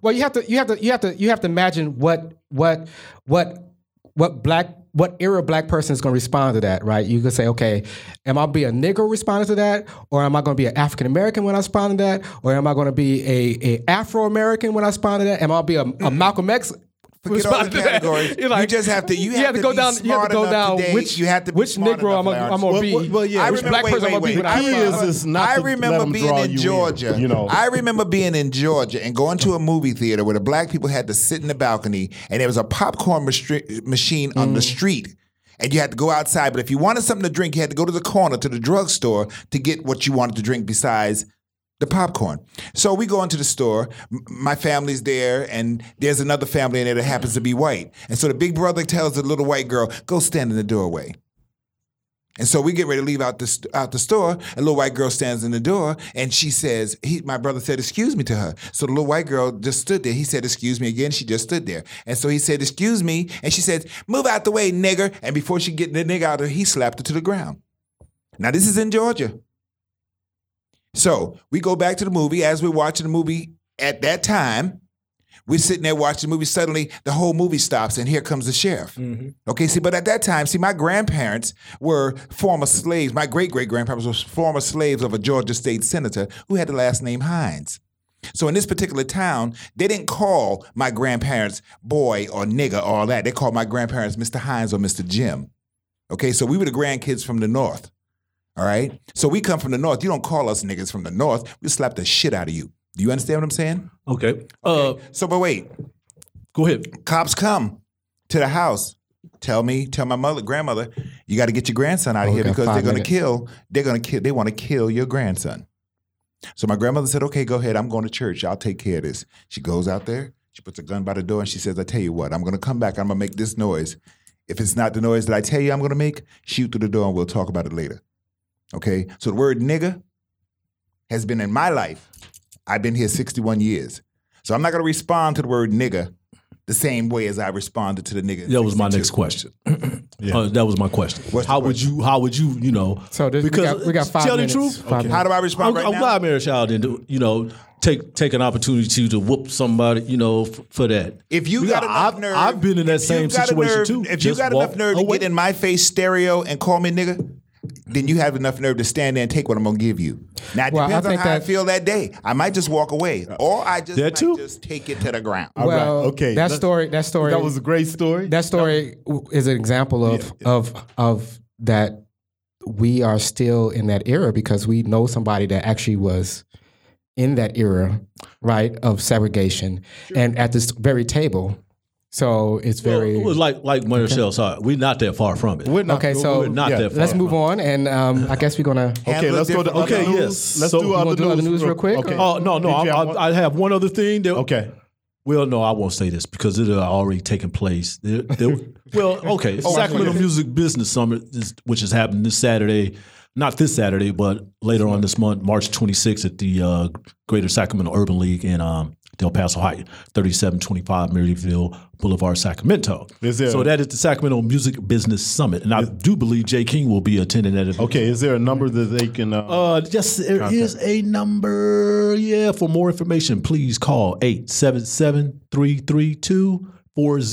S1: Well, you have to you have to you have to you have to imagine what what what what black what era black person is going to respond to that, right? You could say, okay, am I be a nigger responding to that, or am I going to be an African American when I respond to that, or am I going to be a, a Afro American when I respond to that? Am I be a, a Malcolm X?
S2: "Forget all
S1: responding
S2: the
S1: to that?
S2: categories."
S1: You're like-
S2: you just have to. You, have,
S1: to,
S2: to
S1: go
S2: be
S1: down. You have
S2: smart
S1: to go
S2: enough
S1: down
S2: today.
S1: which
S2: you have to be
S1: which
S2: smart
S1: Negro I'm
S2: enough,
S1: gonna- I'm
S2: Lawrence.
S1: gonna be.
S9: Well, well, yeah.
S1: which
S2: remember-
S1: black
S2: wait,
S1: person I'm
S2: wait,
S1: gonna be
S2: wait.
S1: when I
S9: The key
S1: respond.
S9: is- is not
S2: I
S9: to let
S2: remember
S9: 'em
S2: being
S9: draw
S2: in
S9: you in,
S2: Georgia.
S9: you know.
S2: I remember being in Georgia and going to a movie theater where the black people had to sit in the balcony and there was a popcorn mastri- machine on the street. And you had to go outside, but if you wanted something to drink, you had to go to the corner to the drugstore to get what you wanted to drink besides the popcorn. So we go into the store. M- My family's there, and there's another family in there that happens to be white. And so the big brother tells the little white girl, "Go stand in the doorway." And so we get ready to leave out the st- out the store, and little white girl stands in the door, and she says, he, "My brother said excuse me to her." So the little white girl just stood there. He said, "Excuse me" again. She just stood there, and so he said, "Excuse me," and she said, "Move out the way, nigger." And before she get the nigger out of, her, he slapped her to the ground. Now this is in Georgia. So we go back to the movie as we're watching the movie at that time. We're sitting there watching the movie. Suddenly, the whole movie stops, and here comes the sheriff. Okay, see, but at that time, see, my grandparents were former slaves. My great great grandparents were former slaves of a Georgia state senator who had the last name Hines. So in this particular town, they didn't call my grandparents boy or nigger or all that. They called my grandparents Mr. Hines or Mr. Jim. Okay, so we were the grandkids from the north. All right. So we come from the north. You don't call us niggas from the north. We slap the shit out of you. Do you understand what I'm saying?
S3: Okay. Uh,
S2: So, but wait,
S3: go ahead.
S2: cops come to the house. Tell me, tell my mother, grandmother, you got to get your grandson out of
S1: Oh,
S2: here
S1: we got
S2: because they're
S1: five
S2: going
S1: minutes.
S2: to kill. They're going to kill. They want to kill your grandson. So my grandmother said, "Okay, go ahead. I'm going to church. I'll take care of this." She goes out there. She puts a gun by the door and she says, "I tell you what. I'm going to come back. I'm going to make this noise. If it's not the noise that I tell you I'm going to make, shoot through the door and we'll talk about it later." Okay. So the word nigger has been in my life. I've been here 61 years. So I'm not going to respond to the word nigger the same way as I responded to the nigger. in
S3: That was my
S2: 62.
S3: next question. Uh, that was my question.
S2: What's the
S3: how would you? How would you? You know.
S1: So this, we got we got five
S3: tell
S1: minutes.
S3: the truth.
S1: Five minutes.
S2: How do I respond
S3: I'm,
S2: right
S3: I'm
S2: now?
S3: glad Mary Child didn't. do- You know, take take an opportunity to, to whoop somebody. You know, f- for that.
S2: If you
S3: You
S2: got
S3: know,
S2: enough
S3: I've-
S2: nerve,
S3: I've been in that
S2: if you
S3: same
S2: got
S3: situation
S2: nerve-
S3: too.
S2: If you
S3: Just
S2: got
S3: walk
S2: enough nerve to
S3: away.
S2: get in my face stereo and call me nigga, then you have enough nerve to stand there and take what I'm gonna give you. Now it
S1: Well, I
S2: depends on
S1: think
S2: how I
S1: that-
S2: feel that day. I might just walk away, or I just
S3: That
S2: might
S3: too?
S2: just take it to the ground.
S1: Well,
S9: Right, okay.
S1: okay. That
S9: That-
S1: story. That story.
S9: That was a great story.
S1: That story w is an example of of of that we are still in that era because we know somebody that actually was in that era, right, of segregation and at this very table. So it's very
S3: It was like like Mary Child. Sorry, we're not that far from it.
S9: We're not,
S1: okay. So
S3: we're not that far.
S1: let's move on, and um, I guess we're gonna.
S9: Okay, let's go to
S3: Okay,
S9: other news.
S3: yes.
S9: Let's
S3: So-
S9: do
S3: You
S9: other
S1: wanna do other
S9: news,
S1: news real quick,
S9: Okay.
S1: or-
S3: Oh no no!
S9: Did
S3: I,
S9: you have one?
S3: I, I have one other thing. That,
S9: okay.
S3: Well, no, I won't say this because it had already taken place. There- there- well, okay, Sacramento Music Business Summit, is, which is happening this Saturday, not this Saturday, but later on this month, March 26th at the uh, Greater Sacramento Urban League in um, Del Paso Heights, 3725 Maryville Boulevard, Sacramento.
S9: Is there-
S3: so that is the Sacramento Music Business Summit, and I do believe Jay King will be attending that event.
S9: Okay, is there a number that they can? Uh,
S3: Uh, yes, there is a number. Yeah, for more information, please call 877 332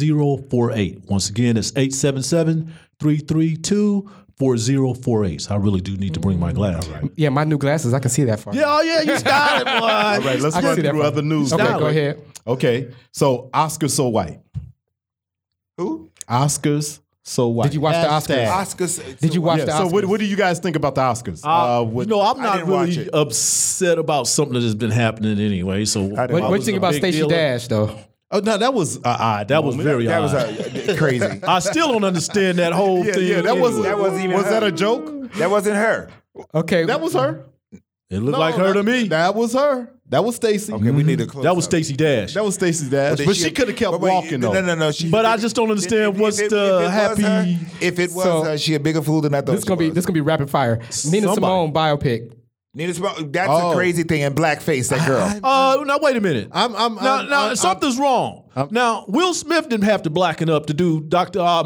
S3: 4048. Once again, it's 877 332 4048. So I really do need to bring my glass.
S1: Yeah, my new glasses. I can see that far.
S3: Yeah, oh, yeah, you got it, boy.
S9: all right, let's
S1: I can
S9: run
S1: see that
S9: through
S1: part.
S9: other news.
S1: Okay,
S9: now.
S1: go ahead.
S9: Okay, so Oscar so white.
S2: Who?
S9: Oscars. So what?
S1: Did you watch the Oscars?
S2: Oscars.
S1: Did you watch
S9: Yeah,
S1: the
S9: So
S1: Oscars?
S9: what, what do you guys think about the Oscars?
S3: Uh,
S9: what-
S3: you know, I'm
S9: I
S3: not
S9: didn't watch
S3: really
S9: it.
S3: upset about something that's been happening anyway. So,
S1: What, what you think about Stacey Dash though?
S9: Oh no, that was uh, odd.
S3: That was very
S2: That was
S3: odd.
S2: uh, crazy.
S3: I still don't understand that whole
S9: Yeah,
S3: thing.
S9: yeah, that wasn't.
S2: That wasn't even
S9: was that
S2: her.
S9: a joke?
S2: That wasn't her.
S1: Okay,
S9: That was her.
S3: It looked
S9: No,
S3: like her
S9: that-
S3: to me.
S9: That was her. That was Stacy.
S2: Okay, we need to close.
S3: that was
S2: up.
S3: Stacey Dash.
S9: That was Stacy Dash. But,
S2: then
S9: she could have kept
S2: but wait,
S9: walking
S2: No,
S9: though.
S2: no, no. no, she-
S3: But I just don't understand what's
S2: it-
S3: the
S2: if it was
S3: happy-
S2: her- if it was
S1: So-
S2: her, she a bigger fool than I thought.
S1: This is gonna be this gonna be rapid fire. Nina
S3: Somebody.
S1: Simone biopic.
S2: Nina Simone, that's
S9: Oh.
S2: a crazy thing. And blackface, that girl.
S3: Uh, now wait a minute.
S9: I'm- I'm-
S3: now,
S9: I'm-
S3: now
S9: I'm-
S3: something's wrong. now Will Smith didn't have to blacken up to do Doctor uh,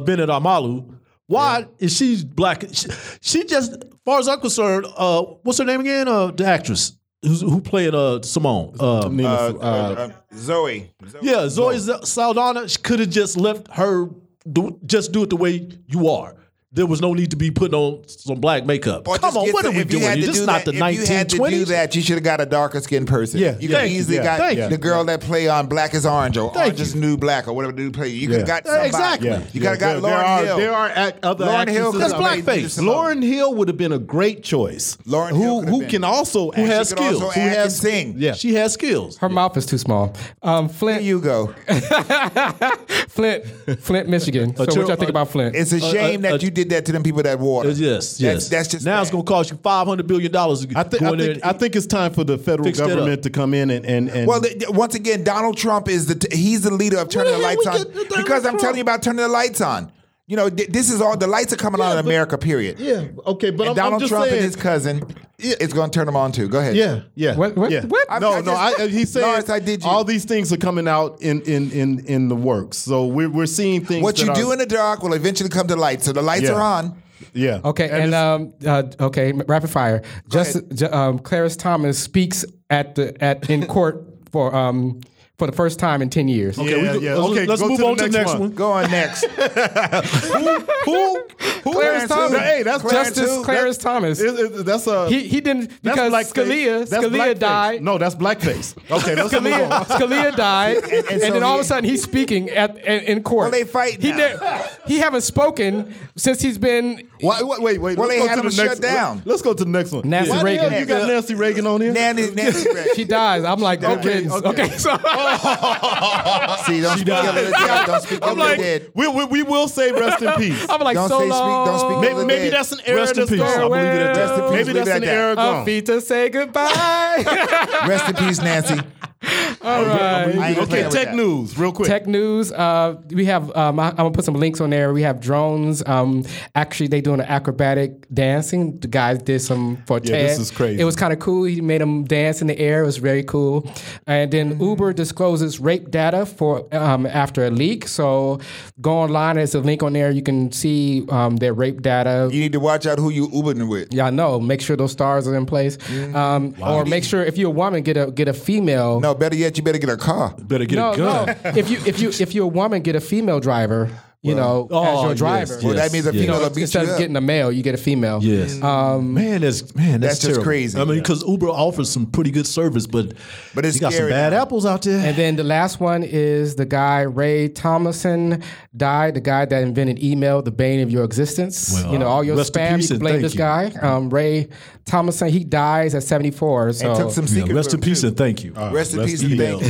S3: Bennett Amalu. Why is she black? She, she just, as far as I'm concerned, uh, what's her name again? Uh, the actress who's, who played uh, Simone. Uh,
S9: Nina,
S2: Uh,
S9: uh,
S2: uh, Zoe. Zoe.
S3: yeah, Zoe Z- Saldana could have just left her. Do, just do it the way you are. There was no need to be putting on some black makeup.
S2: Or
S3: Come
S2: just
S3: on,
S2: get
S3: what
S2: the-
S3: are we
S2: if you
S3: doing?
S2: had to
S3: here? This
S2: do
S3: is not
S2: that-
S3: the
S2: if you had to do
S3: 1920s.
S2: that, you should have got a darker skinned person.
S3: Yeah,
S2: you could
S3: thank you,
S2: easily
S3: yeah,
S2: got
S3: thank you.
S2: the girl that play on Black is Orange or
S3: Thank
S2: Orange is New Black or whatever the dude play. You could have
S9: Yeah.
S2: got somebody.
S3: Exactly.
S9: yeah,
S2: You
S9: yeah.
S2: could have got
S9: there,
S2: Lauren
S9: there
S2: Hill.
S9: Are, there are ac- other
S2: Lauren Hill
S9: actresses.
S2: could've
S3: That's
S2: made
S3: blackface.
S2: Nina Simone.
S9: Lauren Hill would have been a great choice.
S2: Lauren
S9: who
S2: Hill could've
S9: who
S2: been.
S9: can also
S3: Who has
S2: She could also
S3: skills?
S2: act
S3: Who
S2: and
S3: has
S2: sing.
S3: Yeah, she has skills.
S1: Her mouth is too small. Um, Flint,
S2: Here you go.
S1: Flint, Flint, Michigan. So what
S3: true-
S1: y'all think
S3: uh,
S1: about Flint?
S2: It's a
S3: Uh,
S2: shame
S3: uh,
S2: that
S3: uh,
S2: you did that to them people that wore.
S3: Uh,
S2: them.
S3: Yes, yes.
S2: That's, that's just
S3: now it's
S2: bad.
S3: going to cost you five hundred billion dollars.
S9: I think, I, think, I think it's time for the federal
S3: Fix that up.
S9: government to come in and and, and
S2: Well, th- th- once again, Donald Trump is the t- he's the leader of turning
S3: the
S2: the,
S3: hell
S2: lights
S3: we
S2: on
S3: get to Donald
S2: because I'm
S3: Trump?
S2: telling you about turning the lights on. You know, th- this is all the lights are coming on in America. Period.
S9: yeah, okay, but
S2: and
S9: I'm,
S2: Donald
S9: I'm just
S2: Trump
S9: saying,
S2: and his cousin is going to turn them on too. Go ahead.
S9: Yeah, yeah.
S1: What- what-
S9: yeah.
S1: what?
S2: I-
S9: No,
S2: I
S9: no.
S2: just-
S9: I, he's saying
S2: Lawrence, I did you.
S9: all these things are coming out in in in in the works. So we're we're seeing things.
S2: What
S9: that
S2: you
S9: are,
S2: do in the dark will eventually come to light. So the lights
S9: Yeah.
S2: are on.
S9: yeah.
S1: Okay, and,
S9: it's-
S1: um, uh, okay, rapid fire. Just ju- um, Clarence Thomas speaks at the at in court for um for the first time in ten years.
S9: yeah,
S3: we could-
S9: yeah.
S3: let's-
S9: okay,
S3: let's
S9: go
S3: move
S9: to
S3: on
S9: the next, one.
S2: Go on next.
S9: Who? Who?
S1: Clarence
S9: is-
S1: Thomas.
S9: Hey, that's
S1: Justice
S9: that's-
S1: Clarence Thomas.
S9: It- it- that's a.
S1: He he didn't
S9: that's
S1: because
S9: blackface.
S1: Scalia
S9: That's
S1: Scalia
S9: blackface.
S1: died.
S9: No, that's blackface. Okay, let's move
S1: Scalia,
S9: on.
S1: Scalia died, and,
S2: and so
S1: then all
S2: he-
S1: of a sudden he's speaking at in, in court.
S2: Well, they fight
S1: He
S2: now.
S1: he haven't spoken since he's been.
S9: Why, wait, wait, wait.
S2: Well,
S9: let's
S2: they
S9: go
S2: had
S9: to
S2: him
S9: the
S2: shut
S9: next,
S2: down.
S9: Let's go to the next one.
S1: Nancy
S9: Why the
S1: Reagan.
S9: hell You got Nancy Reagan on here.
S2: Nanny, Nancy,
S1: She dies. I'm like, okay,
S9: died.
S1: okay. so,
S2: see, don't speak ill of the dead. Don't speak ill
S9: I'm
S2: of the
S9: like,
S2: dead.
S9: we, we, we will say rest in peace.
S1: I'm like,
S2: Don't
S1: so
S2: say speak-
S1: long.
S2: don't speak
S9: Maybe,
S2: Well,
S9: maybe
S2: then-
S9: that's an error
S3: Rest in
S9: that's
S3: peace. I
S9: gone.
S3: believe it at
S2: Rest in
S3: that.
S2: peace.
S9: Maybe
S2: Leave
S9: that's
S2: it at
S9: an
S2: that.
S9: error
S1: A
S9: gone.
S1: fee to say goodbye.
S2: Rest in peace, Nancy.
S1: All right.
S2: I ain't playing
S9: Okay,
S2: with
S9: tech
S2: that.
S9: news, real quick.
S1: Tech news. Uh, we have. Um, I, I'm gonna put some links on there. We have drones. Um, actually, they doing an acrobatic dancing. The guys did some for
S9: Yeah,
S1: TED.
S9: this is crazy.
S1: It was kind of cool. He made them dance in the air. It was very cool. And then Uber discloses rape data for um, after a leak. So go online. There's a link on there. You can see um, their rape data.
S2: You need to watch out who you Ubering with.
S1: Y'all know. Make sure those stars are in place. Um, Or make sure if you're a woman, get a get a female.
S2: No, better yet, you better get a car.
S3: better get
S1: no,
S3: a gun.
S1: no. if you if you if you're a woman, get a female driver. You know, as
S3: Oh,
S1: your
S3: yes,
S1: driver.
S3: yes.
S2: Well, that means a
S3: yes.
S1: You
S2: female
S1: know,
S2: will beat you
S1: instead of
S2: up.
S1: getting a male, you get a female.
S3: Yes. man, that's
S2: That's
S3: man, that's,
S2: just
S3: terrible.
S2: crazy.
S3: I mean, because Uber offers some pretty good service, but
S2: But it's
S3: you got
S2: scary
S3: some bad
S2: now.
S3: apples out there.
S1: And then the last one is the guy Ray Thomason died, the guy that invented email, the bane of your existence.
S3: Well,
S1: you know, all your
S3: rest in
S1: spam,
S3: peace
S1: you can
S3: and
S1: blame
S3: thank
S1: this
S3: you.
S1: guy. Um, Ray Thomason, he dies at 74. So
S2: And took some
S3: Oh, Yeah,
S2: secret.
S3: rest in
S2: from him,
S3: peace
S2: too. Uh,
S3: and thank you.
S2: Rest in E peace and thank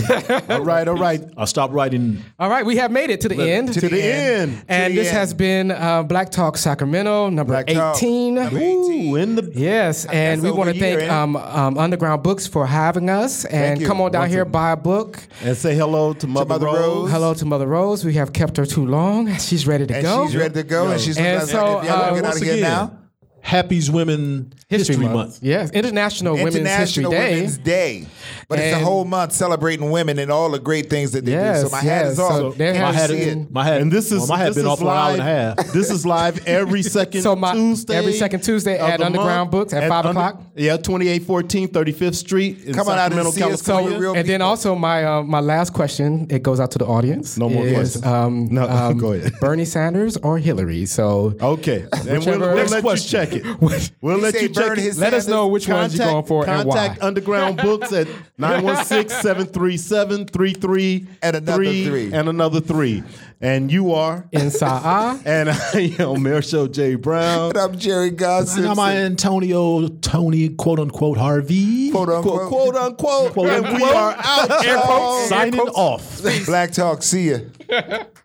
S2: you.
S9: all right, all right.
S3: I stopped writing.
S1: All right, we have made it to the end.
S9: To the end.
S1: and
S2: To the
S1: this
S2: end.
S1: has been uh, Black Talk Sacramento, number
S2: Black Talk.
S1: 18.
S2: Number 18.
S9: Ooh, in the
S1: Yes, and we
S2: over
S1: want to
S2: here,
S1: thank
S2: ain't it?
S1: um, um, Underground Books for having us. And
S2: you.
S1: come on down
S2: Once
S1: here,
S2: a-
S1: buy a book.
S9: and say hello to Mother,
S2: Mother
S9: Rose.
S2: Rose.
S1: Hello to Mother Rose. We have kept her too long. She's ready to
S2: And
S1: go.
S2: she's ready to go. And she's
S1: And
S2: like,
S1: so,
S2: if y'all
S1: uh,
S2: wanna get out
S1: once
S2: of here now,
S3: Happy's Women History, Month.
S1: Yes, International, Women's History
S2: International
S1: Day.
S2: Women's Day. But it's a
S1: And-
S2: whole month celebrating women and all the great things that they
S1: Yes,
S2: do. So my hat
S1: yes.
S2: is
S1: So
S2: off.
S1: there
S2: And
S1: has
S2: you
S3: My hat,
S1: been-
S2: see
S1: it.
S3: my hat,
S9: And this is
S3: well, my hat
S9: this
S3: been
S9: is
S3: off for an hour
S9: live.
S3: and a half.
S9: This is live every second
S1: So my-
S9: Tuesday.
S1: every second Tuesday
S9: of
S1: at
S9: the
S1: Underground
S9: month
S1: Books at
S9: at
S1: 5
S9: under-
S1: o'clock.
S9: Yeah, 2814 35th Street in
S2: Come on out and
S9: Sacramento,
S2: see us.
S1: So,
S2: Real
S9: California.
S1: and then
S2: people.
S1: also my uh, my last question. It goes out to the audience.
S9: No more
S1: is,
S9: questions.
S1: Um,
S9: No,
S1: um,
S9: go ahead.
S1: Bernie Sanders or Hillary. So
S2: Oh,
S9: Okay. And we'll,
S1: Whichever-
S9: we'll
S1: Next
S9: let you check it. We'll
S2: He
S9: let
S2: said
S9: you check
S2: burn
S9: it.
S2: his Let us
S1: know which ones you going
S9: Contact-
S1: for and why.
S9: Contact Underground Books at 916-737-33
S2: And another three.
S9: And another three. And you are
S1: Inside.
S9: and I am Marshall J. Brown.
S2: And I'm Jerry Gossip.
S3: And I'm Antonio Tony, quote unquote, Harvey.
S2: Quote unquote.
S9: Quote unquote.
S3: Quote
S9: and we
S3: unquote.
S9: are out. y'all.
S3: Signing off.
S2: Black Talk, see ya.